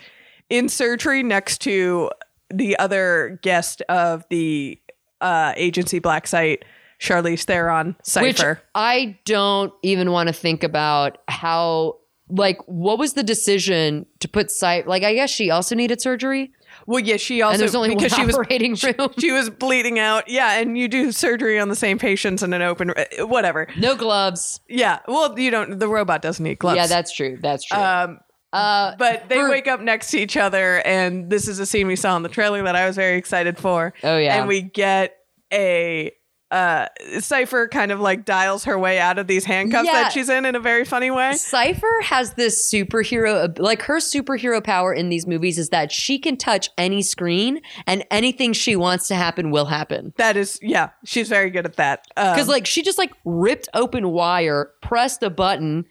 Speaker 3: in surgery next to the other guest of the uh agency black site, Charlize Theron
Speaker 2: Which
Speaker 3: Cipher.
Speaker 2: I don't even want to think about how. Like, what was the decision to put site? Like, I guess she also needed surgery,
Speaker 3: well, yeah, she
Speaker 2: and
Speaker 3: also
Speaker 2: there's only one
Speaker 3: because she was
Speaker 2: operating room. [laughs]
Speaker 3: she was bleeding out. Yeah, and you do surgery on the same patients in an open uh, whatever.
Speaker 2: no gloves.
Speaker 3: Yeah. Well, you don't. The robot doesn't need gloves.
Speaker 2: Yeah, that's true. That's true.
Speaker 3: Um,
Speaker 2: uh,
Speaker 3: but they
Speaker 2: Her-
Speaker 3: wake up next to each other, and this is a scene we saw in the trailer that I was very excited for.
Speaker 2: Oh, yeah.
Speaker 3: And we get a uh Cypher kind of like dials her way out of these handcuffs
Speaker 2: Yeah.
Speaker 3: that she's in in a very funny way.
Speaker 2: Cypher has this superhero, ab- like her superhero power in these movies is that she can touch any screen and anything she wants to happen will happen.
Speaker 3: That is yeah, she's very good at that. Um,
Speaker 2: Because like she just like ripped open wire, pressed a button,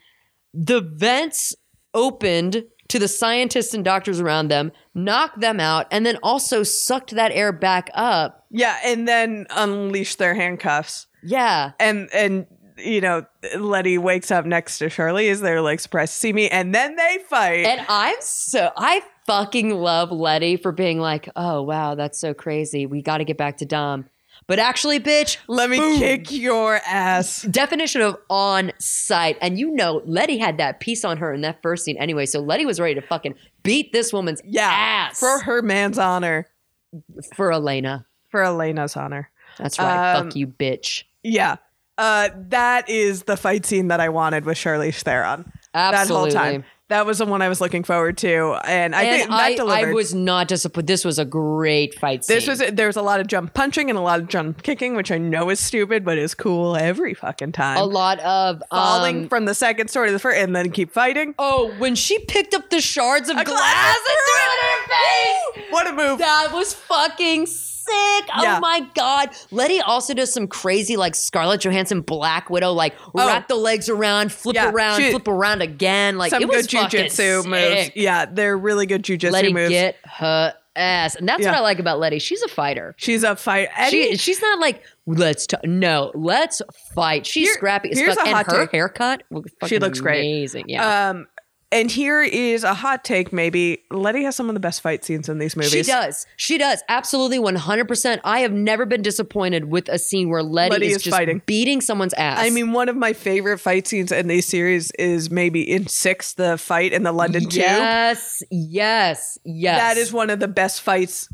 Speaker 2: the vents opened to the scientists and doctors around them, knocked them out, and then also sucked that air back up.
Speaker 3: yeah, and then unleash their handcuffs.
Speaker 2: Yeah.
Speaker 3: And and you know, Letty wakes up next to Shirley as they're like surprised to see me, and then they fight.
Speaker 2: And I'm so I fucking love Letty for being like, oh wow, that's so crazy. We gotta get back to Dom. But actually, bitch,
Speaker 3: Let me kick your ass.
Speaker 2: definition of on site. And you know, Letty had that piece on her in that first scene anyway. So Letty was ready to fucking beat this woman's
Speaker 3: Yeah.
Speaker 2: ass
Speaker 3: For her man's honor.
Speaker 2: for Elena.
Speaker 3: For Elena's honor.
Speaker 2: That's right.
Speaker 3: Um,
Speaker 2: Fuck you, bitch.
Speaker 3: Yeah. Uh, that is the fight scene that I wanted with Charlie Theron.
Speaker 2: Absolutely.
Speaker 3: That whole time. That was the one I was looking forward to. And I think
Speaker 2: and
Speaker 3: that
Speaker 2: I, I
Speaker 3: delivered.
Speaker 2: was not disappointed. This was a great fight scene.
Speaker 3: this was there was a lot of jump punching and a lot of jump kicking, which I know is stupid, but is cool every fucking time.
Speaker 2: a lot of
Speaker 3: Falling
Speaker 2: um,
Speaker 3: from the second story to the first, and then keep fighting.
Speaker 2: Oh, when she picked up the shards of glass,
Speaker 3: glass
Speaker 2: and threw it in her face.
Speaker 3: What a move!
Speaker 2: That was fucking sick.
Speaker 3: Yeah.
Speaker 2: Oh my god. Letty also does some crazy like Scarlett Johansson Black Widow like wrap the legs around, flip
Speaker 3: Oh. Yeah,
Speaker 2: around,
Speaker 3: she-
Speaker 2: flip around again. Like
Speaker 3: Some
Speaker 2: it was
Speaker 3: good jujitsu
Speaker 2: fucking
Speaker 3: moves.
Speaker 2: sick.
Speaker 3: Yeah, they're really good jujitsu
Speaker 2: Letty
Speaker 3: moves.
Speaker 2: get her ass. And that's
Speaker 3: Yeah.
Speaker 2: what I like about Letty. She's a fighter.
Speaker 3: She's a fight. Eddie,
Speaker 2: She, she's not like let's t- no let's fight. She's
Speaker 3: Here-
Speaker 2: scrappy as
Speaker 3: here's
Speaker 2: fuck,
Speaker 3: a
Speaker 2: and
Speaker 3: hot
Speaker 2: her
Speaker 3: take.
Speaker 2: haircut. looked
Speaker 3: She
Speaker 2: fucking
Speaker 3: looks great.
Speaker 2: amazing. Yeah,
Speaker 3: Um, and here is a hot take. Maybe Letty has some of the best fight scenes in these movies.
Speaker 2: she does. She does absolutely one hundred percent. I have never been disappointed with a scene where Letty,
Speaker 3: Letty
Speaker 2: is,
Speaker 3: is
Speaker 2: just
Speaker 3: fighting.
Speaker 2: beating someone's ass.
Speaker 3: I mean, one of my favorite fight scenes in these series is maybe in six, the fight in the London Tube.
Speaker 2: yes, yes, yes.
Speaker 3: That is one of the best fights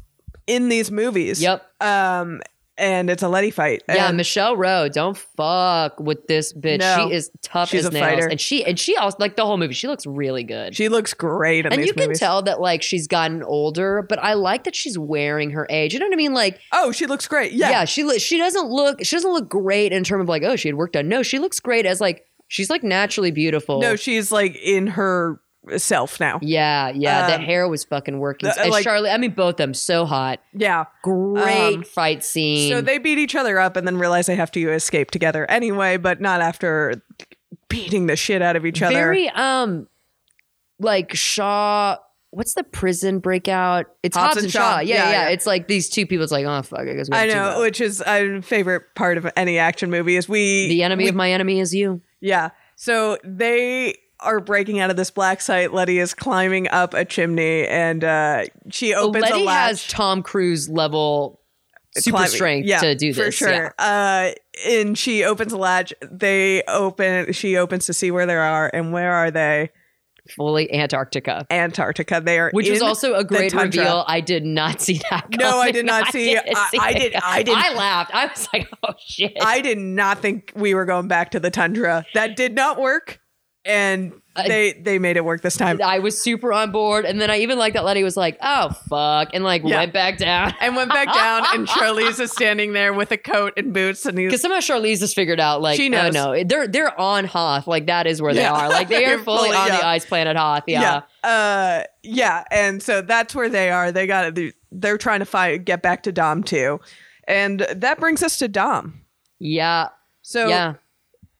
Speaker 3: in these movies.
Speaker 2: Yep.
Speaker 3: Um, and it's a Letty fight.
Speaker 2: Yeah,
Speaker 3: And
Speaker 2: Michelle Rowe, don't fuck with this bitch.
Speaker 3: No.
Speaker 2: she is tough
Speaker 3: She's
Speaker 2: as
Speaker 3: a
Speaker 2: nails,
Speaker 3: fighter.
Speaker 2: and she and she also like the whole movie. She looks really good.
Speaker 3: she looks great in
Speaker 2: and
Speaker 3: these
Speaker 2: you can
Speaker 3: movies.
Speaker 2: tell that like she's gotten older, but I like that she's wearing her age. You know what I mean? Like,
Speaker 3: Oh, she looks great. Yeah.
Speaker 2: yeah, she lo- she doesn't look she doesn't look great in terms of like oh she had work done. No, she looks great as like she's like naturally beautiful.
Speaker 3: No, she's like in her self now.
Speaker 2: yeah, yeah, the
Speaker 3: Um,
Speaker 2: hair was fucking working.
Speaker 3: the-
Speaker 2: and
Speaker 3: like-
Speaker 2: Charlie, I mean both them so hot.
Speaker 3: Yeah.
Speaker 2: Great
Speaker 3: Um,
Speaker 2: fight scene.
Speaker 3: So they beat each other up and then realize they have to escape together anyway, but not after beating the shit out of each other.
Speaker 2: very um like Shaw. What's the prison breakout? It's Hobbs, and Shaw. Yeah, yeah,
Speaker 3: yeah.
Speaker 2: It's like these two people. It's like oh fuck, I guess we have
Speaker 3: I
Speaker 2: to
Speaker 3: know,
Speaker 2: go.
Speaker 3: which is my favorite part of any action movie is we
Speaker 2: the enemy
Speaker 3: we-
Speaker 2: of my enemy is you.
Speaker 3: yeah. So they are breaking out of this black site. Letty is climbing up a chimney, and uh, she opens
Speaker 2: Oh, Letty
Speaker 3: a
Speaker 2: has
Speaker 3: latch.
Speaker 2: Tom Cruise level super
Speaker 3: climbing-
Speaker 2: strength
Speaker 3: yeah,
Speaker 2: to do this.
Speaker 3: for sure. Uh, and she opens a latch. They open. She opens to see where they are, and where are they?
Speaker 2: Yeah. Fully Antarctica.
Speaker 3: Antarctica. They are,
Speaker 2: Which was
Speaker 3: in
Speaker 2: also a
Speaker 3: the
Speaker 2: great
Speaker 3: tundra.
Speaker 2: reveal. I did not see that.
Speaker 3: No, I did
Speaker 2: coming. [laughs]
Speaker 3: not see-
Speaker 2: didn't
Speaker 3: I- I
Speaker 2: that
Speaker 3: did- I
Speaker 2: coming.
Speaker 3: did-
Speaker 2: I laughed. I was like, [laughs] oh shit.
Speaker 3: I did not think we were going back to the tundra. That did not work, and
Speaker 2: I-
Speaker 3: they they made it work this time.
Speaker 2: I was super on board, and then I even like that Letty was like, "Oh fuck," and like
Speaker 3: Yeah.
Speaker 2: went back
Speaker 3: [laughs]
Speaker 2: down.
Speaker 3: and went back down.
Speaker 2: [laughs]
Speaker 3: And Charlize is standing there with a coat and boots, and
Speaker 2: Because
Speaker 3: he's
Speaker 2: somehow Charlize has figured out, like,
Speaker 3: She
Speaker 2: she
Speaker 3: knows.
Speaker 2: no, they're they're on Hoth, like that is where they
Speaker 3: Yeah.
Speaker 2: are, like
Speaker 3: [laughs]
Speaker 2: they are
Speaker 3: They're
Speaker 2: fully,
Speaker 3: fully
Speaker 2: on
Speaker 3: up.
Speaker 2: the ice planet Hoth. Yeah,
Speaker 3: yeah, uh, yeah. And so that's where they are. They got they're trying to fight, get back to Dom too, and that brings us to Dom.
Speaker 2: yeah,
Speaker 3: So
Speaker 2: yeah.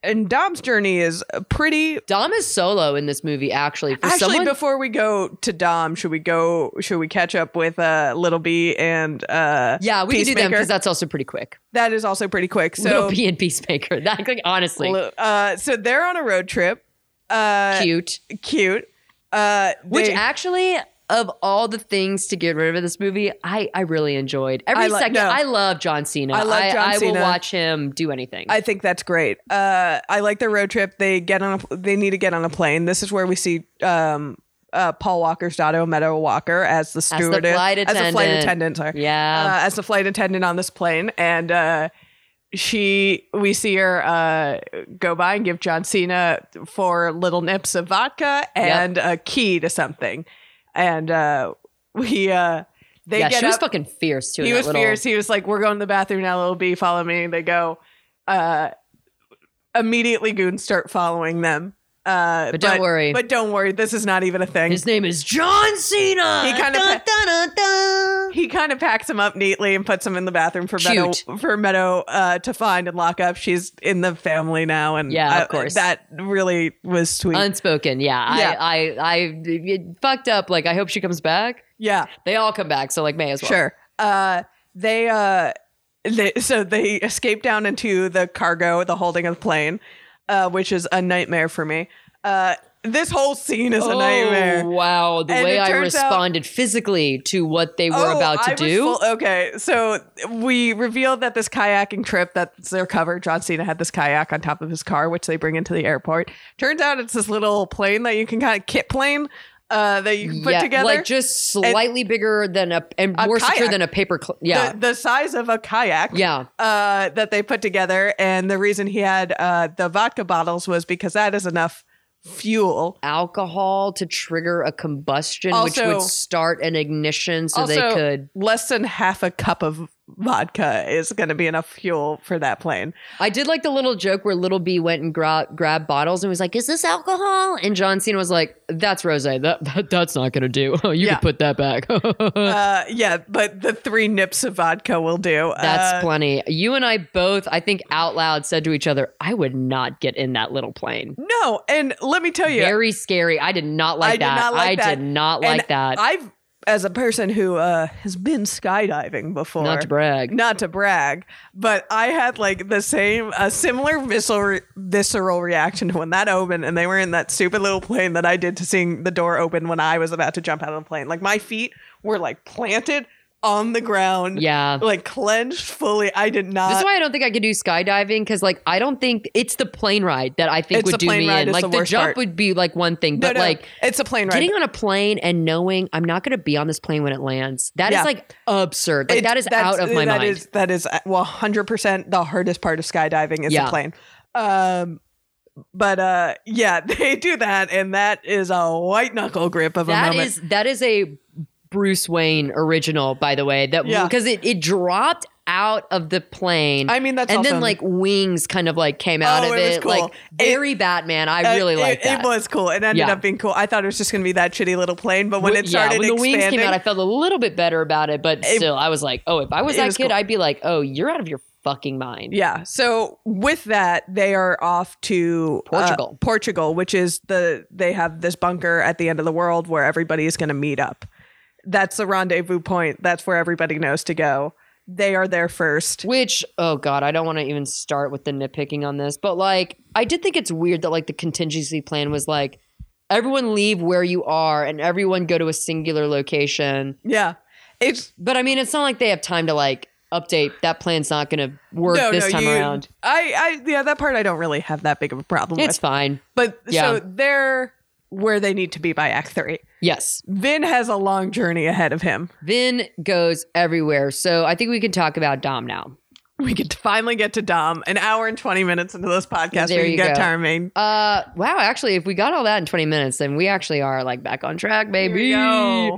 Speaker 3: and Dom's journey is pretty.
Speaker 2: Dom is solo in this movie, actually. For
Speaker 3: Actually,
Speaker 2: someone,
Speaker 3: before we go to Dom, should we go? Should we catch up with uh, Little B and uh,
Speaker 2: yeah, we can do them
Speaker 3: Peacemaker?
Speaker 2: because that's also pretty quick.
Speaker 3: that is also pretty
Speaker 2: [laughs]
Speaker 3: quick.
Speaker 2: So, Little
Speaker 3: So
Speaker 2: P and Peacemaker, [laughs] that like, honestly
Speaker 3: uh, so they're on a road trip. Uh,
Speaker 2: cute.
Speaker 3: cute. Uh,
Speaker 2: Which
Speaker 3: they-
Speaker 2: actually, of all the things to get rid of in this movie, I I really enjoyed every
Speaker 3: I li-
Speaker 2: second.
Speaker 3: no.
Speaker 2: I love John Cena.
Speaker 3: I love John
Speaker 2: I
Speaker 3: Cena.
Speaker 2: will watch him do anything.
Speaker 3: I think that's great. Uh, I like their road trip. They get on. A, they need to get on a plane. This is where we see um, uh, Paul Walker's daughter, Meadow Walker, as the
Speaker 2: the
Speaker 3: stewardess,
Speaker 2: flight
Speaker 3: as a flight
Speaker 2: attendant.
Speaker 3: attendant. Sorry,
Speaker 2: yeah.
Speaker 3: uh, as the flight attendant on this plane, and uh, she, we see her uh, go by and give John Cena four little nips of vodka and a key to something, and uh, we. Uh, They
Speaker 2: yeah,
Speaker 3: get
Speaker 2: she was
Speaker 3: up-
Speaker 2: fucking fierce too. in
Speaker 3: he
Speaker 2: that
Speaker 3: was
Speaker 2: little-
Speaker 3: fierce. He was like, "We're going to the bathroom now, little B. Follow me." They go. Uh, immediately, goons start following them. Uh,
Speaker 2: But don't worry.
Speaker 3: But don't worry. This is not even a thing.
Speaker 2: His name is John Cena.
Speaker 3: He kinda
Speaker 2: Dun,
Speaker 3: pa-
Speaker 2: dun, dun, dun.
Speaker 3: he kind of packs him up neatly and puts him in the bathroom for Meadow
Speaker 2: Cute.
Speaker 3: for Meadow uh, to find and lock up. She's in the family now, and
Speaker 2: Yeah, of
Speaker 3: I-
Speaker 2: course.
Speaker 3: that really was sweet.
Speaker 2: Unspoken. Yeah.
Speaker 3: Yeah.
Speaker 2: I, I, I it fucked up. Like, I hope she comes back.
Speaker 3: yeah,
Speaker 2: They all come back. So, like, may as well.
Speaker 3: sure. Uh, they uh, they so they escape down into the cargo, the holding of the plane, uh, which is a nightmare for me. Uh, this whole scene is a nightmare.
Speaker 2: Oh. Wow. The
Speaker 3: And
Speaker 2: way
Speaker 3: it
Speaker 2: I
Speaker 3: turns out-
Speaker 2: responded physically to what they were
Speaker 3: Oh,
Speaker 2: about to
Speaker 3: I was
Speaker 2: do.
Speaker 3: full- okay, so we revealed that this kayaking trip that's their cover. John Cena had this kayak on top of his car, which they bring into the airport. Turns out it's this little plane that you can kind of kit plane uh, that you can put
Speaker 2: yeah,
Speaker 3: together,
Speaker 2: like just slightly bigger than a and
Speaker 3: A
Speaker 2: more secure
Speaker 3: kayak.
Speaker 2: than a paper. Cl-
Speaker 3: the,
Speaker 2: yeah,
Speaker 3: the size of a kayak.
Speaker 2: yeah.
Speaker 3: Uh, that they put together, and the reason he had uh, the vodka bottles was because that is enough fuel
Speaker 2: Alcohol to trigger a combustion, which
Speaker 3: Also-
Speaker 2: would start an ignition, so they could.
Speaker 3: less than half a cup of vodka is going to be enough fuel for that plane.
Speaker 2: I did like the little joke where Little B went and gra- grabbed bottles and was like, "Is this alcohol?" And John Cena was like, "That's rose. That, that [laughs] that's not gonna do. you
Speaker 3: Yeah.
Speaker 2: can put that back. [laughs] that's
Speaker 3: Uh, yeah, but the three nips of vodka will do. Uh,
Speaker 2: plenty." You and I both, I think, out loud said to each other, "I would not get in that little plane.
Speaker 3: no, and let me tell you,
Speaker 2: Very scary. I did not like
Speaker 3: I did
Speaker 2: that.
Speaker 3: not like
Speaker 2: I
Speaker 3: that.
Speaker 2: did not
Speaker 3: and
Speaker 2: like that.
Speaker 3: I've, as a person who uh, has been skydiving before,
Speaker 2: not to brag.
Speaker 3: not to brag, but I had like the same, a similar visceral, visceral reaction to when that opened and they were in that stupid little plane that I did to seeing the door open when I was about to jump out of the plane. Like my feet were like planted on the ground,
Speaker 2: Yeah.
Speaker 3: like clenched fully. I did not.
Speaker 2: This is why I don't think I could do skydiving because, like, I don't think it's the plane ride that I think
Speaker 3: It's
Speaker 2: would
Speaker 3: the
Speaker 2: do
Speaker 3: plane
Speaker 2: me
Speaker 3: ride
Speaker 2: in.
Speaker 3: is
Speaker 2: Like,
Speaker 3: the
Speaker 2: the
Speaker 3: worst
Speaker 2: jump
Speaker 3: part.
Speaker 2: would be like one thing,
Speaker 3: No,
Speaker 2: but
Speaker 3: no,
Speaker 2: like
Speaker 3: it's a plane ride.
Speaker 2: getting on a plane and knowing I'm not going to be on this plane when it lands. that is
Speaker 3: Yeah.
Speaker 2: like absurd. Like,
Speaker 3: It-
Speaker 2: that is
Speaker 3: that's-
Speaker 2: out of my
Speaker 3: that
Speaker 2: mind.
Speaker 3: is- that is uh, well, hundred percent the hardest part of skydiving is
Speaker 2: Yeah.
Speaker 3: the plane. Um, but uh, yeah, [laughs] they do that, and that is a white knuckle grip of a
Speaker 2: That
Speaker 3: moment.
Speaker 2: is that is a Bruce Wayne original, by the way. That
Speaker 3: Yeah.
Speaker 2: because it it dropped out of the plane.
Speaker 3: I mean, that's
Speaker 2: and
Speaker 3: also
Speaker 2: then
Speaker 3: in-
Speaker 2: like wings kind of like came out
Speaker 3: Oh,
Speaker 2: of
Speaker 3: it was
Speaker 2: it, like
Speaker 3: cool. It- uh,
Speaker 2: very Batman. I really
Speaker 3: it,
Speaker 2: like
Speaker 3: it,
Speaker 2: that.
Speaker 3: It was cool. It ended
Speaker 2: Yeah.
Speaker 3: up being cool. I thought it was just going to be that shitty little plane, but when
Speaker 2: Well,
Speaker 3: it started
Speaker 2: yeah, when the
Speaker 3: expanding,
Speaker 2: wings came out, I felt a little bit better about it, but
Speaker 3: It-
Speaker 2: still, I was like, oh, if I was
Speaker 3: it
Speaker 2: that
Speaker 3: was
Speaker 2: kid,
Speaker 3: cool.
Speaker 2: I'd be like, oh, you're out of your fucking mind.
Speaker 3: Yeah. So with that, they are off to uh,
Speaker 2: Portugal.
Speaker 3: Portugal, which is the they have this bunker at the end of the world where everybody is going to meet up. That's the rendezvous point. That's where everybody knows to go. They are there first.
Speaker 2: Which, oh god, I don't want to even start with the nitpicking on this, but like, I did think it's weird that like the contingency plan was like, everyone leave where you are and everyone go to a singular location.
Speaker 3: Yeah. It's
Speaker 2: But I mean, it's not like they have time to like update. That plan's not going to work
Speaker 3: no,
Speaker 2: this
Speaker 3: no,
Speaker 2: time
Speaker 3: you-
Speaker 2: around.
Speaker 3: I, I, yeah, that part I don't really have that big of a problem
Speaker 2: It's
Speaker 3: with.
Speaker 2: fine.
Speaker 3: But
Speaker 2: yeah.
Speaker 3: so they're where they need to be by Act Three.
Speaker 2: Yes.
Speaker 3: Vin has a long journey ahead of him.
Speaker 2: Vin goes everywhere. So I think we can talk about Dom now.
Speaker 3: We could finally get to Dom. An hour and twenty minutes into this podcast,
Speaker 2: There
Speaker 3: we
Speaker 2: you
Speaker 3: can get
Speaker 2: go.
Speaker 3: to our main
Speaker 2: Uh, wow. Actually, if we got all that in 20 minutes, then we actually are like back on track, baby.
Speaker 3: Here we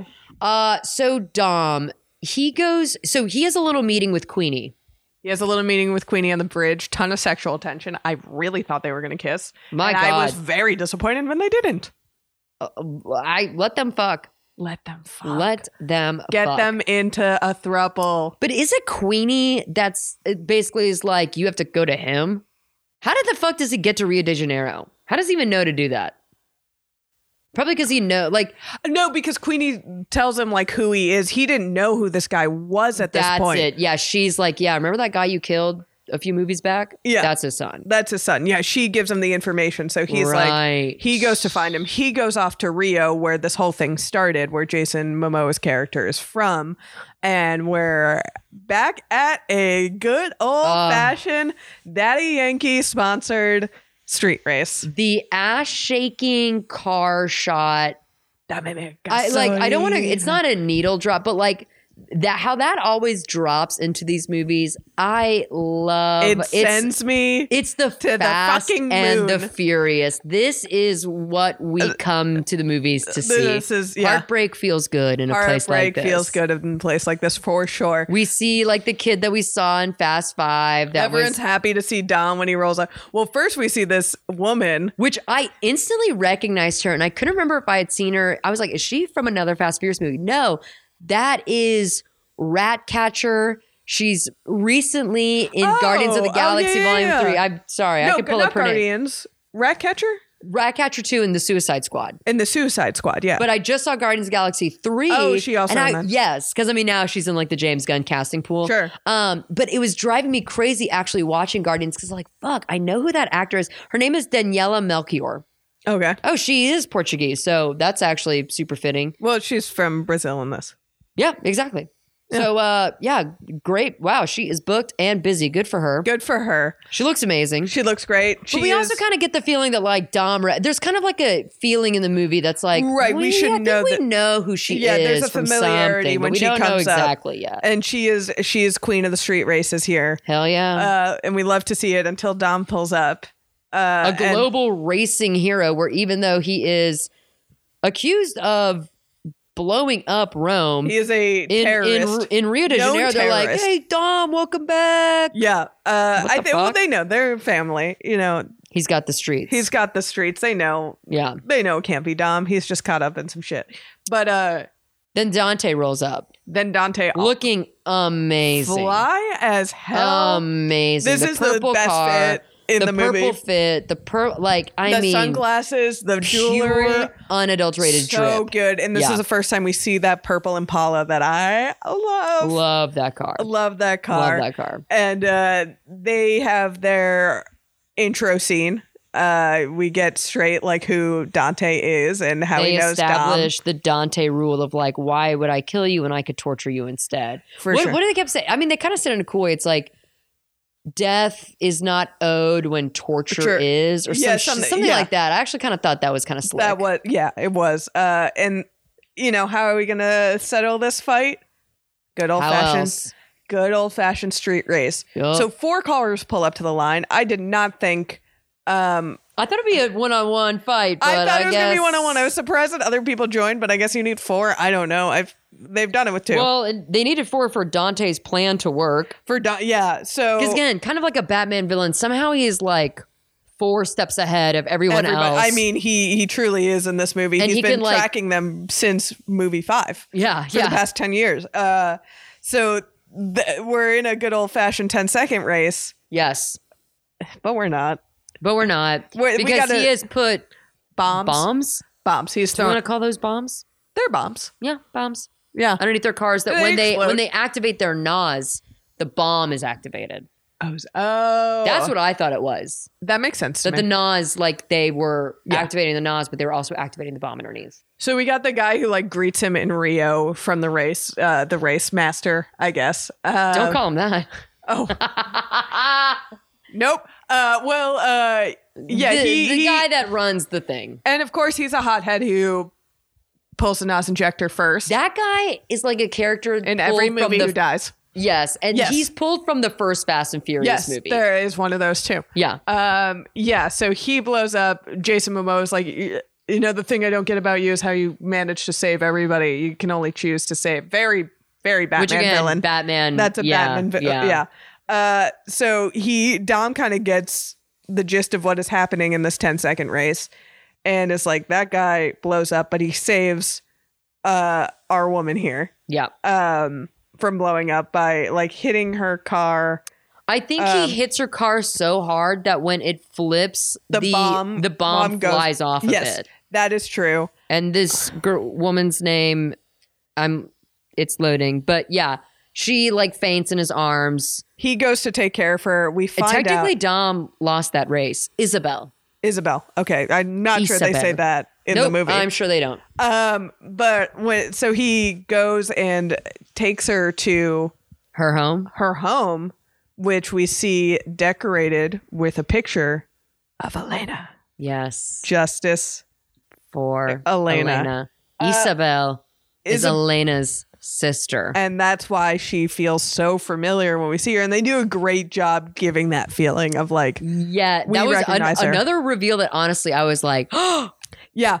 Speaker 3: go.
Speaker 2: Uh, so Dom, he goes. So he has a little meeting with Queenie.
Speaker 3: He has a little meeting with Queenie on the bridge. Ton of sexual tension. I really thought they were going to kiss.
Speaker 2: My
Speaker 3: and I was
Speaker 2: God.
Speaker 3: very disappointed when they didn't.
Speaker 2: Uh, I let them fuck.
Speaker 3: Let them fuck.
Speaker 2: Let them
Speaker 3: Get
Speaker 2: fuck.
Speaker 3: them into a throuple.
Speaker 2: But is it Queenie that's it basically is like you have to go to him? How did the fuck does he get to Rio de Janeiro? How does he even know to do that? Probably because he know like
Speaker 3: No, because Queenie tells him like who he is. He didn't know who this guy was at this
Speaker 2: that's
Speaker 3: point.
Speaker 2: it. Yeah, she's like, yeah, remember that guy you killed a few movies back?
Speaker 3: Yeah.
Speaker 2: that's his son.
Speaker 3: That's his son. Yeah, she gives him the information. So he's
Speaker 2: Right.
Speaker 3: like, he goes to find him. He goes off to Rio, where this whole thing started, where Jason Momoa's character is from. And we're back at a good old fashioned Daddy Yankee sponsored street race.
Speaker 2: The ass shaking car shot
Speaker 3: I
Speaker 2: I like I don't want to it's not a needle drop but like that how that always drops into these movies. I love
Speaker 3: It
Speaker 2: it's-
Speaker 3: sends me.
Speaker 2: It's the
Speaker 3: the
Speaker 2: fast
Speaker 3: fucking
Speaker 2: and the
Speaker 3: moon. Uh,
Speaker 2: furious. This is what we come to the movies to see.
Speaker 3: this is- yeah.
Speaker 2: Heartbreak feels good in a place like
Speaker 3: Heartbreak
Speaker 2: this.
Speaker 3: feels good in a place like this for sure.
Speaker 2: We see like the kid that we saw in Fast Five that
Speaker 3: Everyone's
Speaker 2: was,
Speaker 3: happy to see Dom when he rolls up. Well, first we see this woman.
Speaker 2: which I instantly recognized her, and I couldn't remember if I had seen her. I was like, is she from another Fast Furious movie? No, that is Ratcatcher. She's recently in
Speaker 3: Oh,
Speaker 2: Guardians of the
Speaker 3: oh, yeah,
Speaker 2: Galaxy
Speaker 3: yeah,
Speaker 2: Volume
Speaker 3: yeah.
Speaker 2: Three. I'm sorry, I
Speaker 3: no,
Speaker 2: could pull
Speaker 3: not
Speaker 2: up her name.
Speaker 3: Guardians. Ratcatcher
Speaker 2: Ratcatcher Two and the Suicide Squad.
Speaker 3: and the Suicide Squad. Yeah,
Speaker 2: But I just saw Guardians of the Galaxy three.
Speaker 3: Oh, she also
Speaker 2: and I,
Speaker 3: in that.
Speaker 2: yes, because I mean now she's in like the James Gunn casting pool.
Speaker 3: Sure.
Speaker 2: Um, but it was driving me crazy actually watching Guardians because like fuck, I know who that actor is. Her name is Daniela Melchior.
Speaker 3: okay.
Speaker 2: Oh, she is Portuguese, so that's actually super fitting.
Speaker 3: Well, she's from Brazil in this.
Speaker 2: Yeah, exactly. So uh, yeah, great. Wow, she is booked and busy. Good for her.
Speaker 3: Good for her.
Speaker 2: She looks amazing.
Speaker 3: She looks great. She
Speaker 2: but we
Speaker 3: is,
Speaker 2: also kind of get the feeling that like Dom, Ra- there's kind of like a feeling in the movie that's like,
Speaker 3: Right, we should
Speaker 2: I think
Speaker 3: know
Speaker 2: we
Speaker 3: that-
Speaker 2: know who she
Speaker 3: Yeah,
Speaker 2: is.
Speaker 3: there's a
Speaker 2: from
Speaker 3: familiarity
Speaker 2: something, but
Speaker 3: when
Speaker 2: we
Speaker 3: she
Speaker 2: don't know
Speaker 3: comes up.
Speaker 2: exactly yet.
Speaker 3: and she is she is queen of the street races here.
Speaker 2: Hell yeah,
Speaker 3: Uh, and we love to see it until Dom pulls up. Uh,
Speaker 2: a
Speaker 3: and-
Speaker 2: global racing hero. Where even though he is accused of blowing up Rome
Speaker 3: He is a
Speaker 2: in, in
Speaker 3: terrorist.
Speaker 2: in Rio de
Speaker 3: Known
Speaker 2: Janeiro, they're like,
Speaker 3: terrorist.
Speaker 2: "Hey Dom, welcome back."
Speaker 3: yeah. Uh,
Speaker 2: What
Speaker 3: I
Speaker 2: the
Speaker 3: think. Well,
Speaker 2: fuck?
Speaker 3: they know they're family. You know,
Speaker 2: He's got the streets.
Speaker 3: he's got the streets. They know.
Speaker 2: yeah.
Speaker 3: They know it can't be Dom. He's just caught up in some shit. But uh,
Speaker 2: Then Dante rolls up,
Speaker 3: then Dante
Speaker 2: looking amazing, Um,
Speaker 3: fly as hell.
Speaker 2: amazing.
Speaker 3: this
Speaker 2: the
Speaker 3: is the
Speaker 2: purple
Speaker 3: best
Speaker 2: car.
Speaker 3: fit in the,
Speaker 2: the,
Speaker 3: movie.
Speaker 2: purple fit, the per like I
Speaker 3: the
Speaker 2: mean,
Speaker 3: sunglasses, the jewelry,
Speaker 2: pure unadulterated
Speaker 3: so
Speaker 2: drip.
Speaker 3: good. And this
Speaker 2: Yeah.
Speaker 3: is the first time we see that purple Impala that I love. Love,
Speaker 2: Love that car.
Speaker 3: that car.
Speaker 2: Love that car.
Speaker 3: And uh, they have their intro scene. Uh, we get straight like who Dante is and how
Speaker 2: they
Speaker 3: he knows Dom.
Speaker 2: established the Dante rule of like, why would I kill you when I could torture you instead?
Speaker 3: For
Speaker 2: what,
Speaker 3: sure.
Speaker 2: what do they kept saying? I mean, they kind of said in a cool way. It's like death is not owed when torture
Speaker 3: Sure.
Speaker 2: is, or
Speaker 3: Yeah,
Speaker 2: some,
Speaker 3: something-
Speaker 2: something
Speaker 3: yeah.
Speaker 2: like that. I actually kind of thought that was kind of slick.
Speaker 3: That was yeah, it was. Uh, and you know how are we gonna settle this fight? Good old
Speaker 2: How
Speaker 3: fashioned,
Speaker 2: else?
Speaker 3: good old fashioned street race.
Speaker 2: Yup.
Speaker 3: So four cars pull up to the line. I did not think. Um,
Speaker 2: I thought it'd be a one-on-one fight. But
Speaker 3: I thought it was gonna be
Speaker 2: guess-
Speaker 3: one on one. I was surprised that other people joined, but I guess you need four. I don't know. I've they've done it with two
Speaker 2: Well, and they needed four for Dante's plan to work.
Speaker 3: for Don. Yeah, so
Speaker 2: Because again, kind of like a Batman villain, somehow he is like four steps ahead of everyone
Speaker 3: everybody-
Speaker 2: else.
Speaker 3: I mean, he he truly is in this movie.
Speaker 2: And
Speaker 3: He's
Speaker 2: he
Speaker 3: been
Speaker 2: can, like-
Speaker 3: tracking them since movie five.
Speaker 2: yeah,
Speaker 3: for
Speaker 2: yeah.
Speaker 3: the past 10 years. Uh, so th- we're in a good old fashioned 10 second race,
Speaker 2: yes,
Speaker 3: but we're not.
Speaker 2: but we're not
Speaker 3: We're- we
Speaker 2: because
Speaker 3: gotta-
Speaker 2: he has put
Speaker 3: Bombs.
Speaker 2: bombs.
Speaker 3: Bombs. He's
Speaker 2: Do you
Speaker 3: throwing.
Speaker 2: want to call those bombs?
Speaker 3: They're bombs.
Speaker 2: Yeah, bombs
Speaker 3: Yeah.
Speaker 2: underneath their cars. That
Speaker 3: They
Speaker 2: when they
Speaker 3: explode.
Speaker 2: when they activate their NAS, the bomb is activated.
Speaker 3: Oh, s- oh.
Speaker 2: That's what I thought it was.
Speaker 3: That makes sense. To
Speaker 2: That the
Speaker 3: me.
Speaker 2: NAS, like they were
Speaker 3: Yeah.
Speaker 2: activating the NAS, but they were also activating the bomb underneath.
Speaker 3: so we got the guy who like greets him in Rio from the race, uh, the race master, I guess. Uh,
Speaker 2: Don't call him that.
Speaker 3: Oh, nope. Uh, well, uh, yeah.
Speaker 2: the,
Speaker 3: he,
Speaker 2: the
Speaker 3: he-
Speaker 2: guy that runs the thing.
Speaker 3: and of course, he's a hothead who pulls a NOS injector first
Speaker 2: That guy is like a character
Speaker 3: in every
Speaker 2: pulled from
Speaker 3: movie
Speaker 2: the-
Speaker 3: who dies.
Speaker 2: Yes, and
Speaker 3: Yes.
Speaker 2: he's pulled from the first Fast and Furious
Speaker 3: Yes,
Speaker 2: movie.
Speaker 3: there is one of those too.
Speaker 2: Yeah,
Speaker 3: Um, yeah, so he blows up. Jason Momoa is like, "Y- you know, the thing I don't get about you is how you manage to save everybody. You can only choose to save. Very, very Batman
Speaker 2: which again,
Speaker 3: villain.
Speaker 2: Batman.
Speaker 3: That's a
Speaker 2: yeah,
Speaker 3: Batman villain. Yeah. Uh, so he Dom kind of gets the gist of what is happening in this 10 second race, and it's like that guy blows up, but he saves uh our woman here
Speaker 2: yeah.
Speaker 3: um from blowing up by like hitting her car.
Speaker 2: I think
Speaker 3: Um,
Speaker 2: he hits her car so hard that when it flips,
Speaker 3: The bomb-
Speaker 2: the bomb,
Speaker 3: bomb goes-
Speaker 2: flies off
Speaker 3: yes,
Speaker 2: of it.
Speaker 3: that is true.
Speaker 2: And this girl, woman's name, I'm. It's loading, but yeah, she like faints in his arms.
Speaker 3: He goes to take care of her. We
Speaker 2: And
Speaker 3: find out
Speaker 2: technically, Dom lost that race. Isabel.
Speaker 3: Isabel. Okay, I'm not sure they
Speaker 2: Isabel.
Speaker 3: say that in
Speaker 2: nope,
Speaker 3: the movie.
Speaker 2: I'm sure they don't.
Speaker 3: um, but when so he goes and takes her to
Speaker 2: Her home.
Speaker 3: her home, which we see decorated with a picture of Elena
Speaker 2: Yes.
Speaker 3: Justice
Speaker 2: for
Speaker 3: Elena. Uh,
Speaker 2: Isabel is
Speaker 3: Isab-
Speaker 2: Elena's sister.
Speaker 3: and that's why she feels so familiar when we see her and they do a great job giving that feeling of like
Speaker 2: yeah,
Speaker 3: we
Speaker 2: that was an-
Speaker 3: recognize her.
Speaker 2: another reveal that honestly I was like, [gasps] oh,
Speaker 3: yeah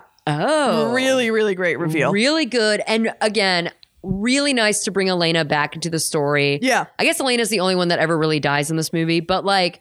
Speaker 3: really really great reveal
Speaker 2: really good. And again, really nice to bring Elena back into the story.
Speaker 3: yeah
Speaker 2: I guess Elena's the only one that ever really dies in this movie, but like,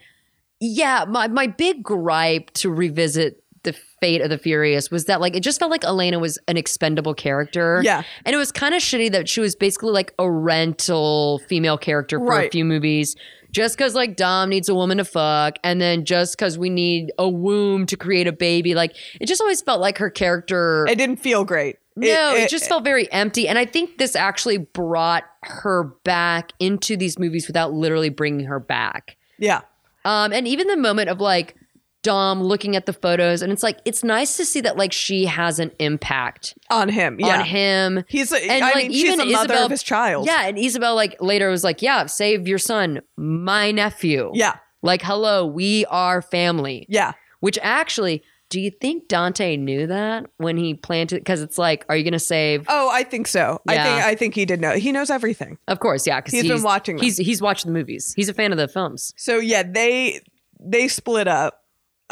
Speaker 2: yeah, my, my big gripe to revisit the fate of the Furious was that like it just felt like Elena was an expendable character.
Speaker 3: Yeah.
Speaker 2: And it was kind of shitty that she was basically like a rental female character for a
Speaker 3: Right.
Speaker 2: few movies. Just because like Dom needs a woman to fuck, and then just because we need a womb to create a baby, like it just always felt like her character.
Speaker 3: it didn't feel great
Speaker 2: No, it,
Speaker 3: it-
Speaker 2: just felt very empty. And I think this actually brought her back into these movies without literally bringing her back.
Speaker 3: yeah
Speaker 2: Um, and even the moment of like Dom looking at the photos, and it's like, it's nice to see that like she has an impact
Speaker 3: on him yeah
Speaker 2: on him.
Speaker 3: he's a,
Speaker 2: And
Speaker 3: I
Speaker 2: like
Speaker 3: mean, she's
Speaker 2: even
Speaker 3: the mother
Speaker 2: Isabel-
Speaker 3: of his child
Speaker 2: Yeah. And Isabel, like later was like, yeah, save your son, my nephew.
Speaker 3: yeah
Speaker 2: Like, hello, we are family.
Speaker 3: yeah
Speaker 2: Which actually, do you think Dante knew that when he planted? Because it's like, are you going to save
Speaker 3: oh i think so i
Speaker 2: Yeah.
Speaker 3: think i think he did know he knows everything
Speaker 2: Of course, yeah, because
Speaker 3: He's been watching them.
Speaker 2: He's he's watched the movies. He's a fan of the films.
Speaker 3: so yeah they they split up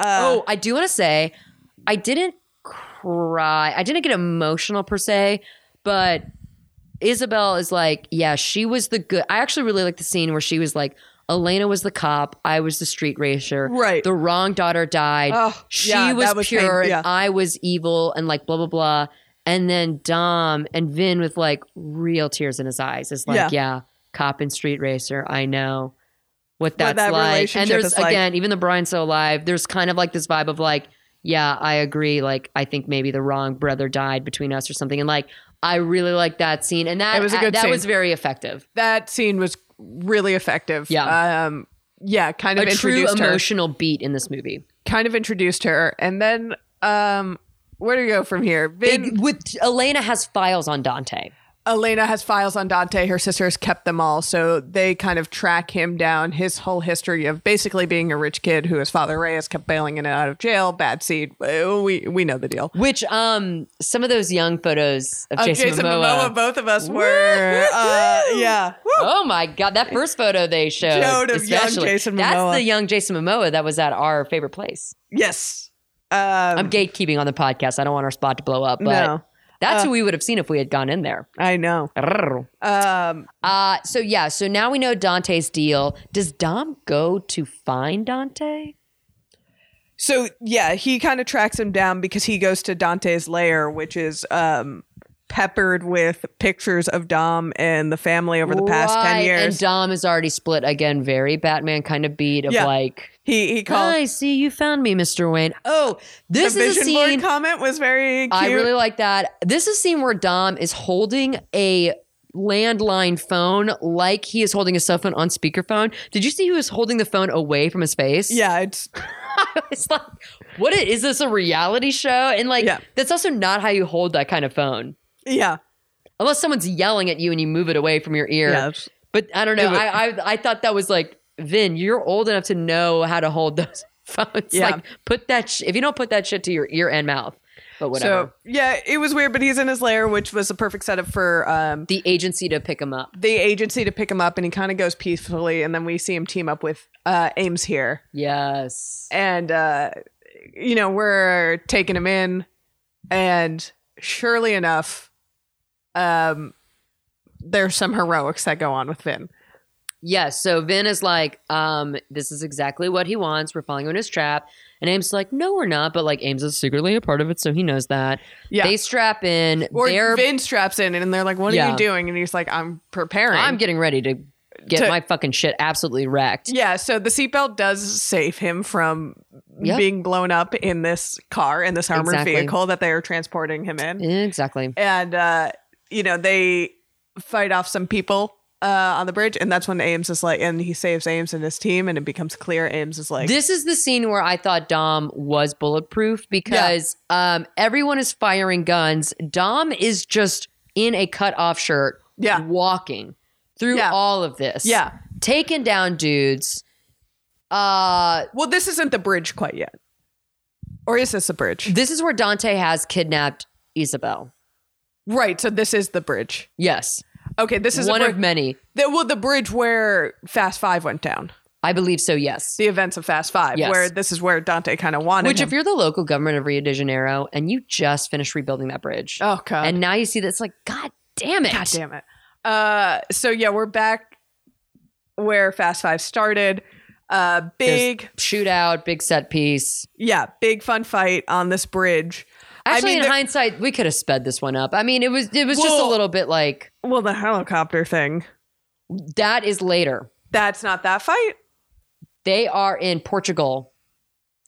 Speaker 3: uh
Speaker 2: oh, I do want to say, I didn't cry. I didn't get emotional per se, but Isabel is like, yeah, she was the good. I actually really like the scene where she was like, Elena was the cop, I was the street racer.
Speaker 3: Right.
Speaker 2: The wrong daughter died.
Speaker 3: Oh,
Speaker 2: she
Speaker 3: yeah,
Speaker 2: was,
Speaker 3: that was
Speaker 2: pure,
Speaker 3: pain- yeah.
Speaker 2: and I was evil, and like blah blah blah. And then Dom and Vin with like real tears in his eyes is like,
Speaker 3: Yeah.
Speaker 2: yeah, cop and street racer. I know what that's
Speaker 3: that
Speaker 2: like.
Speaker 3: relationship
Speaker 2: And there's
Speaker 3: is like.
Speaker 2: again, even the Brian so alive. There's kind of like this vibe of like, yeah, I agree. Like, I think maybe the wrong brother died between us or something. And like, I really like that scene. And that
Speaker 3: It was a good
Speaker 2: that
Speaker 3: scene.
Speaker 2: was very effective.
Speaker 3: that scene was really effective
Speaker 2: Yeah.
Speaker 3: um yeah kind
Speaker 2: A
Speaker 3: of
Speaker 2: true
Speaker 3: introduced her
Speaker 2: emotional beat in this movie.
Speaker 3: kind of introduced her and then um where do we go from here Vin,
Speaker 2: They- with Elena has files on Dante.
Speaker 3: elena has files on dante her sisters kept them all so they kind of track him down his whole history of basically being a rich kid who his father reyes kept bailing in and out of jail bad seed Uh, we we know the deal
Speaker 2: Which um some of those young photos of
Speaker 3: Uh,
Speaker 2: Jason, Momoa.
Speaker 3: both of us were
Speaker 2: [laughs]
Speaker 3: uh, yeah
Speaker 2: Oh my god, that first photo they showed.
Speaker 3: Showed of young
Speaker 2: especially.
Speaker 3: Jason Momoa.
Speaker 2: That's the young Jason Momoa that was at our favorite place.
Speaker 3: yes um,
Speaker 2: I'm gatekeeping on the podcast. I don't want our spot to blow up, but
Speaker 3: no Uh.
Speaker 2: that's who we would have seen if we had gone in there.
Speaker 3: i know um
Speaker 2: Uh so yeah, so now we know Dante's deal. Does Dom go to find Dante?
Speaker 3: So yeah, he kind of tracks him down because he goes to Dante's lair, which is um, peppered with pictures of Dom and the family over the past ten
Speaker 2: Right,
Speaker 3: years.
Speaker 2: And Dom is already split again, very Batman kind of beat of
Speaker 3: Yeah.
Speaker 2: like
Speaker 3: he he called
Speaker 2: I see you found me, Mr. Wayne. Oh, this
Speaker 3: the
Speaker 2: is a
Speaker 3: vision board
Speaker 2: scene.
Speaker 3: comment was very cute.
Speaker 2: I really like that. This is a scene where Dom is holding a landline phone like he is holding a cell phone on speakerphone. Did you see he was holding the phone away from his face?
Speaker 3: yeah, it's
Speaker 2: [laughs] it's like, what i- is this a reality show? And like,
Speaker 3: Yeah.
Speaker 2: that's also not how you hold that kind of phone.
Speaker 3: yeah,
Speaker 2: Unless someone's yelling at you and you move it away from your ear.
Speaker 3: yeah. it's-
Speaker 2: But I don't know.
Speaker 3: It was-
Speaker 2: I, I I thought that was like Vin. You're old enough to know how to hold [laughs] those phones.
Speaker 3: Yeah.
Speaker 2: Like put that sh- if you don't put that shit to your ear and mouth. But whatever.
Speaker 3: So yeah, it was weird, but he's in his lair, which was the perfect setup for um,
Speaker 2: the agency to pick him up.
Speaker 3: the agency to pick him up, and he kind of goes peacefully, and then we see him team up with uh, Ames here,
Speaker 2: Yes.
Speaker 3: and uh you know we're taking him in and surely enough um there's some heroics that go on with Vin.
Speaker 2: Yes. So Vin is like, um, this is exactly what he wants. We're falling in his trap. And Ames is like, no, we're not. But like Ames is secretly a part of it, so he knows that.
Speaker 3: Yeah.
Speaker 2: They strap in.
Speaker 3: or
Speaker 2: They're
Speaker 3: Vin straps in and they're like, What are
Speaker 2: Yeah.
Speaker 3: you doing? And he's like, I'm preparing.
Speaker 2: I'm getting ready to get
Speaker 3: To-
Speaker 2: my fucking shit absolutely wrecked.
Speaker 3: yeah, so the seatbelt does save him from
Speaker 2: Yep.
Speaker 3: being blown up in this car, in this armored
Speaker 2: Exactly.
Speaker 3: vehicle that they are transporting him in.
Speaker 2: Exactly.
Speaker 3: and uh, you know they fight off some people uh, on the bridge, and that's when Ames is like, and he saves Ames and his team, and it becomes clear Ames is like,
Speaker 2: This is the scene where I thought Dom was bulletproof because um, everyone is firing guns. Dom is just in a cut off shirt,
Speaker 3: Yeah.
Speaker 2: walking through
Speaker 3: Yeah.
Speaker 2: all of this.
Speaker 3: Yeah.
Speaker 2: Taking down dudes. Uh,
Speaker 3: well, this isn't the bridge quite yet, or is this the bridge?
Speaker 2: this is where Dante has kidnapped Isabel.
Speaker 3: Right, so this is the bridge.
Speaker 2: Yes.
Speaker 3: Okay, this is
Speaker 2: one
Speaker 3: a bridge,
Speaker 2: of many.
Speaker 3: the, well the bridge where Fast Five went down.
Speaker 2: I believe so. Yes.
Speaker 3: The events of Fast Five,
Speaker 2: Yes.
Speaker 3: where this is where Dante kind of wanted.
Speaker 2: Which,
Speaker 3: him.
Speaker 2: if you're the local government of Rio de Janeiro and you just finished rebuilding that bridge,
Speaker 3: oh god,
Speaker 2: and now you see that's like, God damn it!
Speaker 3: God damn it. Uh, so yeah, we're back where Fast Five started. Uh, big,
Speaker 2: Shootout, big set piece.
Speaker 3: yeah, big fun fight on this bridge.
Speaker 2: Actually,
Speaker 3: I mean,
Speaker 2: in
Speaker 3: the-
Speaker 2: hindsight, we could have sped this one up. I mean, it was it was just a
Speaker 3: Well-
Speaker 2: little bit like
Speaker 3: well, the helicopter thing.
Speaker 2: that is later.
Speaker 3: That's not that fight.
Speaker 2: They are in Portugal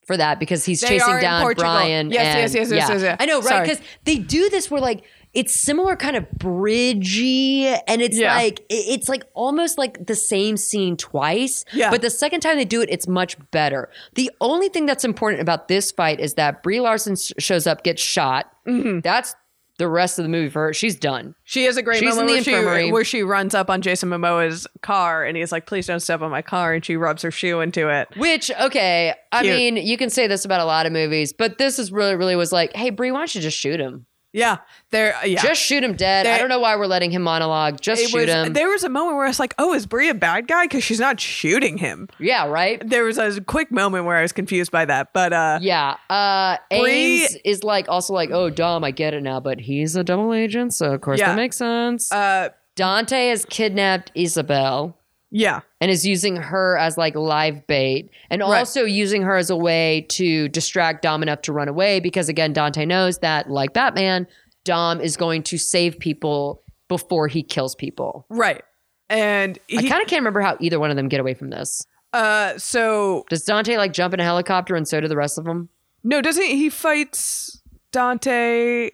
Speaker 2: for that because he's
Speaker 3: They are
Speaker 2: chasing
Speaker 3: in
Speaker 2: down
Speaker 3: Portugal.
Speaker 2: Brian.
Speaker 3: Yes,
Speaker 2: and-
Speaker 3: yes, yes, yes, yes, yes.
Speaker 2: I know, right?
Speaker 3: Sorry.
Speaker 2: Because they do this where like it's similar kind of bridgy and it's
Speaker 3: Yeah.
Speaker 2: like it- it's like almost like the same scene twice
Speaker 3: Yeah.
Speaker 2: but the second time they do it it's much better the only thing that's important about this fight is that brie larson sh- shows up gets shot
Speaker 3: Mm-hmm.
Speaker 2: that's the rest of the movie for her she's done
Speaker 3: She has a great
Speaker 2: She's
Speaker 3: moment
Speaker 2: in
Speaker 3: where
Speaker 2: the infirmary.
Speaker 3: she, where she runs up on Jason Momoa's car and he's like, please don't step on my car. And she rubs her shoe into it.
Speaker 2: Which, okay, I
Speaker 3: Cute.
Speaker 2: mean, you can say this about a lot of movies, but this is really, really was like, hey, Brie, why don't you just shoot him?
Speaker 3: Yeah. There, yeah.
Speaker 2: Just shoot him dead. I
Speaker 3: They-
Speaker 2: don't know why we're letting him monologue. Just
Speaker 3: it
Speaker 2: shoot
Speaker 3: was,
Speaker 2: him.
Speaker 3: there was a moment where I was like, oh, is Brie a bad guy? Because she's not shooting him.
Speaker 2: yeah, right?
Speaker 3: There was a quick moment where I was confused by that. But uh,
Speaker 2: Yeah. Uh,
Speaker 3: Brie-
Speaker 2: Ames is like, also like, oh, Dom, I get it now, but he's a double agent, so of course
Speaker 3: Yeah.
Speaker 2: that makes sense.
Speaker 3: uh,
Speaker 2: Dante has kidnapped Isabel
Speaker 3: yeah.
Speaker 2: and is using her as like live bait and
Speaker 3: Right.
Speaker 2: also using her as a way to distract Dom enough to run away because again Dante knows that like Batman Dom is going to save people before he kills people.
Speaker 3: Right. And
Speaker 2: I
Speaker 3: he,
Speaker 2: kind of can't remember how either one of them get away from this.
Speaker 3: uh so
Speaker 2: Does Dante like jump in a helicopter and so do the rest of them?
Speaker 3: no, doesn't he fights Dante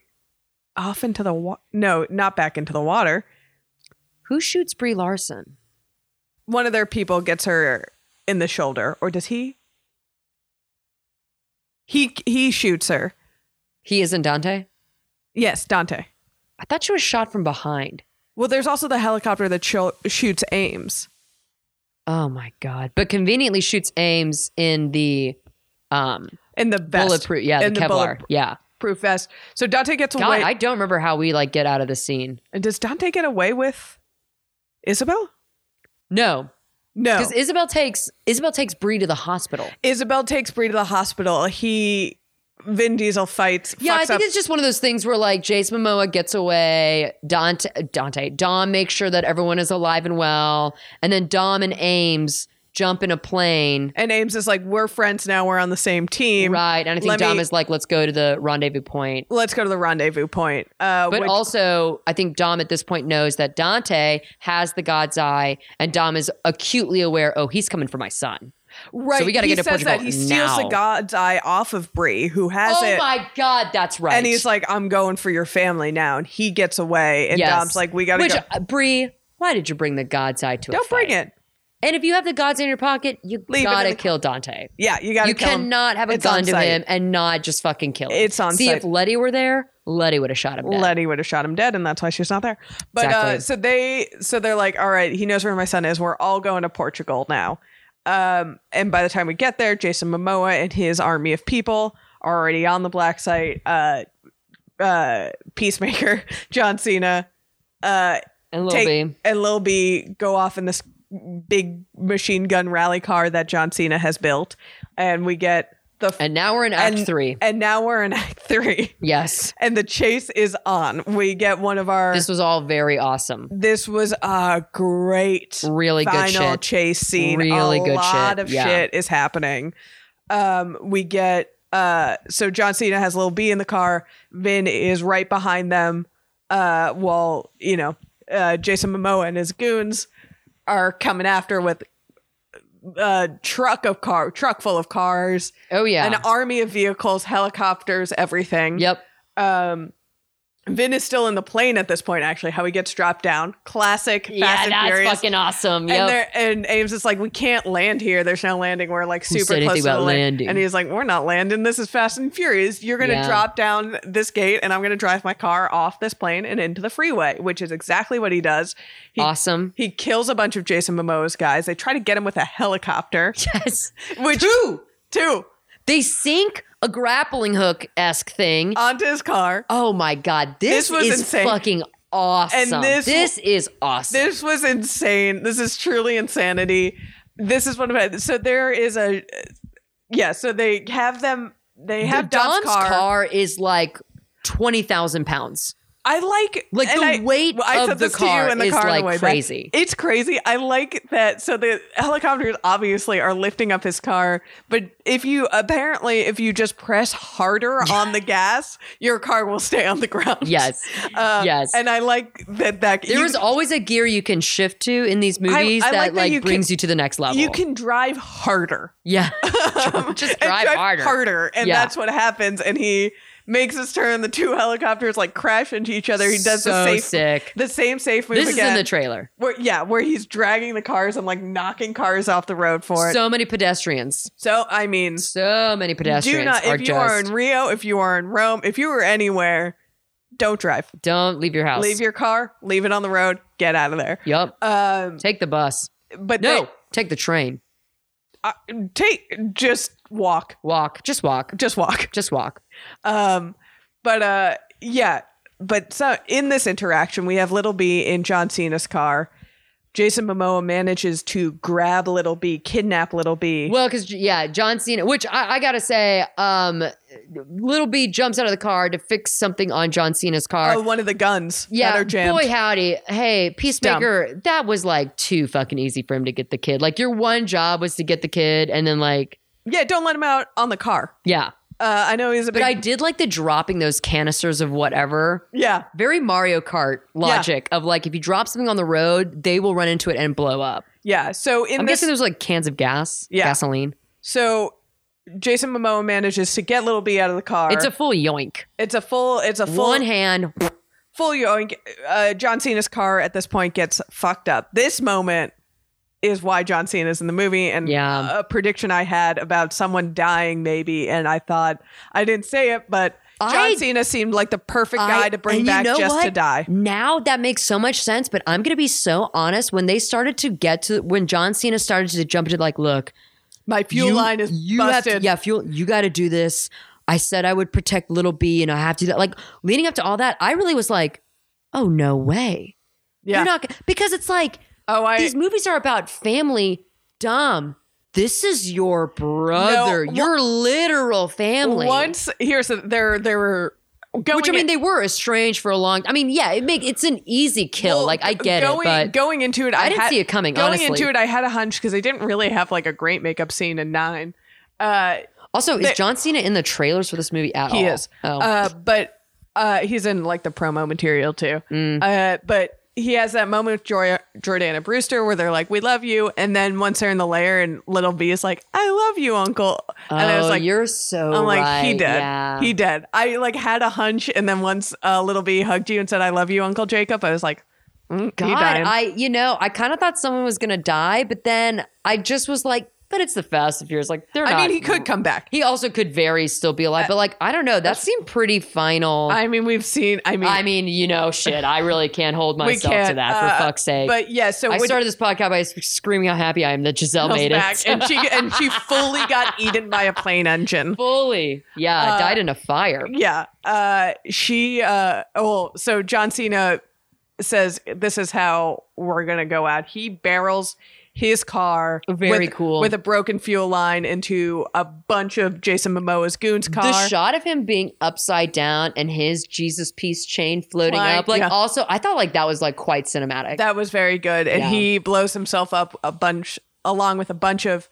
Speaker 3: off into the water? No, not back into the water.
Speaker 2: Who shoots Brie Larson?
Speaker 3: One of their people gets her in the shoulder or does he? He he shoots her.
Speaker 2: He isn't Dante?
Speaker 3: Yes, Dante.
Speaker 2: I thought she was shot from behind.
Speaker 3: Well, there's also the helicopter that sho- shoots Ames.
Speaker 2: Oh my god. But conveniently shoots Ames in the um
Speaker 3: In the vest.
Speaker 2: bulletproof yeah,
Speaker 3: in
Speaker 2: the Kevlar.
Speaker 3: bulletproof
Speaker 2: yeah.
Speaker 3: vest. So Dante gets
Speaker 2: God,
Speaker 3: away.
Speaker 2: I don't remember how we like get out of the scene.
Speaker 3: and does Dante get away with Isabel?
Speaker 2: No,
Speaker 3: No.
Speaker 2: because Isabel takes Isabel takes Bree to the hospital.
Speaker 3: Isabel takes Bree to the hospital. He, Vin Diesel fights.
Speaker 2: Yeah, I
Speaker 3: fucks
Speaker 2: think
Speaker 3: up.
Speaker 2: it's just one of those things where like Jason Momoa gets away, Dante, Dante, Dom makes sure that everyone is alive and well, and then Dom and Ames jump in a plane,
Speaker 3: and Ames is like, "We're friends now. We're on the same team,
Speaker 2: right? And I think
Speaker 3: Let
Speaker 2: Dom
Speaker 3: me-
Speaker 2: is like, let's go to the rendezvous point.
Speaker 3: Let's go to the rendezvous point." Uh,
Speaker 2: But
Speaker 3: which-
Speaker 2: also, I think Dom at this point knows that Dante has the God's eye, and Dom is acutely aware. Oh, he's coming for my son.
Speaker 3: right,
Speaker 2: we gotta
Speaker 3: he
Speaker 2: get to
Speaker 3: says that
Speaker 2: Portugal
Speaker 3: he steals
Speaker 2: now.
Speaker 3: the god's eye off of Bree, who has
Speaker 2: oh
Speaker 3: it,
Speaker 2: my God, that's right.
Speaker 3: and he's like, "I'm going for your family now," and he gets away, and Dom's like, "We gotta
Speaker 2: Which,
Speaker 3: go.
Speaker 2: uh, Bree, why did you bring the God's Eye to a
Speaker 3: Don't bring
Speaker 2: fight?
Speaker 3: it.
Speaker 2: And if you have the God's Eye in your pocket, you
Speaker 3: Leave it
Speaker 2: gotta
Speaker 3: in the-
Speaker 2: kill Dante.
Speaker 3: Yeah, you gotta
Speaker 2: You
Speaker 3: kill him.
Speaker 2: cannot have a
Speaker 3: It's
Speaker 2: gun
Speaker 3: on
Speaker 2: to
Speaker 3: site.
Speaker 2: him and not just fucking kill him.
Speaker 3: It's on
Speaker 2: See,
Speaker 3: site.
Speaker 2: if Letty were there, Letty would have shot him. Dead.
Speaker 3: Letty would have shot him dead, and that's why she's not there. But
Speaker 2: Exactly.
Speaker 3: uh, so they, so they're like, all right, he knows where my son is. We're all going to Portugal now. Um, and by the time we get there, Jason Momoa and his army of people are already on the black site. Uh, uh, Peacemaker, [laughs] John Cena, uh,
Speaker 2: and Lil
Speaker 3: take,
Speaker 2: B.
Speaker 3: and Lil B go off in this big machine gun rally car that John Cena has built, and we get the
Speaker 2: And now we're in Act Three.
Speaker 3: and now we're in Act Three
Speaker 2: Yes,
Speaker 3: and the chase is on. We get one of our.
Speaker 2: this
Speaker 3: This,
Speaker 2: was all very awesome.
Speaker 3: was a great,
Speaker 2: Really good
Speaker 3: final
Speaker 2: shit.
Speaker 3: chase scene.
Speaker 2: Really
Speaker 3: a
Speaker 2: good
Speaker 3: lot
Speaker 2: shit.
Speaker 3: of
Speaker 2: Yeah.
Speaker 3: shit is happening. Um, we get uh, so John Cena has little B in the car. Vin is right behind them. Uh, while you know, uh, Jason Momoa and his goons are coming after with a truck of car, truck full of cars,
Speaker 2: Oh yeah.
Speaker 3: an army of vehicles, helicopters, everything.
Speaker 2: yep.
Speaker 3: Um, Vin is still in the plane at this point, actually, how he gets dropped down. Classic Fast
Speaker 2: Yeah,
Speaker 3: and
Speaker 2: that's
Speaker 3: Furious.
Speaker 2: fucking awesome.
Speaker 3: and,
Speaker 2: Yep.
Speaker 3: they're, and Ames is like, we can't land here. There's no landing. We're like super
Speaker 2: said anything
Speaker 3: close to the
Speaker 2: about
Speaker 3: land.
Speaker 2: landing?
Speaker 3: And he's like, we're not landing. This is Fast and Furious. You're going to
Speaker 2: Yeah.
Speaker 3: drop down this gate, and I'm going to drive my car off this plane and into the freeway, which is exactly what he does. He,
Speaker 2: awesome. [laughs]
Speaker 3: he kills a bunch of Jason Momoa's guys. They try to get him with
Speaker 2: [laughs]
Speaker 3: a helicopter,
Speaker 2: Yes.
Speaker 3: which two, two
Speaker 2: They sink a grappling hook esque thing.
Speaker 3: onto his car.
Speaker 2: oh my god, this,
Speaker 3: This was
Speaker 2: is
Speaker 3: insane.
Speaker 2: fucking awesome.
Speaker 3: And this-
Speaker 2: this is awesome.
Speaker 3: This was insane. This is truly insanity. This is one of my, so there is a yeah. So they have them. They
Speaker 2: The
Speaker 3: have Dom's, car.
Speaker 2: is like twenty thousand pounds.
Speaker 3: I like
Speaker 2: Like,
Speaker 3: and
Speaker 2: the
Speaker 3: I-
Speaker 2: weight
Speaker 3: well, I
Speaker 2: of
Speaker 3: said
Speaker 2: the
Speaker 3: this to you
Speaker 2: car
Speaker 3: in the
Speaker 2: is,
Speaker 3: car on the
Speaker 2: like,
Speaker 3: way back.
Speaker 2: crazy.
Speaker 3: It's crazy. I like that. So the helicopters obviously are lifting up his car, but if you apparently if you just
Speaker 2: [laughs]
Speaker 3: press harder on the gas, your car will stay on the ground.
Speaker 2: Yes.
Speaker 3: Uh,
Speaker 2: Yes.
Speaker 3: And I like that. That
Speaker 2: There
Speaker 3: you-
Speaker 2: is always a gear you can shift to in these movies
Speaker 3: I
Speaker 2: that
Speaker 3: like
Speaker 2: like,
Speaker 3: that you can-
Speaker 2: brings you to the next level.
Speaker 3: you can drive harder.
Speaker 2: [laughs]
Speaker 3: [laughs]
Speaker 2: yeah, [laughs] just
Speaker 3: and
Speaker 2: drive, harder.
Speaker 3: and
Speaker 2: Yeah.
Speaker 3: that's what happens. And he makes his turn. The two helicopters like crash into each other. He does the
Speaker 2: So
Speaker 3: [laughs] safe,
Speaker 2: sick.
Speaker 3: the same safe move
Speaker 2: This is
Speaker 3: again.
Speaker 2: in the trailer.
Speaker 3: where, yeah, where he's dragging the cars and like knocking cars off the road for it. So,
Speaker 2: So many pedestrians.
Speaker 3: I mean,
Speaker 2: So many pedestrians
Speaker 3: do not
Speaker 2: are
Speaker 3: if you are
Speaker 2: just-
Speaker 3: in Rio, if you are in Rome, if you are anywhere, don't drive.
Speaker 2: don't leave your house.
Speaker 3: Leave your car, leave it on the road, get out of there.
Speaker 2: Yup.
Speaker 3: Um,
Speaker 2: Take the bus.
Speaker 3: but
Speaker 2: No, take the train.
Speaker 3: they- uh, take just walk,
Speaker 2: Walk. Just walk.
Speaker 3: just walk.
Speaker 2: Just walk.
Speaker 3: Um, but uh, yeah, but so in this interaction, we have Little B in John Cena's car. Jason Momoa manages to grab Little B, kidnap Little B.
Speaker 2: Well, because yeah, John Cena. Which I, I gotta say, um, Little B jumps out of the car to fix something on John Cena's car.
Speaker 3: Oh, one of the guns that
Speaker 2: yeah,
Speaker 3: are jammed.
Speaker 2: boy howdy. Hey, Peacemaker, that was like too fucking easy for him to get the kid. Like your one job was to get the kid, and then like
Speaker 3: Yeah, don't let him out on the car.
Speaker 2: yeah.
Speaker 3: Uh, I know he's a big.
Speaker 2: But I did like the dropping those canisters of whatever.
Speaker 3: yeah,
Speaker 2: Very Mario Kart logic of like if you drop something on the road, they will run into it and blow up.
Speaker 3: yeah. So in
Speaker 2: I'm
Speaker 3: this,
Speaker 2: guessing there's like cans of gas,
Speaker 3: Yeah.
Speaker 2: gasoline.
Speaker 3: so Jason Momoa manages to get Little B out of the car.
Speaker 2: It's a full yoink.
Speaker 3: it's a full, it's a full,
Speaker 2: One hand.
Speaker 3: full yoink. Uh, John Cena's car at this point gets fucked up. This moment is why John Cena's in the movie, and
Speaker 2: Yeah.
Speaker 3: a prediction I had about someone dying maybe, and I thought I didn't say it, but John
Speaker 2: I-
Speaker 3: Cena seemed like the perfect
Speaker 2: I-
Speaker 3: guy to bring
Speaker 2: and you
Speaker 3: back
Speaker 2: know
Speaker 3: just to
Speaker 2: what?
Speaker 3: die.
Speaker 2: Now that makes so much sense, but I'm going to be so honest. When they started to get to, when John Cena started to jump into, like, look,
Speaker 3: My fuel
Speaker 2: you-
Speaker 3: line is
Speaker 2: you have
Speaker 3: busted.
Speaker 2: to, yeah, fuel, you got to do this. I said I would protect little B and I have to do that. Like, leading up to all that, I really was like, oh, no way.
Speaker 3: yeah.
Speaker 2: You're not, gonna- because it's like,
Speaker 3: oh, I
Speaker 2: these movies are about family, dumb. This is your brother,
Speaker 3: No,
Speaker 2: your literal family.
Speaker 3: Once here's the, there there were going
Speaker 2: Which I mean, they were estranged for a long. I mean, yeah, it make it's an easy kill.
Speaker 3: well,
Speaker 2: like I get
Speaker 3: going,
Speaker 2: it, but
Speaker 3: going into it, I,
Speaker 2: I didn't
Speaker 3: had-
Speaker 2: see it coming,
Speaker 3: Going
Speaker 2: honestly.
Speaker 3: into it, I had a hunch because they didn't really have like a great makeup scene in nine. Uh,
Speaker 2: also,
Speaker 3: they-
Speaker 2: is John Cena in the trailers for this movie at all?
Speaker 3: he is,
Speaker 2: Oh.
Speaker 3: uh, but uh, he's in like the promo material too.
Speaker 2: Mm.
Speaker 3: Uh, but he has that moment with Joy- Jordana Brewster where they're like, "We love you," and then once they're in the lair, and Little B is like, "I love you, Uncle," and I was
Speaker 2: Oh,
Speaker 3: like,
Speaker 2: "You're so."
Speaker 3: I'm like,
Speaker 2: right.
Speaker 3: he did.
Speaker 2: Yeah.
Speaker 3: He did. I like had a hunch, and then once uh, Little B hugged you and said, "I love you, Uncle Jacob," I was like, mm, he
Speaker 2: God,
Speaker 3: died.
Speaker 2: I you know I kind of thought someone was gonna die, but then I just was like, but it's the Fast and Furious. Like they're
Speaker 3: I
Speaker 2: not.
Speaker 3: mean, he could come back.
Speaker 2: He also could very still be alive, but like I don't know. That seemed pretty final. I,
Speaker 3: I mean, we've seen. I mean,
Speaker 2: mean, you know, shit. I really can't hold
Speaker 3: [laughs] we
Speaker 2: myself
Speaker 3: can't.
Speaker 2: to that for
Speaker 3: uh,
Speaker 2: fuck's sake.
Speaker 3: But yeah, so
Speaker 2: I
Speaker 3: when
Speaker 2: started this podcast by screaming how happy I am that Giselle
Speaker 3: Giselle's
Speaker 2: made
Speaker 3: back,
Speaker 2: it.
Speaker 3: and she
Speaker 2: [laughs]
Speaker 3: and she fully got eaten by a plane engine.
Speaker 2: Fully. Yeah,
Speaker 3: Uh,
Speaker 2: died in a fire.
Speaker 3: Yeah. Uh, she. Uh, well, so John Cena says this is how we're gonna go out. He barrels his car
Speaker 2: Very
Speaker 3: with,
Speaker 2: cool.
Speaker 3: with a broken fuel line into a bunch of Jason Momoa's goons car.
Speaker 2: The shot of him being upside down and his Jesus peace chain floating
Speaker 3: Like,
Speaker 2: up, like
Speaker 3: yeah.
Speaker 2: also, I thought like that was like quite cinematic.
Speaker 3: That was very good. And
Speaker 2: Yeah.
Speaker 3: he blows himself up a bunch along with a bunch of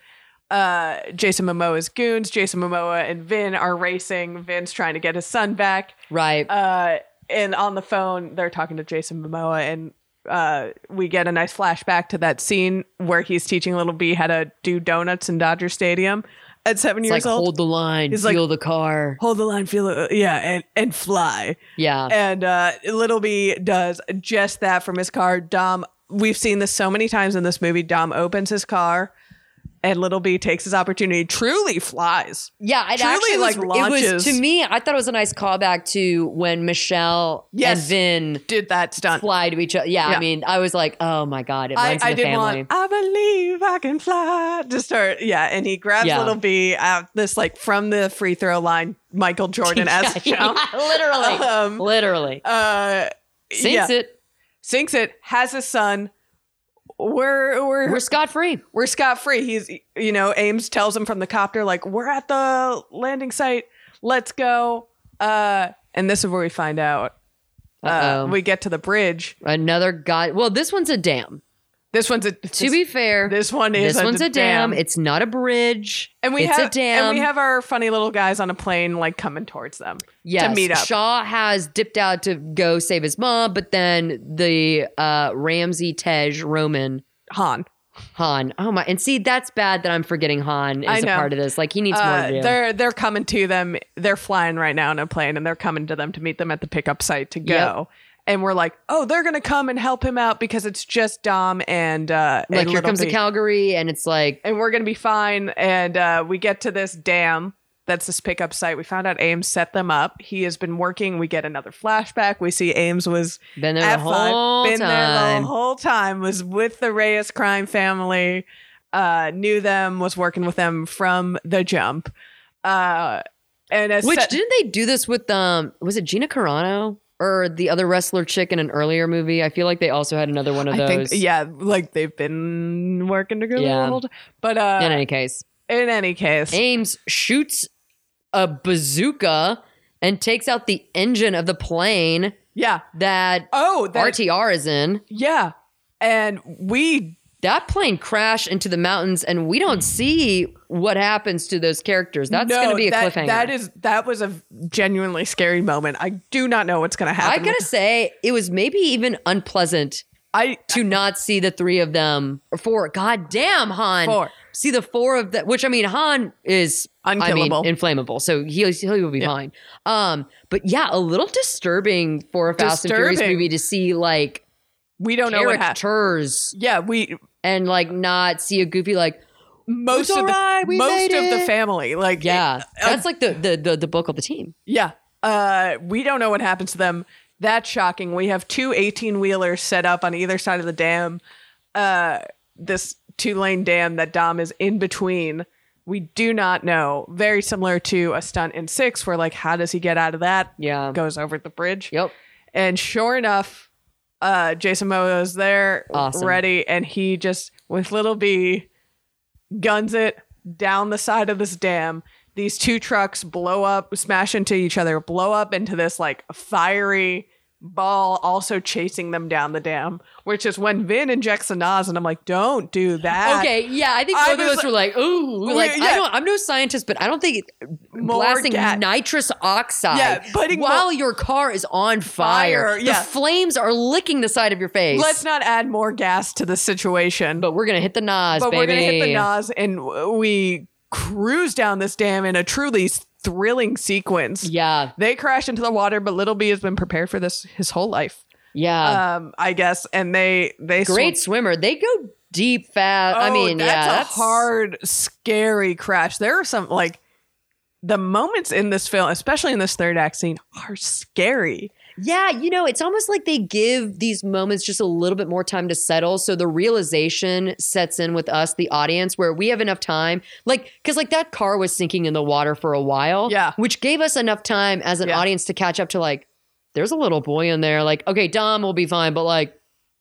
Speaker 3: uh Jason Momoa's goons. Jason Momoa and Vin are racing. Vin's trying to get his son back.
Speaker 2: right.
Speaker 3: Uh and on the phone they're talking to Jason Momoa and uh we get a nice flashback to that scene where he's teaching little B how to do donuts in Dodger Stadium at 7
Speaker 2: it's like
Speaker 3: years old.
Speaker 2: hold the line,
Speaker 3: He's
Speaker 2: feel
Speaker 3: like-
Speaker 2: the car.
Speaker 3: Hold the line, feel it, uh, yeah, and and fly.
Speaker 2: Yeah.
Speaker 3: And uh, Little B does just that from his car. Dom, we've seen this so many times in this movie. Dom opens his car, and Little B takes his opportunity. Truly flies.
Speaker 2: yeah, it
Speaker 3: truly,
Speaker 2: actually was,
Speaker 3: like,
Speaker 2: it
Speaker 3: launches-
Speaker 2: was to me, I thought it was a nice callback to when Michelle
Speaker 3: Yes.
Speaker 2: and Vin
Speaker 3: Did that stunt?
Speaker 2: fly to each other. Yeah,
Speaker 3: Yeah.
Speaker 2: I mean, I was like, oh my God, it
Speaker 3: I,
Speaker 2: runs
Speaker 3: I
Speaker 2: in the
Speaker 3: did
Speaker 2: family.
Speaker 3: want. I believe I can fly. To start, yeah, and he grabs
Speaker 2: Yeah.
Speaker 3: Little B out this like from the free throw line. Michael Jordan as a
Speaker 2: [laughs] Yeah,
Speaker 3: jump.
Speaker 2: literally.
Speaker 3: Um,
Speaker 2: literally.
Speaker 3: Uh,
Speaker 2: Sinks
Speaker 3: Yeah.
Speaker 2: it.
Speaker 3: Sinks it, has a son. We're we're
Speaker 2: We're scot free.
Speaker 3: we're scot free. He's, you know, Ames tells him from the copter, like, we're at the landing site. Let's go. Uh, and this is where we find out. Uh,
Speaker 2: Uh-oh.
Speaker 3: we get to the bridge.
Speaker 2: Another god. Well, this one's a dam.
Speaker 3: This one's a.
Speaker 2: To be fair,
Speaker 3: this one is
Speaker 2: this one's a dam.
Speaker 3: dam.
Speaker 2: It's not a bridge.
Speaker 3: and we
Speaker 2: it's
Speaker 3: have
Speaker 2: a dam.
Speaker 3: and we have our funny little guys on a plane like coming towards them
Speaker 2: yes,
Speaker 3: to meet up.
Speaker 2: Shaw has dipped out to go save his mom, but then the uh, Ramsey Tej Roman
Speaker 3: Han.
Speaker 2: Han. Oh my! And see, that's bad that I'm forgetting Han
Speaker 3: I
Speaker 2: is a
Speaker 3: know.
Speaker 2: part of this. Like he needs more
Speaker 3: Uh,
Speaker 2: to do.
Speaker 3: they're they're coming to them. They're flying right now in a plane, and they're coming to them to meet them at the pickup site to go. And we're like, oh, they're gonna come and help him out because it's just Dom and uh, and
Speaker 2: Like here
Speaker 3: Little
Speaker 2: comes the
Speaker 3: B.
Speaker 2: Calgary, and it's like
Speaker 3: and we're gonna be fine. And uh, we get to this dam. That's this pickup site. We found out Ames set them up. He has been working. We get another flashback. We see Ames was
Speaker 2: been there the
Speaker 3: F5,
Speaker 2: whole
Speaker 3: been there
Speaker 2: time.
Speaker 3: the whole time. Was with the Reyes crime family. Uh, knew them. Was working with them from the jump. Uh, and as
Speaker 2: Which
Speaker 3: set-
Speaker 2: didn't they do this with um was it Gina Carano or the other wrestler chick in an earlier movie? I feel like they also had another one of
Speaker 3: I think
Speaker 2: those.
Speaker 3: yeah, like they've been working together.
Speaker 2: Yeah.
Speaker 3: Yeah. But uh,
Speaker 2: In any case,
Speaker 3: in any case,
Speaker 2: Ames shoots a bazooka and takes out the engine of the plane
Speaker 3: yeah.
Speaker 2: that
Speaker 3: Oh, that,
Speaker 2: RTR is in.
Speaker 3: yeah. And we
Speaker 2: That plane crashed into the mountains, and we don't see what happens to those characters. That's
Speaker 3: No,
Speaker 2: going to be a
Speaker 3: that,
Speaker 2: cliffhanger.
Speaker 3: That is that was a genuinely scary moment. I do not know what's going to
Speaker 2: I
Speaker 3: happen.
Speaker 2: gotta say, it was maybe even unpleasant
Speaker 3: I
Speaker 2: to not see the three of them or four. God damn, Han.
Speaker 3: Four.
Speaker 2: See the four of that, which I mean, Han is I
Speaker 3: Unkillable.
Speaker 2: mean, inflammable, so he he will be fine. Um, but yeah, a little disturbing for a Fast and Furious
Speaker 3: Disturbing.
Speaker 2: movie to see like
Speaker 3: we don't know what happened.
Speaker 2: characters
Speaker 3: Yeah, we
Speaker 2: and like not see a goofy like
Speaker 3: most
Speaker 2: It's
Speaker 3: of the
Speaker 2: alright, we
Speaker 3: most
Speaker 2: made
Speaker 3: of the
Speaker 2: it.
Speaker 3: family like
Speaker 2: yeah.
Speaker 3: it- uh,
Speaker 2: That's like the the the, the bulk of the team.
Speaker 3: yeah. Uh, we don't know what happens to them. That's shocking. We have two 18 wheelers set up on either side of the dam. Uh, this two lane dam that Dom is in between. We do not know. Very similar to a stunt in six, where like, how does he get out of that?
Speaker 2: Yeah.
Speaker 3: Goes over the bridge.
Speaker 2: Yep.
Speaker 3: And sure enough, uh, Jason Momoa's there,
Speaker 2: Awesome.
Speaker 3: ready, and he just with little B guns it down the side of this dam. These two trucks blow up, smash into each other, blow up into this like fiery ball, also chasing them down the dam. Which is when Vin injects a Nas, and I'm like, "Don't do that."
Speaker 2: Okay, yeah, I think
Speaker 3: I
Speaker 2: both of
Speaker 3: was
Speaker 2: us were like, "Ooh,
Speaker 3: We-
Speaker 2: like I
Speaker 3: yeah.
Speaker 2: don't, I'm no scientist, but I don't think
Speaker 3: More
Speaker 2: blasting
Speaker 3: gas.
Speaker 2: nitrous oxide
Speaker 3: Yeah, putting
Speaker 2: while
Speaker 3: more-
Speaker 2: your car is on fire,
Speaker 3: Fire, yeah.
Speaker 2: the flames are licking the side of your face.
Speaker 3: Let's not add more gas to the situation.
Speaker 2: but we're gonna hit the Nas,
Speaker 3: but
Speaker 2: baby.
Speaker 3: we're gonna hit the Nas, and w- we cruise down this dam in a truly thrilling sequence.
Speaker 2: Yeah,
Speaker 3: They crash into the water, but Little B has been prepared for this his whole life,
Speaker 2: yeah.
Speaker 3: um, I guess. And they they
Speaker 2: Uh, Great
Speaker 3: sw-
Speaker 2: swimmer. They go deep, fast. I
Speaker 3: Oh,
Speaker 2: mean,
Speaker 3: that's
Speaker 2: yeah,
Speaker 3: a
Speaker 2: that's
Speaker 3: hard, scary crash. There are some like the moments in this film, especially in this third act scene, are scary.
Speaker 2: Yeah, you know, it's almost like they give these moments just a little bit more time to settle. So the realization sets in with us, the audience, where we have enough time. Like, because like that car was sinking in the water for a while.
Speaker 3: Yeah.
Speaker 2: Which gave us enough time as an
Speaker 3: Yeah.
Speaker 2: audience to catch up to like, there's a little boy in there. Like, okay, Dom will be fine, but like,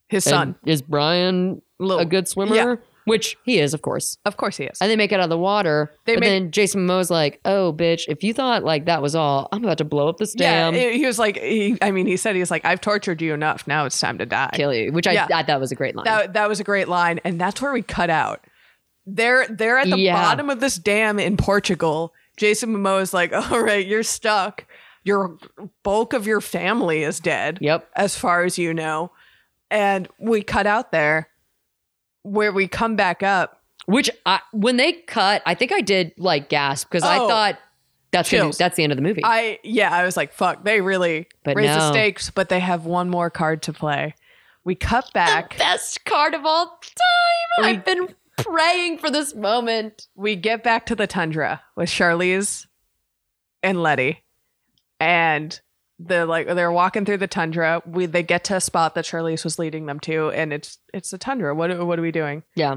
Speaker 3: His
Speaker 2: and
Speaker 3: son,
Speaker 2: is Brian
Speaker 3: Little-
Speaker 2: a good swimmer?
Speaker 3: Yeah.
Speaker 2: Which he is, of course.
Speaker 3: of course, he is.
Speaker 2: And they make it out of the water.
Speaker 3: They
Speaker 2: but
Speaker 3: make-
Speaker 2: then Jason Momoa's like, "Oh, bitch! If you thought like that was all, I'm about to blow up this dam,
Speaker 3: Yeah, he was like, he, I mean, he said he's like, I've tortured you enough. Now it's time to die.
Speaker 2: kill you." Which I,
Speaker 3: Yeah.
Speaker 2: I thought was a great line.
Speaker 3: That that was a great line, and that's where we cut out. They're they're at the
Speaker 2: Yeah.
Speaker 3: bottom of this dam in Portugal. Jason Momoa is like, [laughs] "All right, you're stuck. Your bulk of your family is dead,
Speaker 2: Yep.
Speaker 3: as far as you know." And we cut out there, where we come back up.
Speaker 2: Which I, when they cut, I think I did like gasp because I
Speaker 3: Oh.
Speaker 2: thought that's gonna,
Speaker 3: Chills.
Speaker 2: that's the end of the movie. [laughs]
Speaker 3: I yeah, I was like, "Fuck!" They really
Speaker 2: But
Speaker 3: raise
Speaker 2: no.
Speaker 3: the stakes, but they have one more card to play. We cut back.
Speaker 2: Best card of all time.
Speaker 3: We-
Speaker 2: I've been praying for this moment.
Speaker 3: we get back to the tundra with Charlize and Letty, and they're like they're walking through the tundra. We they get to a spot that Charlize was leading them to, and it's it's the tundra. What what are we doing?
Speaker 2: Yeah.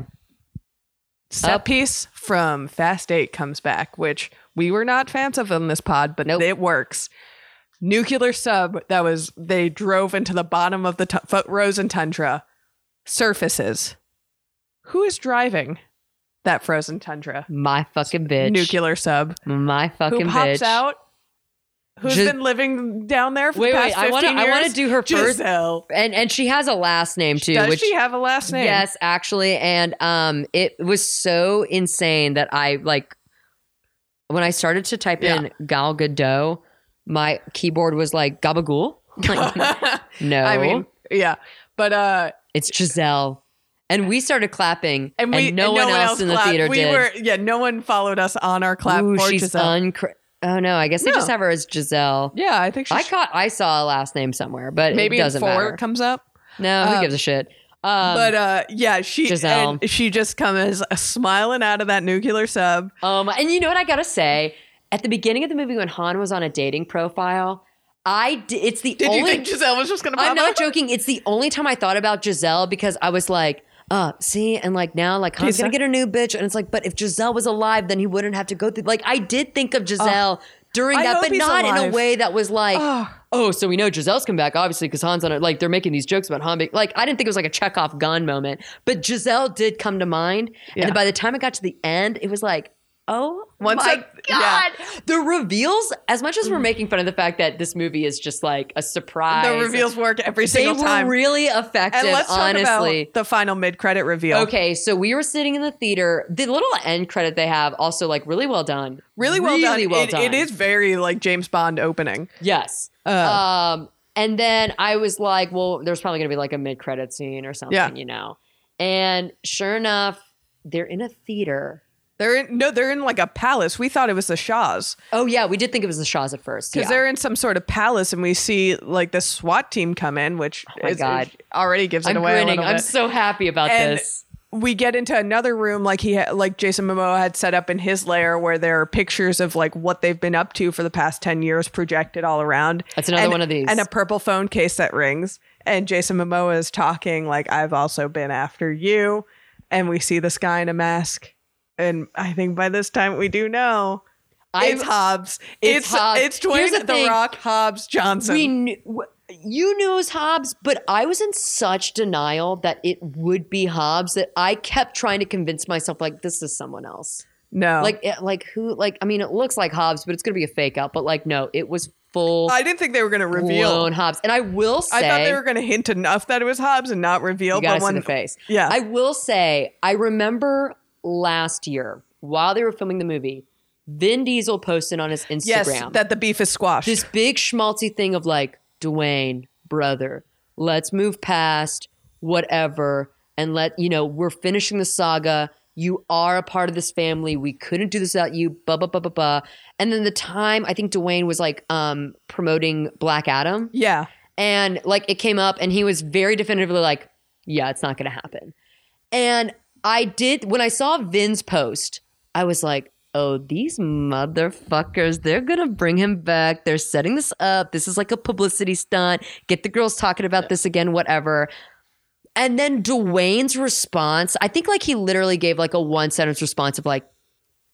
Speaker 3: Set
Speaker 2: Up.
Speaker 3: piece from Fast Eight comes back, which we were not fans of on this pod, but
Speaker 2: Nope.
Speaker 3: it works. nuclear sub that was they drove into the bottom of the tu- fo- frozen tundra surfaces. Who is driving that frozen tundra
Speaker 2: My fucking bitch.
Speaker 3: nuclear sub?
Speaker 2: My fucking
Speaker 3: who pops
Speaker 2: bitch.
Speaker 3: out? Who's
Speaker 2: Gis-
Speaker 3: been living down there for
Speaker 2: Wait,
Speaker 3: the
Speaker 2: wait,
Speaker 3: past
Speaker 2: I wanna-
Speaker 3: 15
Speaker 2: I
Speaker 3: years?
Speaker 2: wanna do her first-
Speaker 3: Giselle.
Speaker 2: And and she has a last name too,
Speaker 3: Does
Speaker 2: which
Speaker 3: she have a last name? [laughs]
Speaker 2: Yes, actually, and um, it was so insane that I like when I started to type
Speaker 3: Yeah.
Speaker 2: in Gal Gadot, my keyboard was like Gabagool. [laughs]
Speaker 3: [laughs]
Speaker 2: Like, no,
Speaker 3: I mean, yeah. But uh
Speaker 2: it's Giselle, and we started clapping,
Speaker 3: and we
Speaker 2: no, one, else, in the
Speaker 3: clapped.
Speaker 2: theater
Speaker 3: we
Speaker 2: did.
Speaker 3: were yeah, no one followed us on our clap
Speaker 2: Ooh,
Speaker 3: for
Speaker 2: she's
Speaker 3: Giselle.
Speaker 2: uncr- Oh no, I guess they
Speaker 3: No.
Speaker 2: just have her as Giselle.
Speaker 3: yeah, I think she
Speaker 2: I
Speaker 3: should-
Speaker 2: caught, I saw a last name somewhere, but
Speaker 3: maybe
Speaker 2: it
Speaker 3: in
Speaker 2: doesn't
Speaker 3: four
Speaker 2: matter.
Speaker 3: it comes up.
Speaker 2: no, who
Speaker 3: um,
Speaker 2: gives a shit? Um,
Speaker 3: but uh yeah, she
Speaker 2: Giselle.
Speaker 3: and she just comes smiling out of that nuclear sub.
Speaker 2: Um, and you know what I gotta say? At the beginning of the movie, when Han was on a dating profile, I d- it's the
Speaker 3: Did
Speaker 2: only.
Speaker 3: you think Giselle was just gonna pop
Speaker 2: I'm not
Speaker 3: up?
Speaker 2: joking. It's the only time I thought about Giselle because I was like, uh, see, and like now, like Han's
Speaker 3: Pizza.
Speaker 2: gonna get a new bitch, and it's like, but if Giselle was alive, then he wouldn't have to go through. Like I did think of Giselle during
Speaker 3: I
Speaker 2: that,
Speaker 3: hope
Speaker 2: but
Speaker 3: he's
Speaker 2: not in a
Speaker 3: alive.
Speaker 2: way that was like,
Speaker 3: Oh.
Speaker 2: oh, so we know Giselle's come back, obviously, because Han's on it. Like they're making these jokes about Han. Being, like I didn't think it was like a Chekhov gun moment, but Giselle did come to mind.
Speaker 3: Yeah.
Speaker 2: And by the time it got to the end, it was like, oh
Speaker 3: Once
Speaker 2: my
Speaker 3: I- yeah. Mm.
Speaker 2: god, the reveals. As much as we're making fun of the fact that this movie is just like a surprise,
Speaker 3: The reveals work every
Speaker 2: they
Speaker 3: single
Speaker 2: were
Speaker 3: time.
Speaker 2: really effective.
Speaker 3: and let's talk
Speaker 2: honestly.
Speaker 3: about the final mid-credit reveal.
Speaker 2: Okay, so we were sitting in the theater. The little end credit they have also like really well done.
Speaker 3: Really well
Speaker 2: really
Speaker 3: done.
Speaker 2: Well
Speaker 3: It-
Speaker 2: done.
Speaker 3: It is Uh. very like James Bond opening.
Speaker 2: Yes. Um, and then I was like, well, there's probably going to be like a mid credit scene or something,
Speaker 3: Yeah.
Speaker 2: you know? And sure enough, they're in a theater.
Speaker 3: They're in no, they're in like a palace. We thought it was the Shahs
Speaker 2: Oh, yeah, we did think it was the Shahs at first.
Speaker 3: because
Speaker 2: yeah.
Speaker 3: they're in some sort of palace, and we see like this SWAT team come in, which
Speaker 2: Oh my
Speaker 3: is,
Speaker 2: God.
Speaker 3: is- already gives it
Speaker 2: I'm
Speaker 3: away. a
Speaker 2: grinning.
Speaker 3: little
Speaker 2: I'm
Speaker 3: bit.
Speaker 2: so happy about
Speaker 3: And-
Speaker 2: this.
Speaker 3: we get into another room, like he ha- like Jason Momoa had set up in his lair, where there are pictures of like what they've been up to for the past ten years projected all around.
Speaker 2: That's another
Speaker 3: And-
Speaker 2: one of these.
Speaker 3: and a purple phone case that rings. And Jason Momoa is talking like I've also been after you, and we see this guy in a mask. And I think by this time we do know
Speaker 2: I'm-
Speaker 3: it's Hobbs.
Speaker 2: It's
Speaker 3: It's
Speaker 2: Hobbs.
Speaker 3: it's
Speaker 2: Here's
Speaker 3: Dwayne
Speaker 2: the
Speaker 3: the,
Speaker 2: thing.
Speaker 3: Rock Hobbs Johnson.
Speaker 2: we knew, w- you knew it was Hobbs, but I was in such denial that it would be Hobbs that I kept trying to convince myself, like, this is someone else.
Speaker 3: no,
Speaker 2: Like, it, like who? Like, I mean, it looks like Hobbs, but it's going to be a fake out. But like, no, it was full.
Speaker 3: I didn't think they were going to reveal.
Speaker 2: blown Hobbs. And I will say,
Speaker 3: I thought they were going to hint enough that it was Hobbs and not reveal.
Speaker 2: you gotta
Speaker 3: But
Speaker 2: see
Speaker 3: when
Speaker 2: the face.
Speaker 3: yeah.
Speaker 2: I will say, I remember last year while they were filming the movie, Vin Diesel posted on his Instagram
Speaker 3: yes, that the beef is squashed.
Speaker 2: this big schmaltzy thing of like Dwayne, brother, let's move past whatever, and let you know we're finishing the saga. You are a part of this family. We couldn't do this without you. Blah blah blah blah blah. And then the time I think Dwayne was like um, promoting Black Adam
Speaker 3: yeah,
Speaker 2: and like it came up and he was very definitively like yeah it's not gonna happen and i did when i saw vin's post i was like oh these motherfuckers they're gonna bring him back they're setting this up this is like a publicity stunt get the girls talking about this again whatever and then dwayne's response i think like he literally gave like a one sentence response of like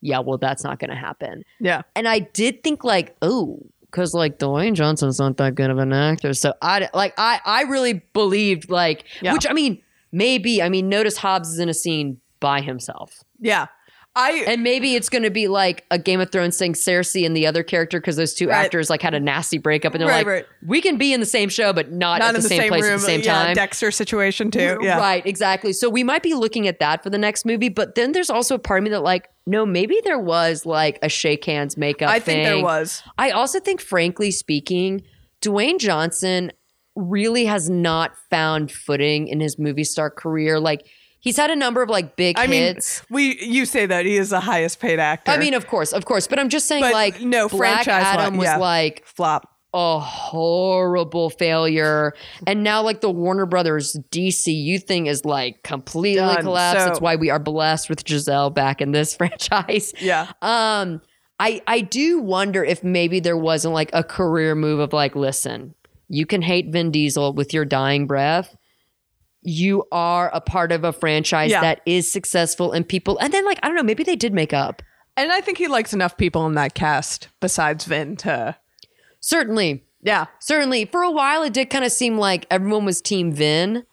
Speaker 2: yeah well that's not gonna happen
Speaker 3: yeah.
Speaker 2: and I did think like, oh, because like Dwayne Johnson's not that good of an actor, so I like I I really believed like,
Speaker 3: Yeah.
Speaker 2: which I mean maybe I mean notice Hobbs is in a scene by himself,
Speaker 3: Yeah. I
Speaker 2: and maybe it's going to be like a Game of Thrones thing, Cersei and the other character because those two
Speaker 3: Right.
Speaker 2: actors like had a nasty breakup, and they're
Speaker 3: Right,
Speaker 2: like,
Speaker 3: right.
Speaker 2: we can be in the same show but not,
Speaker 3: not
Speaker 2: at
Speaker 3: in
Speaker 2: the, same, place
Speaker 3: room.
Speaker 2: at the same
Speaker 3: yeah,
Speaker 2: time.
Speaker 3: Dexter situation too.
Speaker 2: [laughs]
Speaker 3: Yeah.
Speaker 2: Right, exactly. So we might be looking at that for the next movie, but then there's also a part of me that like, no, maybe there was like a shake hands makeup.
Speaker 3: I think there
Speaker 2: thing.
Speaker 3: was.
Speaker 2: I also think, frankly speaking, Dwayne Johnson really has not found footing in his movie star career. Like he's had a number of like big
Speaker 3: I mean,
Speaker 2: hits.
Speaker 3: we you say that he is the highest paid actor.
Speaker 2: I mean, of course, of course, but I'm just saying,
Speaker 3: But
Speaker 2: like,
Speaker 3: no,
Speaker 2: Black
Speaker 3: franchise-wise,
Speaker 2: Adam was
Speaker 3: yeah.
Speaker 2: like
Speaker 3: flop.
Speaker 2: a horrible failure, and now like the Warner Brothers DCU thing is like completely
Speaker 3: Done.
Speaker 2: collapsed.
Speaker 3: So-
Speaker 2: That's why we are blessed with Giselle back in this [laughs] franchise.
Speaker 3: Yeah.
Speaker 2: Um, I I do wonder if maybe there wasn't like a career move of like, listen, you can hate Vin Diesel with your dying breath. You are a part of a franchise
Speaker 3: Yeah.
Speaker 2: that is successful and people and then like I don't know, maybe they did make up.
Speaker 3: And I think he likes enough people in that cast besides Vin to
Speaker 2: Certainly.
Speaker 3: Yeah.
Speaker 2: certainly for a while it did kind of seem like everyone was team vin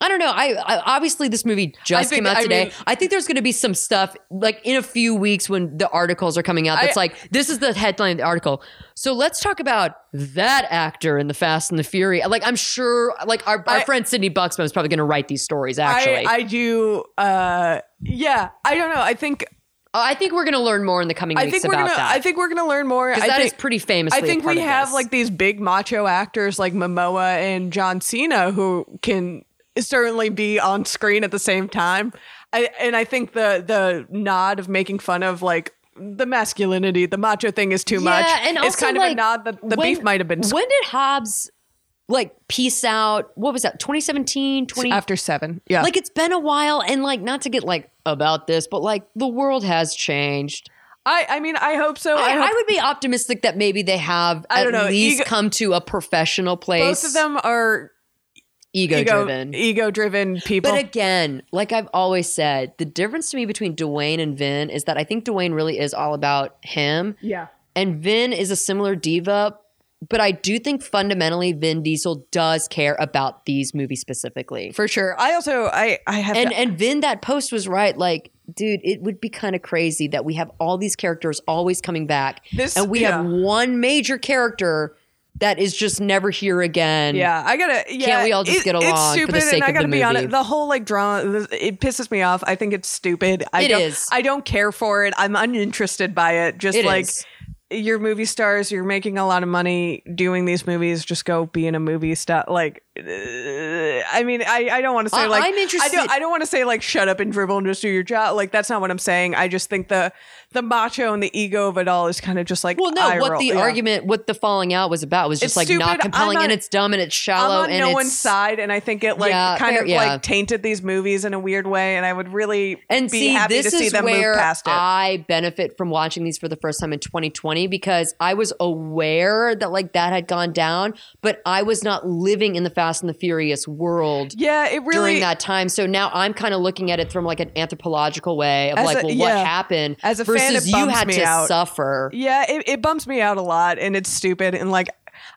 Speaker 2: i don't know i, I obviously this movie just
Speaker 3: think-
Speaker 2: came out
Speaker 3: I
Speaker 2: today
Speaker 3: mean-
Speaker 2: i think there's going to be some stuff like in a few weeks when the articles are coming out that's
Speaker 3: I-
Speaker 2: like this is the headline of the article so let's talk about that actor in the fast and the fury like i'm sure like our, our
Speaker 3: I-
Speaker 2: friend sydney buxman is probably going to write these stories actually
Speaker 3: I,
Speaker 2: i,
Speaker 3: I do. Uh, yeah. I don't know. I think.
Speaker 2: think we're going to learn more in the coming
Speaker 3: I
Speaker 2: weeks
Speaker 3: think we're
Speaker 2: about
Speaker 3: gonna.
Speaker 2: that
Speaker 3: I think we're gonna learn more. I
Speaker 2: because that
Speaker 3: think,
Speaker 2: is pretty famous.
Speaker 3: I think we have like these big macho actors like Momoa and John Cena who can certainly be on screen at the same time. I, and I think the the nod of making fun of like the masculinity, the macho thing is too much.
Speaker 2: Yeah, and
Speaker 3: it's
Speaker 2: also,
Speaker 3: kind of
Speaker 2: like,
Speaker 3: a nod that the
Speaker 2: when-
Speaker 3: beef might have been
Speaker 2: When did Hobbs like peace out? What was that? 2017, 20
Speaker 3: after seven. Yeah,
Speaker 2: Like it's been a while and like not to get like about this, but like the world has changed.
Speaker 3: I I mean I hope so.
Speaker 2: I,
Speaker 3: hope
Speaker 2: I would be optimistic that maybe they have
Speaker 3: I
Speaker 2: at
Speaker 3: don't know,
Speaker 2: least
Speaker 3: ego-
Speaker 2: come to a professional place.
Speaker 3: both of them e-, are
Speaker 2: ego driven.
Speaker 3: ego driven people.
Speaker 2: But again, like I've always said, the difference to me between Dwayne and Vin is that I think Dwayne really is all about him.
Speaker 3: yeah,
Speaker 2: And Vin is a similar diva, but I do think fundamentally Vin Diesel does care about these movies specifically.
Speaker 3: for sure. I also I I have
Speaker 2: And
Speaker 3: to-
Speaker 2: and Vin, that post was right. Like, dude, it would be kind of crazy that we have all these characters always coming back,
Speaker 3: This-
Speaker 2: and we have
Speaker 3: yeah.
Speaker 2: one major character that is just never here again.
Speaker 3: Yeah, I gotta. Yeah,
Speaker 2: we all just get along
Speaker 3: It's
Speaker 2: for the
Speaker 3: stupid,
Speaker 2: sake
Speaker 3: and I
Speaker 2: of the
Speaker 3: gotta be honest.
Speaker 2: movie?
Speaker 3: The whole like drama, it pisses me off. I think it's stupid. I
Speaker 2: It
Speaker 3: don't,
Speaker 2: is.
Speaker 3: I don't care for it. I'm uninterested by it. Just
Speaker 2: It
Speaker 3: like
Speaker 2: is.
Speaker 3: you're movie stars, you're making a lot of money doing these movies. Just go be in a movie star. Like, uh, I mean, I, I don't want to say
Speaker 2: I-
Speaker 3: like
Speaker 2: I'm
Speaker 3: I
Speaker 2: interested-
Speaker 3: don't, I don't want to say like shut up and dribble and just do your job. Like that's not what I'm saying. I just think the the macho and the ego of it all is kind of just like
Speaker 2: Well, no,
Speaker 3: eye
Speaker 2: what
Speaker 3: roll.
Speaker 2: the
Speaker 3: Yeah.
Speaker 2: argument, what the falling out was about was just
Speaker 3: It's
Speaker 2: like
Speaker 3: stupid.
Speaker 2: not
Speaker 3: I'm
Speaker 2: compelling
Speaker 3: on-
Speaker 2: and it's dumb and it's
Speaker 3: I'm
Speaker 2: shallow
Speaker 3: on
Speaker 2: and
Speaker 3: no
Speaker 2: it's
Speaker 3: one's side, and I think it like
Speaker 2: Yeah,
Speaker 3: kind
Speaker 2: fair-
Speaker 3: of
Speaker 2: yeah.
Speaker 3: like tainted these movies in a weird way, and I would really
Speaker 2: and
Speaker 3: be
Speaker 2: see,
Speaker 3: happy
Speaker 2: this
Speaker 3: to see
Speaker 2: is
Speaker 3: them
Speaker 2: where
Speaker 3: move past it.
Speaker 2: I benefit from watching these for the first time in 2020 because I was aware that like that had gone down, but I was not living in the Fast and the Furious world
Speaker 3: yeah, it
Speaker 2: during
Speaker 3: really
Speaker 2: that time. So now I'm kind of looking at it from like an anthropological way of
Speaker 3: As
Speaker 2: like,
Speaker 3: a-
Speaker 2: well,
Speaker 3: yeah.
Speaker 2: what happened
Speaker 3: As a fan,
Speaker 2: versus
Speaker 3: it
Speaker 2: you
Speaker 3: bums
Speaker 2: had
Speaker 3: me
Speaker 2: to
Speaker 3: out.
Speaker 2: suffer.
Speaker 3: yeah, it, it bumps me out a lot, and it's stupid, and like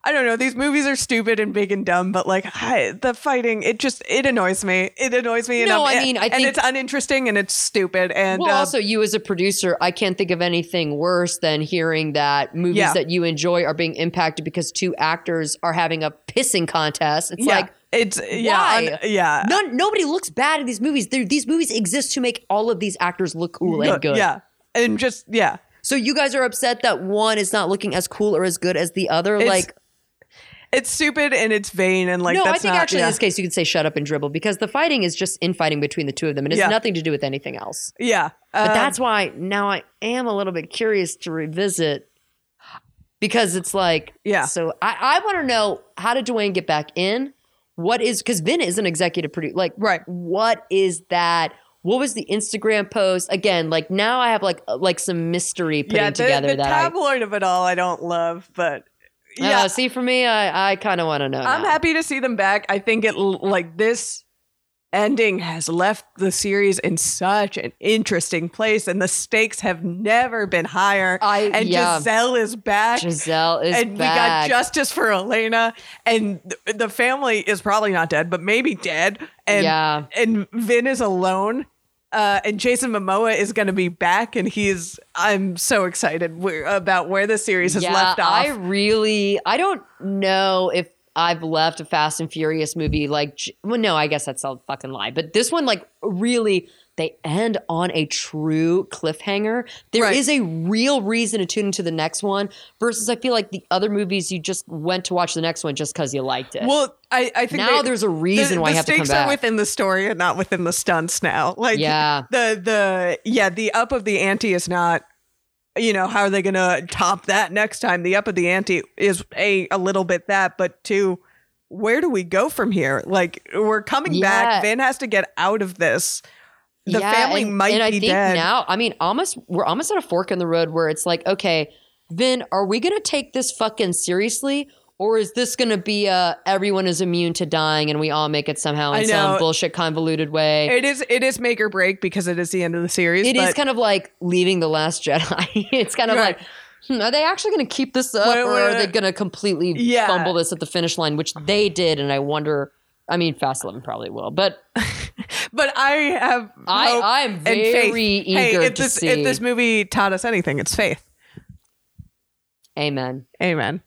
Speaker 3: I don't know, these movies are stupid and big and dumb, but like I, the fighting, it just it annoys me. It annoys me. And
Speaker 2: No,
Speaker 3: I'm-
Speaker 2: I mean, I
Speaker 3: and
Speaker 2: think-
Speaker 3: it's uninteresting and it's stupid, and
Speaker 2: Well,
Speaker 3: uh,
Speaker 2: also, you as a producer, I can't think of anything worse than hearing that movies
Speaker 3: Yeah.
Speaker 2: that you enjoy are being impacted because two actors are having a pissing contest. It's
Speaker 3: yeah,
Speaker 2: like,
Speaker 3: it's yeah,
Speaker 2: why?
Speaker 3: un- yeah.
Speaker 2: None, nobody looks bad in these movies. They're, these movies exist to make all of these actors look cool and good.
Speaker 3: Yeah, and just yeah,
Speaker 2: So you guys are upset that one is not looking as cool or as good as the other.
Speaker 3: It's-
Speaker 2: like,
Speaker 3: it's stupid and it's vain and like
Speaker 2: no, I
Speaker 3: that's
Speaker 2: think
Speaker 3: not-
Speaker 2: actually
Speaker 3: yeah.
Speaker 2: in this case you could say shut up and dribble because the fighting is just infighting between the two of them and it's
Speaker 3: Yeah.
Speaker 2: nothing to do with anything else.
Speaker 3: yeah,
Speaker 2: But
Speaker 3: um,
Speaker 2: that's why now I am a little bit curious to revisit because it's like,
Speaker 3: Yeah.
Speaker 2: So I, I want to know how did Dwayne get back in? What is because Vin is an executive producer. Like,
Speaker 3: Right.
Speaker 2: What is that? What was the Instagram post again? Like now I have like uh, like some mystery putting
Speaker 3: yeah, the,
Speaker 2: together
Speaker 3: the
Speaker 2: that
Speaker 3: tabloid of it all I don't love, but
Speaker 2: I.
Speaker 3: yeah,
Speaker 2: Uh, see, for me, I I kind of want to know.
Speaker 3: I'm
Speaker 2: now.
Speaker 3: happy to see them back. I think it l- like this ending has left the series in such an interesting place, and the stakes have never been higher.
Speaker 2: I-
Speaker 3: and
Speaker 2: yeah.
Speaker 3: Giselle is back.
Speaker 2: Giselle is
Speaker 3: and
Speaker 2: back.
Speaker 3: we got justice for Elena, and th- the family is probably not dead, but maybe dead. And
Speaker 2: Yeah.
Speaker 3: and Vin is alone, uh, and Jason Momoa is going to be back, and he's. I'm so excited where, about where the series has left off.
Speaker 2: I really, I don't know if I've left a Fast and Furious movie like, j- well, no, I guess that's a fucking lie. But this one, like, really, they end on a true cliffhanger. There is
Speaker 3: Right.
Speaker 2: a real reason to tune into the next one versus I feel like the other movies you just went to watch the next one just because you liked it.
Speaker 3: well, I, I think
Speaker 2: now
Speaker 3: they-
Speaker 2: there's a reason why you have to come
Speaker 3: stakes are
Speaker 2: back.
Speaker 3: within the story and not within the stunts now. [laughs] Like
Speaker 2: Yeah.
Speaker 3: the the yeah the up of the ante is not. You know how are they going to top that next time? The up of the ante is a a little bit that, but two, where do we go from here? Like we're coming
Speaker 2: Yeah.
Speaker 3: back. Vin has to get out of this. The family
Speaker 2: and,
Speaker 3: might
Speaker 2: and I
Speaker 3: be
Speaker 2: think
Speaker 3: dead.
Speaker 2: now. I mean, almost we're almost at a fork in the road where it's like, okay, Vin, are we gonna take this fucking seriously? Or is this going to be a everyone is immune to dying and we all make it somehow in
Speaker 3: I
Speaker 2: some
Speaker 3: know.
Speaker 2: bullshit convoluted way?
Speaker 3: it is it is make or break because it is the end of the series.
Speaker 2: It is
Speaker 3: but
Speaker 2: kind of like leaving the Last Jedi. [laughs] it's kind of
Speaker 3: Right.
Speaker 2: like, hmm, are they actually going to keep this up
Speaker 3: Wait,
Speaker 2: or
Speaker 3: wait,
Speaker 2: are they
Speaker 3: wait.
Speaker 2: going to completely
Speaker 3: Yeah.
Speaker 2: fumble this at the finish line, which they did? And I wonder, I mean, Fast 11 probably will,
Speaker 3: [laughs]
Speaker 2: but
Speaker 3: But I have
Speaker 2: I-
Speaker 3: hope
Speaker 2: I'm
Speaker 3: and faith.
Speaker 2: very
Speaker 3: hey,
Speaker 2: eager
Speaker 3: if
Speaker 2: to
Speaker 3: this,
Speaker 2: see.
Speaker 3: If this movie taught us anything, it's faith.
Speaker 2: amen.
Speaker 3: Amen.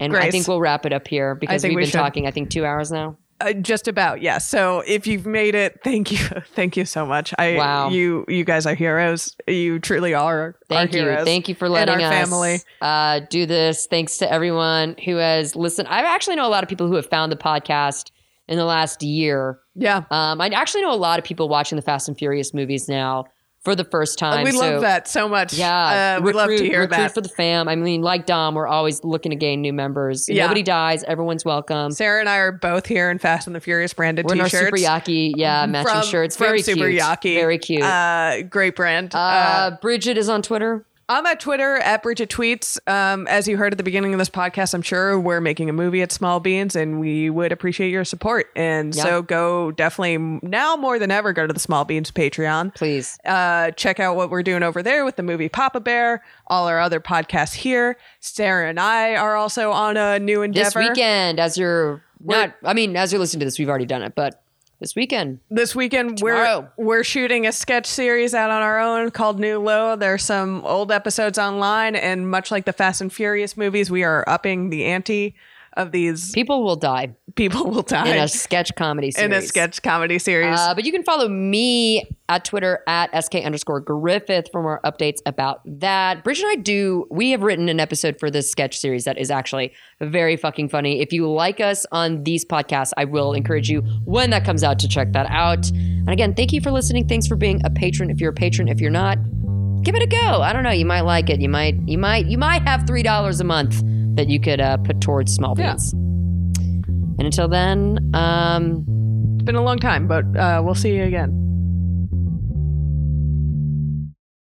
Speaker 2: And I
Speaker 3: Grace.
Speaker 2: think we'll wrap it up here because
Speaker 3: think
Speaker 2: we've
Speaker 3: we
Speaker 2: been
Speaker 3: should.
Speaker 2: talking, I think, two hours now.
Speaker 3: Uh, just about yeah. So if you've made it, thank you, [laughs] thank you so much. I
Speaker 2: Wow.
Speaker 3: you you guys are heroes. You truly are.
Speaker 2: Thank
Speaker 3: our
Speaker 2: you.
Speaker 3: Heroes
Speaker 2: Thank you for
Speaker 3: and
Speaker 2: letting
Speaker 3: our
Speaker 2: us
Speaker 3: family.
Speaker 2: Uh, do this. Thanks to everyone who has listened. I actually know a lot of people who have found the podcast in the last year.
Speaker 3: Yeah,
Speaker 2: Um, I actually know a lot of people watching the Fast and Furious movies now for the first time.
Speaker 3: Oh, we
Speaker 2: So,
Speaker 3: love that so much.
Speaker 2: Yeah,
Speaker 3: uh, we love to
Speaker 2: recruit-
Speaker 3: hear
Speaker 2: recruit
Speaker 3: that.
Speaker 2: for the fam. I mean, like Dom, we're always looking to gain new members.
Speaker 3: Yeah.
Speaker 2: Nobody dies. Everyone's welcome.
Speaker 3: Sarah and I are both here in Fast and the Furious branded
Speaker 2: we're in our
Speaker 3: t-shirts.
Speaker 2: Super Yaki, yeah, matching
Speaker 3: from,
Speaker 2: shirts.
Speaker 3: from
Speaker 2: Very
Speaker 3: Super
Speaker 2: cute.
Speaker 3: Yaki.
Speaker 2: Very cute. Uh,
Speaker 3: Uh, great brand. Uh,
Speaker 2: Bridget is on Twitter.
Speaker 3: I'm at Twitter at Bridget Tweets. Um, as you heard at the beginning of this podcast, I'm sure we're making a movie at Small Beans, and we would appreciate your support. And
Speaker 2: Yeah.
Speaker 3: so go definitely now more than ever go to the Small Beans Patreon.
Speaker 2: Please.
Speaker 3: Uh, check out what we're doing over there with the movie Papa Bear, all our other podcasts here. Sarah and I are also on a new
Speaker 2: This
Speaker 3: endeavor
Speaker 2: weekend, as you're
Speaker 3: We're-
Speaker 2: not, I mean, as you're listening to this, we've already done it, but this weekend,
Speaker 3: this weekend
Speaker 2: Tomorrow.
Speaker 3: we're we're shooting a sketch series out on our own called New Low. There's some old episodes online, and much like the Fast and Furious movies, we are upping the ante of these [laughs]
Speaker 2: people will die
Speaker 3: people will die
Speaker 2: in a sketch comedy series.
Speaker 3: in a sketch comedy series.
Speaker 2: Uh, but you can follow me at Twitter at sk underscore Griffith for more updates about that. Bridget and I do, we have written an episode for this sketch series that is actually very fucking funny. If you like us on these podcasts, I will encourage you when that comes out to check that out. And again, thank you for listening. Thanks for being a patron. If you're a patron, if you're not, give it a go. I don't know. You might like it. You might, you might, you might have $3 a month that you could uh, put towards small
Speaker 3: Yeah.
Speaker 2: beans. And until then, um,
Speaker 3: it's been a long time, but uh, we'll see you again.